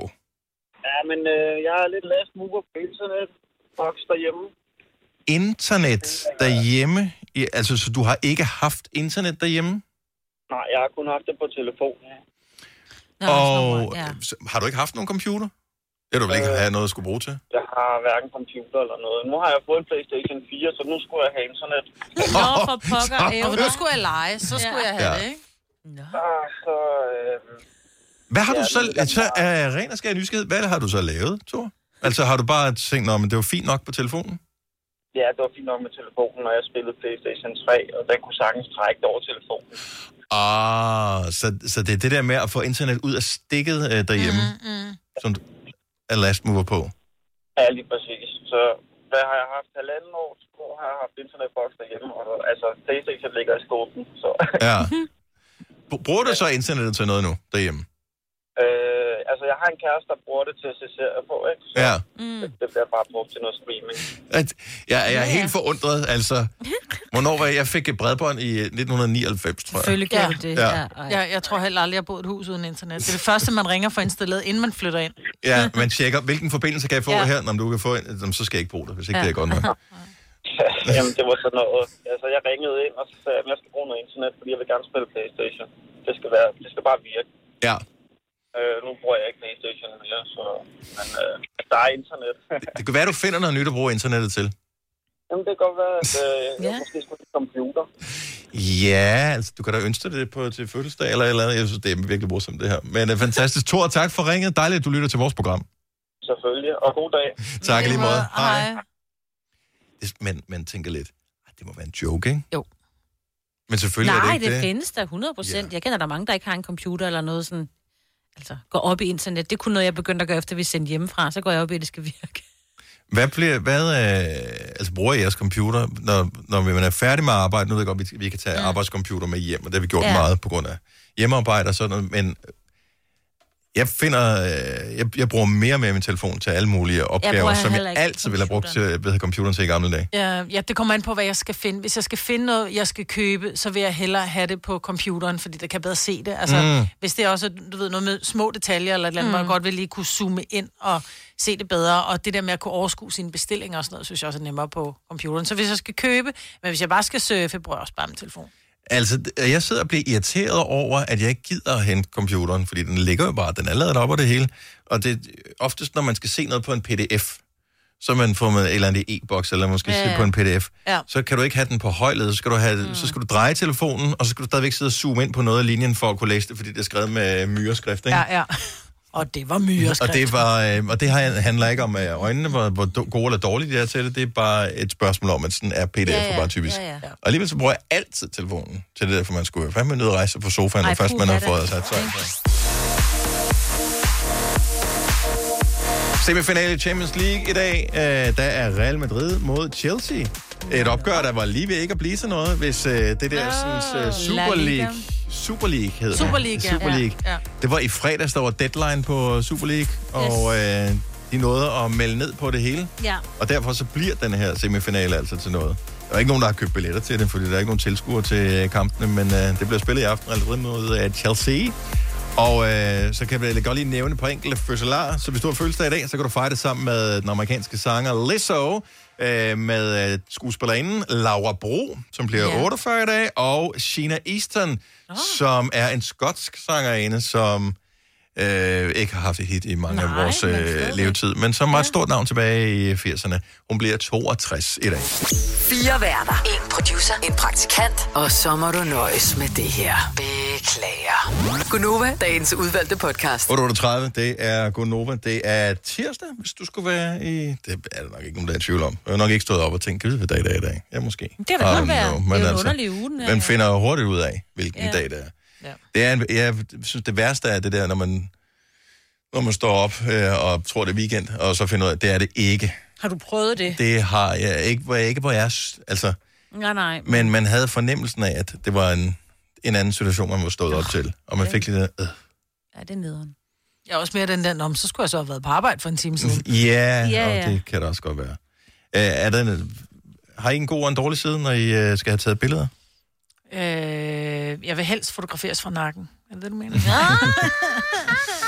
Speaker 20: Ja, men øh, jeg er lidt last mover på internet. Box derhjemme.
Speaker 1: Internet derhjemme? I, altså, så du har ikke haft internet derhjemme?
Speaker 20: Nej, jeg har kun haft det på telefonen.
Speaker 1: Nå, og ja. har du ikke haft nogen computer? Det har du vel ikke have noget at skulle bruge til?
Speaker 20: Jeg har hverken computer eller noget. Nu har jeg fået en Playstation 4, så nu skulle jeg have internet.
Speaker 2: Nå, for pokker ævler.
Speaker 20: så-
Speaker 2: Nu skulle jeg lege, så skulle
Speaker 20: Ja.
Speaker 2: ja. jeg have ja.
Speaker 1: Ja.
Speaker 2: det, ikke?
Speaker 20: Ah, så, øh,
Speaker 1: Hvad har ja, du så... Altså, er ren og skær nysgerrighed, hvad har du så lavet, Tor? Altså, har du bare tænkt, "Nå, men det var fint nok på telefonen?
Speaker 20: ja, det var fint nok med telefonen, når jeg spillede Playstation 3, og den kunne sagtens trække det over telefonen.
Speaker 1: Ah, så, så det er det der med at få internet ud af stikket øh, derhjemme, mm, mm. som du er last mover på.
Speaker 20: Ja, lige præcis. Så hvad har jeg haft? Halvanden år, så har jeg haft internetbox derhjemme, og altså, Playstation ligger i skuffen, så...
Speaker 1: Ja. Br- Bruger du så internettet til noget nu derhjemme?
Speaker 20: Øh, altså, jeg har en kæreste, der bruger det til at se serier på, ikke? Så
Speaker 1: Ja.
Speaker 20: mm. det, det bliver bare brugt til noget streaming.
Speaker 1: At, jeg, jeg er helt forundret, altså. Hvornår var jeg? Jeg fik et bredbånd i øh, 1999, tror jeg. Ja,
Speaker 2: Ja. Jeg, jeg tror heller aldrig, jeg har boet i et hus uden internet. Det er det første, man ringer for installeret, inden man flytter ind.
Speaker 1: ja man tjekker, hvilken forbindelse kan jeg få
Speaker 2: Ja.
Speaker 1: ja. her? Nå, men du kan få en, Nå, men så skal jeg ikke bruge det, hvis ikke
Speaker 2: Ja.
Speaker 1: ja. det er godt nok.
Speaker 20: Jamen, det var sådan noget. Altså, jeg ringede ind, og så sagde jeg, at jeg skal bruge noget internet, fordi jeg vil gerne spille Playstation. Det skal, være, det skal bare virke.
Speaker 1: Ja.
Speaker 20: Øh, nu bruger jeg ikke Playstation mere, så... Men, øh, der er internet.
Speaker 1: Det kan være, du finder noget nyt at bruge internettet til.
Speaker 20: Jamen, det kan godt være, at øh, jeg måske skulle til computer.
Speaker 1: Ja, altså, du kan da ønske dig det på, til fødselsdag eller et eller andet. Jeg synes, det er virkelig morsomt, det her. Men uh, fantastisk. Tor, tak for ringet. Dejligt, at du lytter til vores program.
Speaker 20: Selvfølgelig, og god dag.
Speaker 1: Tak i lige måde. Hej. Det- Men man tænker lidt, "Ej, det må være en joke, ikke?
Speaker 3: Jo.
Speaker 1: Men selvfølgelig er det
Speaker 3: Nej,
Speaker 1: ikke
Speaker 3: det, det findes der 100 procent. Jeg kender der mange, der ikke har en computer eller noget sådan... Altså, går op i internet. Det er kun noget, jeg begyndte at gøre, efter vi sendte hjemmefra. Så går jeg op i, at det skal virke.
Speaker 1: Hvad, bliver, hvad øh, altså, bruger I jeres computer, når, når man er færdig med arbejde? Nu ved jeg godt, vi, vi kan tage ja. arbejdscomputer med hjem, og det har vi gjort ja.
Speaker 18: Ja.
Speaker 1: meget på grund af hjemmearbejde og sådan noget, men jeg finder, øh, jeg, jeg bruger mere og mere min telefon til alle mulige opgaver, som
Speaker 2: heller
Speaker 1: jeg
Speaker 2: ikke
Speaker 1: altid ville have brugt til ved at have computeren til i gamle dage.
Speaker 2: Ja, Øh, ja, det kommer an på, hvad jeg skal finde. Hvis jeg skal finde noget, jeg skal købe, så vil jeg hellere have det på computeren, fordi der kan jeg bedre se det. Altså,
Speaker 1: Mm.
Speaker 2: mm. hvis det er også, du ved, noget med små detaljer eller et eller andet, mm. man godt vil lige kunne zoome ind og se det bedre. Og det der med at kunne overskue sine bestillinger og sådan noget, synes jeg også er nemmere på computeren. Så hvis jeg skal købe, men hvis jeg bare skal surfe, bruger jeg også bare min telefon.
Speaker 1: Altså, jeg sidder og bliver irriteret over, at jeg ikke gider at hente computeren, fordi den ligger jo bare, den er lavet op og det hele. Og det er oftest, når man skal se noget på en pdf, så man får med et eller andet i e-boks, eller måske
Speaker 18: Ja,
Speaker 1: Øh, ja, se
Speaker 18: ja.
Speaker 1: på en pdf,
Speaker 18: Ja.
Speaker 1: så kan du ikke have den på højled, så skal, du have, mm. så skal du dreje telefonen, og så skal du stadigvæk sidde og zoome ind på noget af linjen for at kunne læse det, fordi det er skrevet med myreskrift, ikke?
Speaker 2: Ja, ja. Og det var myreskrift.
Speaker 1: Og det, var, øh, og det har- handler ikke om øh, øjnene, hvor, hvor do- gode eller dårlige de er til det. Det er bare et spørgsmål om, at sådan er pdf ja, ja, bare typisk. Ja, ja. Og alligevel så bruger jeg altid telefonen til det der, for man skulle jo fandme nødt rejse på sofaen,
Speaker 18: Ej,
Speaker 1: når først man
Speaker 18: puha
Speaker 1: har
Speaker 18: da.
Speaker 1: fået sat sig. Semifinale i Champions League i dag, øh, der er Real Madrid mod Chelsea. Et opgør, der var lige ved ikke at blive til noget, hvis øh, det der sådan, øh, Super
Speaker 2: La Liga.
Speaker 1: League... Super League hedder det.
Speaker 2: Super League, ja.
Speaker 1: Super League.
Speaker 2: Ja, ja.
Speaker 1: Det var i fredags, der var deadline på Super League, og øh, de nåede at melde ned på det hele.
Speaker 3: Ja.
Speaker 1: Og derfor så bliver den her semifinale altså til noget. Der er ikke nogen, der har købt billetter til det, fordi der er ikke nogen tilskuere til øh, kampene, men øh, det bliver spillet i aften allerede mod øh, Chelsea. Og øh, så kan jeg godt lige nævne på enkelte fødselarer. Så hvis du har fødselsdag i dag, så kan du fejre det sammen med den amerikanske sanger Lizzo, øh, med øh, skuespillerinden Laura Bro, som bliver
Speaker 18: Ja.
Speaker 1: yeah. 48 i dag, og Sheena Easton, oh. som er en skotsk sangerinde, som øh, ikke har haft et hit i mange Nej, af vores øh, levetid, men som var et stort navn tilbage i 80'erne. Hun bliver 62 i dag.
Speaker 5: Fire værter. En producer. En praktikant. Og så må du nøjes med det her. Beklager. Gunova, dagens udvalgte podcast.
Speaker 1: 8.38, det er Gunova. Det er tirsdag, hvis du skulle være i... Det er der nok ikke nogen, der er i tvivl om. Jeg har nok ikke stået op og tænkt, kan vi vide, hvad dag det er i dag? Ja, måske.
Speaker 3: Det kan da
Speaker 1: I
Speaker 3: godt
Speaker 1: don't
Speaker 3: være.
Speaker 1: know,
Speaker 3: Det er
Speaker 1: men altså,
Speaker 3: jo en underlig uge, den er.
Speaker 1: Man finder jo hurtigt ud af, hvilken
Speaker 3: Ja.
Speaker 1: ja. dag det er.
Speaker 2: Ja.
Speaker 1: Det er en, jeg synes, det værste er det der, når man, når man står op øh, og tror, det er weekend, og så finder ud af, at det er det ikke.
Speaker 3: Har du prøvet det?
Speaker 1: Det har jeg ikke, hvor jeg ikke hvor jeg er s- altså,
Speaker 3: Nej, nej.
Speaker 1: men man havde fornemmelsen af, at det var en, en anden situation, man var stået op til. Og man fik lidt af, øh,
Speaker 3: Ja, det er nederen.
Speaker 2: Jeg er også mere den der, om så skulle jeg så have været på arbejde for en time siden.
Speaker 1: ja,
Speaker 2: Ja,
Speaker 1: ja,
Speaker 2: ja.
Speaker 1: og det kan det også godt være. Øh, er der en, har I en god og en dårlig side, når I øh, skal have taget billeder?
Speaker 2: Øh, jeg vil helst fotograferes fra nakken. Er det det, du mener?
Speaker 3: Ah.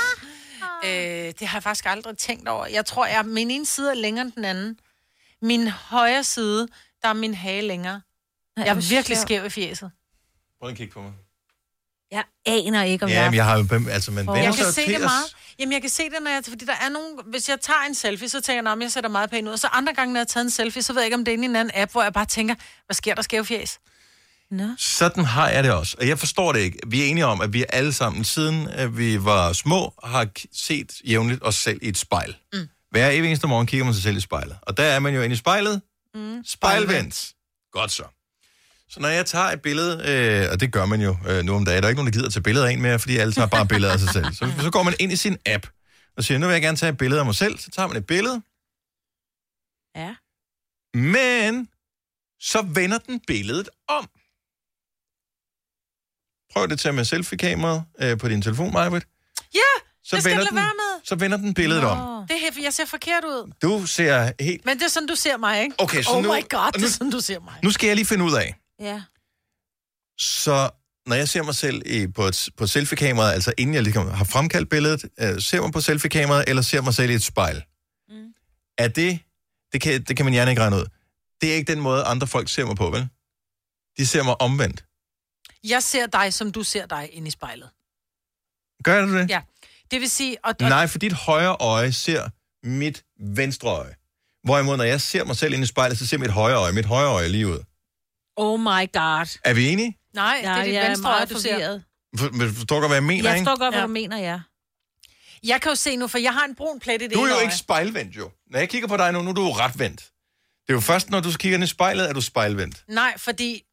Speaker 2: øh, det har jeg faktisk aldrig tænkt over. Jeg tror, at min ene side er længere end den anden. Min højre side, der er min hage længere. Jeg er
Speaker 3: hvor
Speaker 2: virkelig
Speaker 3: sjovt.
Speaker 2: skæv i fjeset.
Speaker 1: Prøv lige at kigge på mig.
Speaker 3: Jeg aner ikke, om
Speaker 1: Ja, men
Speaker 3: jeg...
Speaker 1: jeg har jo... bem- Altså, man vender
Speaker 2: jeg
Speaker 1: sig
Speaker 2: kan
Speaker 1: jo
Speaker 2: se
Speaker 1: til
Speaker 2: det
Speaker 1: os.
Speaker 2: meget. Jamen, jeg kan se det, når jeg, fordi der er nogen, hvis jeg tager en selfie, så tænker jeg, at jeg ser da meget pæn ud. Og så andre gange, når jeg har taget en selfie, så ved jeg ikke, om det er inde i en anden app, hvor jeg bare tænker, hvad sker der skæve fjes?
Speaker 1: Sådan har jeg det også. Og jeg forstår det ikke. Vi er enige om, at vi alle sammen, siden at vi var små, har k- set jævnligt os selv i et spejl. Mm. Hver evig eneste morgen kigger man sig selv i spejlet. Og der er man jo inde i spejlet. Mm. Spejlvendt. Godt så. Så når jeg tager et billede, øh, og det gør man jo øh, nu om dagen, der er ikke nogen, der gider at tage billeder af en mere, fordi alle tager bare billeder af sig selv. Så, så går man ind i sin app og siger, nu vil jeg gerne tage et billede af mig selv. Så tager man et billede.
Speaker 3: Ja.
Speaker 1: Men så vender den billedet om. Prøv det til med selfie-kameraet øh, på din telefon, Majbrit.
Speaker 2: Ja,
Speaker 1: Så
Speaker 2: det skal jeg
Speaker 1: vender
Speaker 2: lade
Speaker 1: den-
Speaker 2: være med.
Speaker 1: Så vender den billedet om.
Speaker 2: Det er, her- jeg ser forkert ud.
Speaker 1: Du ser helt...
Speaker 2: Men det er sådan, du ser mig, ikke?
Speaker 1: Okay, så
Speaker 2: oh
Speaker 1: nu-
Speaker 2: my god, det
Speaker 1: nu-
Speaker 2: er sådan, du ser mig.
Speaker 1: Nu skal jeg lige finde ud af.
Speaker 3: Ja.
Speaker 1: Så når jeg ser mig selv i, på, et, på selfie-kameraet, altså inden jeg ligesom har fremkaldt billedet, øh, ser mig på selfie-kameraet, eller ser mig selv i et spejl, mm. er det... Det kan, det kan man gerne ikke regne ud. Det er ikke den måde, andre folk ser mig på, vel? De ser mig omvendt.
Speaker 2: Jeg ser dig, som du ser dig inde i spejlet.
Speaker 1: Gør du det?
Speaker 2: Ja. Det vil sige... Og, og,
Speaker 1: Nej, for dit højre øje ser mit venstre øje. Hvorimod, når jeg ser mig selv ind i spejlet, så ser mit højre øje, mit højre øje lige ud.
Speaker 3: Oh my god.
Speaker 1: Er vi enige?
Speaker 2: Nej, det er dit
Speaker 3: jeg
Speaker 2: venstre øje,
Speaker 3: meget
Speaker 2: du ser.
Speaker 3: forvirret.
Speaker 1: For- men Forstår du, hvad jeg mener,
Speaker 3: Jeg
Speaker 1: ikke?
Speaker 3: forstår godt, hvad du mener, ja.
Speaker 2: Jeg kan jo se nu, for jeg har en brun plet i det
Speaker 1: Du
Speaker 2: ene
Speaker 1: er jo
Speaker 2: øje.
Speaker 1: ikke spejlvendt, jo. Når jeg kigger på dig nu, nu er du jo retvendt. Det er jo først, når du kigger ind i spejlet, er du spejlvendt.
Speaker 2: Nej, fordi...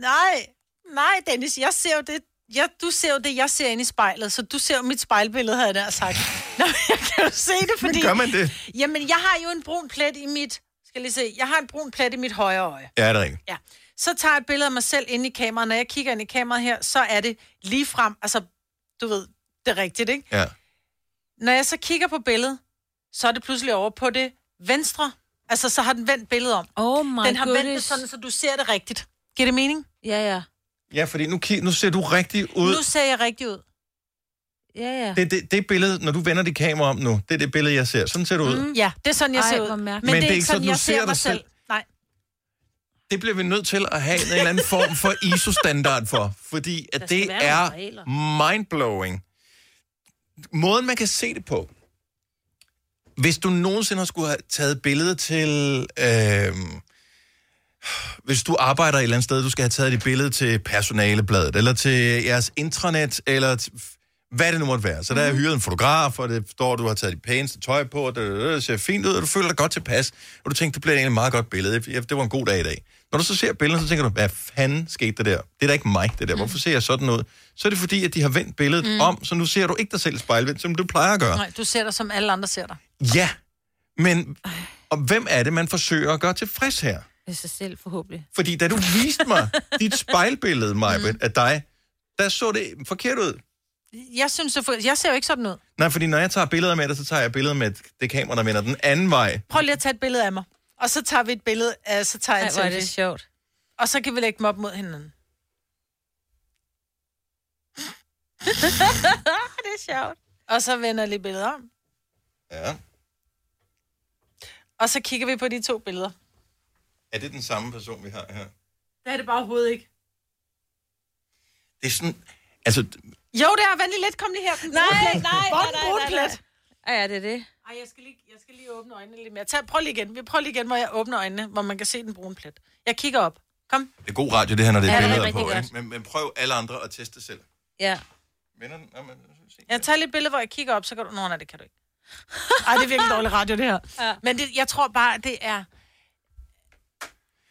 Speaker 2: Nej, nej, Dennis, jeg ser jo det... Jeg, du ser jo det, jeg ser inde i spejlet, så du ser jo mit spejlbillede, havde jeg der sagt. Nå, men jeg kan jo se det, fordi...
Speaker 1: Men gør man det?
Speaker 2: Jamen, jeg har jo en brun plet i mit... Skal lige se. Jeg har en brun plet i mit højre øje.
Speaker 1: Ja, det er rigtigt.
Speaker 2: Ja. Så tager jeg et billede af mig selv inde i kameraet. Når jeg kigger ind i kameraet her, så er det lige frem. Altså, du ved, det er rigtigt, ikke?
Speaker 1: Ja.
Speaker 2: Når jeg så kigger på billedet, så er det pludselig over på det venstre. Altså, så har den vendt billedet om.
Speaker 3: Oh my
Speaker 2: Den har vendt det
Speaker 3: goodness.
Speaker 2: sådan, så du ser det rigtigt. Giver det mening?
Speaker 3: Ja, ja.
Speaker 1: Ja, fordi nu, ki- nu ser du rigtig ud.
Speaker 2: Nu ser jeg rigtig ud.
Speaker 3: Ja, ja.
Speaker 1: Det, det, det billede, når du vender dit kamera om nu, det er det billede, jeg ser. Sådan ser du ud.
Speaker 2: Mm. Ja, det er sådan, jeg
Speaker 3: Ej,
Speaker 2: ser
Speaker 3: hvor
Speaker 2: ud. Men,
Speaker 3: mærkeligt.
Speaker 2: men det er ikke sådan,
Speaker 1: du
Speaker 2: jeg
Speaker 1: ser
Speaker 2: ser mig
Speaker 1: dig
Speaker 2: selv.
Speaker 1: selv.
Speaker 2: Nej.
Speaker 1: Det bliver vi nødt til at have en eller anden form for ISO-standard for, fordi
Speaker 2: Der
Speaker 1: at
Speaker 2: skal
Speaker 1: det
Speaker 2: være
Speaker 1: er
Speaker 2: nogle regler.
Speaker 1: mindblowing. Måden, man kan se det på, hvis du nogensinde har skulle have taget billeder til... Øh, hvis du arbejder et eller andet sted, du skal have taget dit billede til personalebladet, eller til jeres intranet, eller t- hvad det nu måtte være. Så der er
Speaker 2: Mhm.
Speaker 1: hyret en fotograf, og det står, at du har taget dit pæneste tøj på, og det, øh, det, det ser fint ud, og du føler dig godt tilpas, og du tænker, det bliver egentlig et meget godt billede. Ja, Det var en god dag i dag. Når du så ser billedet, så tænker du, hvad fanden skete der der? Det er da ikke mig, det der. Hvorfor ser jeg sådan ud? Så er det fordi, at de har vendt billedet
Speaker 2: Mm.
Speaker 1: mm. om, så nu ser du ikke dig selv spejlvendt, som du plejer at gøre.
Speaker 2: Nej, du ser dig, som alle andre ser dig.
Speaker 1: Ja, men og hvem er det, man forsøger at gøre tilfreds her?
Speaker 3: Det er sig selv forhåbentlig.
Speaker 1: Fordi da du viste mig dit spejlbillede, Majbet, mm. af dig, der så det forkert ud.
Speaker 2: Jeg synes, jeg, jeg ser jo ikke sådan ud.
Speaker 1: Nej, fordi når jeg tager billeder med dig, så tager jeg billeder med det kamera, der vender den anden vej.
Speaker 2: Prøv lige at tage et billede af mig. Og så tager vi et billede af, så tager jeg
Speaker 3: Ej,
Speaker 2: et
Speaker 3: hvor er
Speaker 2: selfie.
Speaker 3: det sjovt.
Speaker 2: Og så kan vi lægge dem op mod hinanden. det er sjovt. Og så vender jeg lige billedet om.
Speaker 1: Ja.
Speaker 2: Og så kigger vi på de to billeder.
Speaker 1: Er det den samme person, vi har her?
Speaker 2: Det er det bare overhovedet ikke.
Speaker 1: Det er sådan... Altså,
Speaker 2: Jo, det er. Vent lige lidt. Kom lige her. Den
Speaker 3: Nej,
Speaker 2: brune
Speaker 3: nej,
Speaker 2: plet.
Speaker 3: nej,
Speaker 2: Hvor er
Speaker 3: nej,
Speaker 2: den
Speaker 3: nej,
Speaker 2: brune
Speaker 3: nej,
Speaker 2: plet?
Speaker 3: Ja, ja, det er det.
Speaker 2: Ej, jeg skal lige, jeg skal lige åbne øjnene lidt mere. Tag, prøv lige igen. Vi prøver lige igen, hvor jeg åbner øjnene, hvor man kan se den brune plet. Jeg kigger op. Kom.
Speaker 1: det er god radio, det her, når det er
Speaker 2: Ja, det er
Speaker 1: billeder
Speaker 2: rigtig
Speaker 1: på.
Speaker 2: godt.
Speaker 1: Ikke? Men, men prøv alle andre at teste selv.
Speaker 3: Ja.
Speaker 1: Vender den? Nå, men,
Speaker 2: Jeg tager lige et billede, hvor jeg kigger op, så kan du... Nå, nej, det kan du ikke. Ej, det er virkelig dårlig radio, det her. Ja. Men det, jeg tror bare, det er...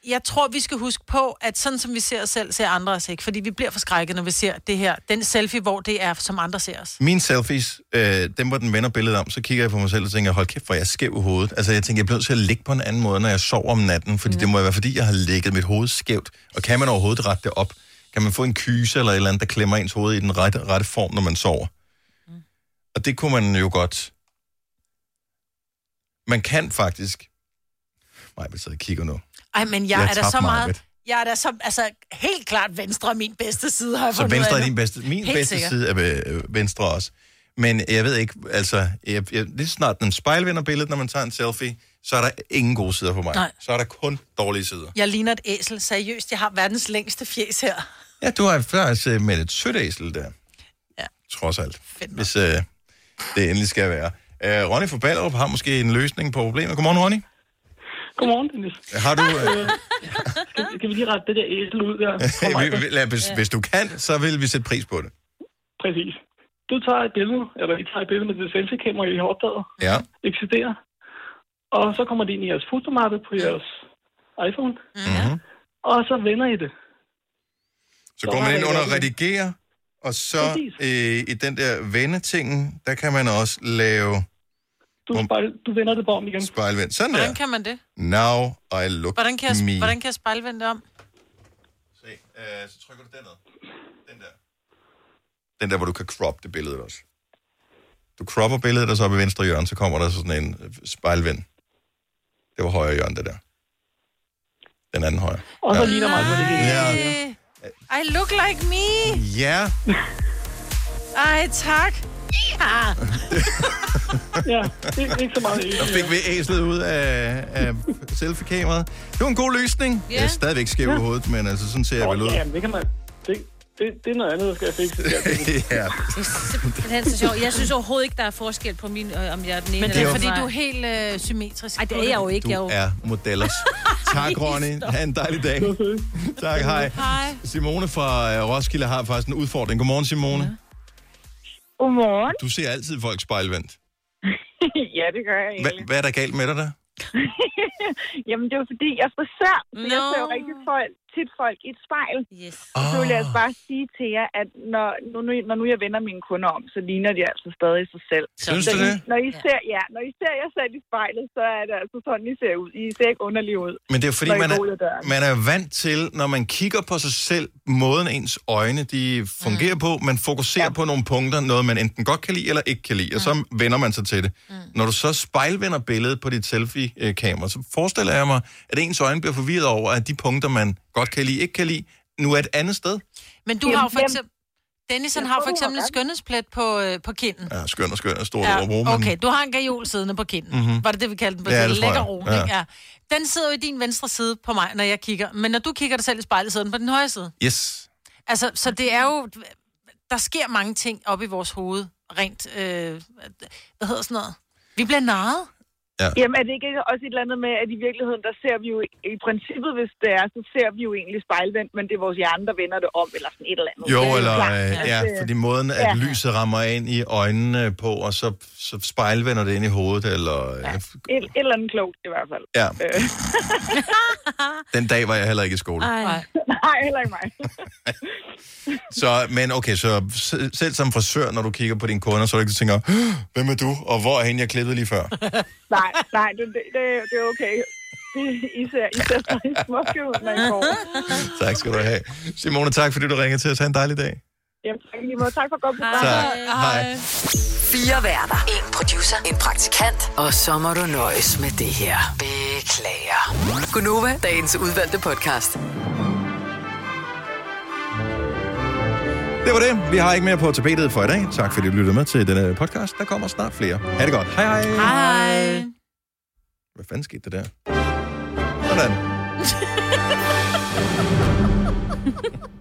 Speaker 2: Jeg tror, vi skal huske på, at sådan som vi ser os selv, ser andre os ikke. Fordi vi bliver forskrækket, når vi ser det her. Den selfie, hvor det er, som andre ser os.
Speaker 1: Mine selfies, øh, dem hvor den vender billedet om, så kigger jeg på mig selv og tænker, hold kæft, hvor jeg er skæv i hovedet. Altså jeg tænker, jeg bliver nødt til at ligge på en anden måde, når jeg sover om natten, fordi mm. det må være, fordi jeg har ligget mit hoved skævt. Og kan man overhovedet rette det op? Kan man få en kyse eller et eller andet, der klemmer ens hoved i den rette, rette form, når man sover? Mm. Og det kunne man jo godt. Man kan faktisk... Nej, vi sidder og kigger nu.
Speaker 2: Ej, men jeg,
Speaker 1: Jeg
Speaker 2: jeg er da
Speaker 1: tabte
Speaker 2: så
Speaker 1: mig,
Speaker 2: meget...
Speaker 1: Britt.
Speaker 2: Jeg er da så... Altså, helt klart venstre er min bedste side, har jeg
Speaker 1: Så
Speaker 2: fundet ud
Speaker 1: venstre
Speaker 2: af
Speaker 1: er
Speaker 2: nu.
Speaker 1: din bedste. Min
Speaker 2: Helt
Speaker 1: bedste
Speaker 2: sikkert.
Speaker 1: side er øh, venstre også. Men jeg ved ikke, altså, jeg, jeg, lige så snart den spejlvender billedet, når man tager en selfie, så er der ingen gode sider for mig.
Speaker 2: Nej.
Speaker 1: Så er der kun dårlige sider.
Speaker 2: Jeg ligner et æsel. Seriøst, jeg har verdens længste fjes her.
Speaker 1: Ja, du har faktisk øh, med et sødt æsel der.
Speaker 2: Ja.
Speaker 1: Trods alt. Hvis øh, det endelig skal være. Øh, Ronny fra Ballerup har måske en løsning på problemet. Godmorgen, Ronny.
Speaker 18: Godmorgen, Dennis.
Speaker 1: Har du... Øh,
Speaker 18: Øh, skal, skal vi lige rette det der æsel ud der? For mig,
Speaker 1: vi- vi- lad- hvis, hvis du kan, så vil vi sætte pris på det.
Speaker 18: Præcis. Du tager et billede, eller I tager et billede med det selfie-kamera, I har opdaget,
Speaker 1: Ja.
Speaker 18: eksisterer. Og så kommer det ind i jeres fotomappe på jeres iPhone.
Speaker 3: Mm.
Speaker 1: Mm-hmm.
Speaker 18: Og så vender I det.
Speaker 1: Så går man ind under redigere, og så øh, i den der vendetingen, der kan man også lave...
Speaker 18: Du, spejl, du vender det bare om igen.
Speaker 1: Spejlvend. Sådan
Speaker 2: Hvordan
Speaker 1: der.
Speaker 2: kan man det?
Speaker 1: Now I look
Speaker 2: Hvordan kan jeg,
Speaker 1: me.
Speaker 2: hvordan kan jeg spejlvende det om?
Speaker 1: Se, øh, så trykker du den ned. Den der. Den der, hvor du kan crop det billede også. Du cropper billedet, og så op i venstre hjørne, så kommer der så sådan en øh, spejlvend. Det var højre hjørne, det der. Den anden højre.
Speaker 18: Og så ligner mig, hvor det ikke
Speaker 1: Ja.
Speaker 2: I Øh, look like me.
Speaker 1: Ja,
Speaker 2: Ej, tak. Ah. Ja.
Speaker 18: ja, ikke, ikke så meget æsel.
Speaker 1: så fik vi æslet ud af, af selfie-kameraet. Det var en god løsning.
Speaker 18: Ja.
Speaker 1: Jeg er stadigvæk skæv i hovedet, men altså, sådan ser jeg vel ud.
Speaker 18: Ja, det kan man. Det,
Speaker 4: det, det er noget andet, der skal jeg fikse.
Speaker 1: ja.
Speaker 3: Det er så sjovt. Jeg synes overhovedet ikke, der er forskel på min, øh, om jeg er den ene
Speaker 2: Men det
Speaker 3: eller
Speaker 2: er
Speaker 3: den
Speaker 2: fordi,
Speaker 3: anden
Speaker 2: du er
Speaker 3: vej.
Speaker 2: helt øh, symmetrisk.
Speaker 3: Ej, det er jeg jo ikke. Jeg er
Speaker 1: Du
Speaker 3: jo...
Speaker 1: er modellers. Tak, Ronny. Ha' en dejlig dag. tak, hej.
Speaker 2: Hej.
Speaker 1: Simone fra øh, Roskilde har faktisk en udfordring. Godmorgen, Simone.
Speaker 12: Godmorgen.
Speaker 1: Du ser altid folk spejlvendt.
Speaker 12: ja, det gør jeg
Speaker 1: Hva,
Speaker 12: egentlig.
Speaker 1: hvad er der galt med dig der?
Speaker 12: Jamen, det er jo fordi, jeg er frisør, så no. jeg ser jo rigtig folk, tit folk i et spejl.
Speaker 3: Yes.
Speaker 12: Og så vil jeg
Speaker 1: Ah.
Speaker 12: altså bare sige til jer, at når, når, nu, når nu jeg vender mine kunder om, så ligner de altså stadig sig selv.
Speaker 1: Synes
Speaker 12: så
Speaker 1: du
Speaker 12: I,
Speaker 1: det?
Speaker 12: Når I, ser, ja, når I ser jer selv i spejlet, så er det altså sådan, I ser ud. I ser ikke underlige ud.
Speaker 1: Men det er jo fordi,
Speaker 12: når I
Speaker 1: man
Speaker 12: går ud af døren.
Speaker 1: er, man er vant til, når man kigger på sig selv, måden ens øjne de fungerer mm. på, man fokuserer ja. på nogle punkter, noget man enten godt kan lide eller ikke kan lide, og så vender man sig til det. Mm. Når du så spejlvender billedet på dit selfie-kamera, så forestiller jeg mig, at ens øjne bliver forvirret over, at de punkter, man godt kan lide, ikke kan lide, nu er et andet sted.
Speaker 2: Men du
Speaker 12: Jamen,
Speaker 2: har jo for
Speaker 12: jamen,
Speaker 2: eksempel... Dennis, han
Speaker 12: jeg
Speaker 2: har
Speaker 12: tror,
Speaker 2: for
Speaker 12: du har
Speaker 2: eksempel en
Speaker 12: ret.
Speaker 2: skønhedsplet på, øh, på kinden.
Speaker 1: Ja, skøn og skøn og stor ja.
Speaker 2: Ja,
Speaker 1: overbrug, men...
Speaker 2: okay, du har en gajol siddende på kinden.
Speaker 1: Mhm.
Speaker 2: Mm-hmm. Var det det, vi kaldte den på
Speaker 1: Ja,
Speaker 2: ja,
Speaker 1: det tror
Speaker 2: Lækker
Speaker 1: jeg.
Speaker 2: roen,
Speaker 1: Ja.
Speaker 2: ja. ikke? Ja. Den sidder jo i din venstre side på mig, når jeg kigger. Men når du kigger dig selv i spejlet, sidder den på den højre side.
Speaker 1: Yes.
Speaker 2: Altså, så det er jo... Der sker mange ting op i vores hoved. Rent... Øh, hvad hedder sådan noget? Vi bliver narret.
Speaker 1: Ja.
Speaker 12: Jamen er det ikke også et eller andet med, at i virkeligheden, der ser vi jo, i princippet hvis det er, så ser vi jo egentlig spejlvendt, men det er vores hjerne, der vender det om, eller sådan et eller andet.
Speaker 1: Jo,
Speaker 12: Det er
Speaker 1: eller
Speaker 12: klart,
Speaker 1: øh,
Speaker 12: at,
Speaker 1: ja,
Speaker 12: øh,
Speaker 1: fordi måden, at
Speaker 12: ja.
Speaker 1: lyset rammer ind i øjnene på, og så, så spejlvender det ind i hovedet, eller... øh, Ja.
Speaker 12: Et, et eller andet klogt i hvert fald.
Speaker 1: Ja.
Speaker 12: Øh.
Speaker 1: Den dag var jeg heller ikke i skole.
Speaker 12: Ej. Nej, heller ikke mig.
Speaker 1: Så, men okay, så se- selv som frisør, når du kigger på dine kunder, så er du ikke du tænker, "Åh, hvem er du, og hvor er hende, jeg klippede lige før?
Speaker 12: nej, nej, det, det, det- det er okay. Det- I ser, I ser stadig smukke ud, når I går.
Speaker 1: tak skal du have. Simone, tak fordi du ringede til os. Ha' en dejlig dag.
Speaker 12: Jamen, tak, i lige måde. tak for godt program.
Speaker 1: Tak. Hej.
Speaker 5: Fire værter. En producer. En praktikant. Og så må du nøjes med det her. Beklager. Gunova, dagens udvalgte podcast.
Speaker 1: Det var det. Vi har ikke mere på tapetet for i dag. Tak fordi du lyttede med til denne podcast. Der kommer snart flere. Ha' det godt. Hej hej.
Speaker 2: Hej.
Speaker 1: Hvad fanden skete der der? Sådan.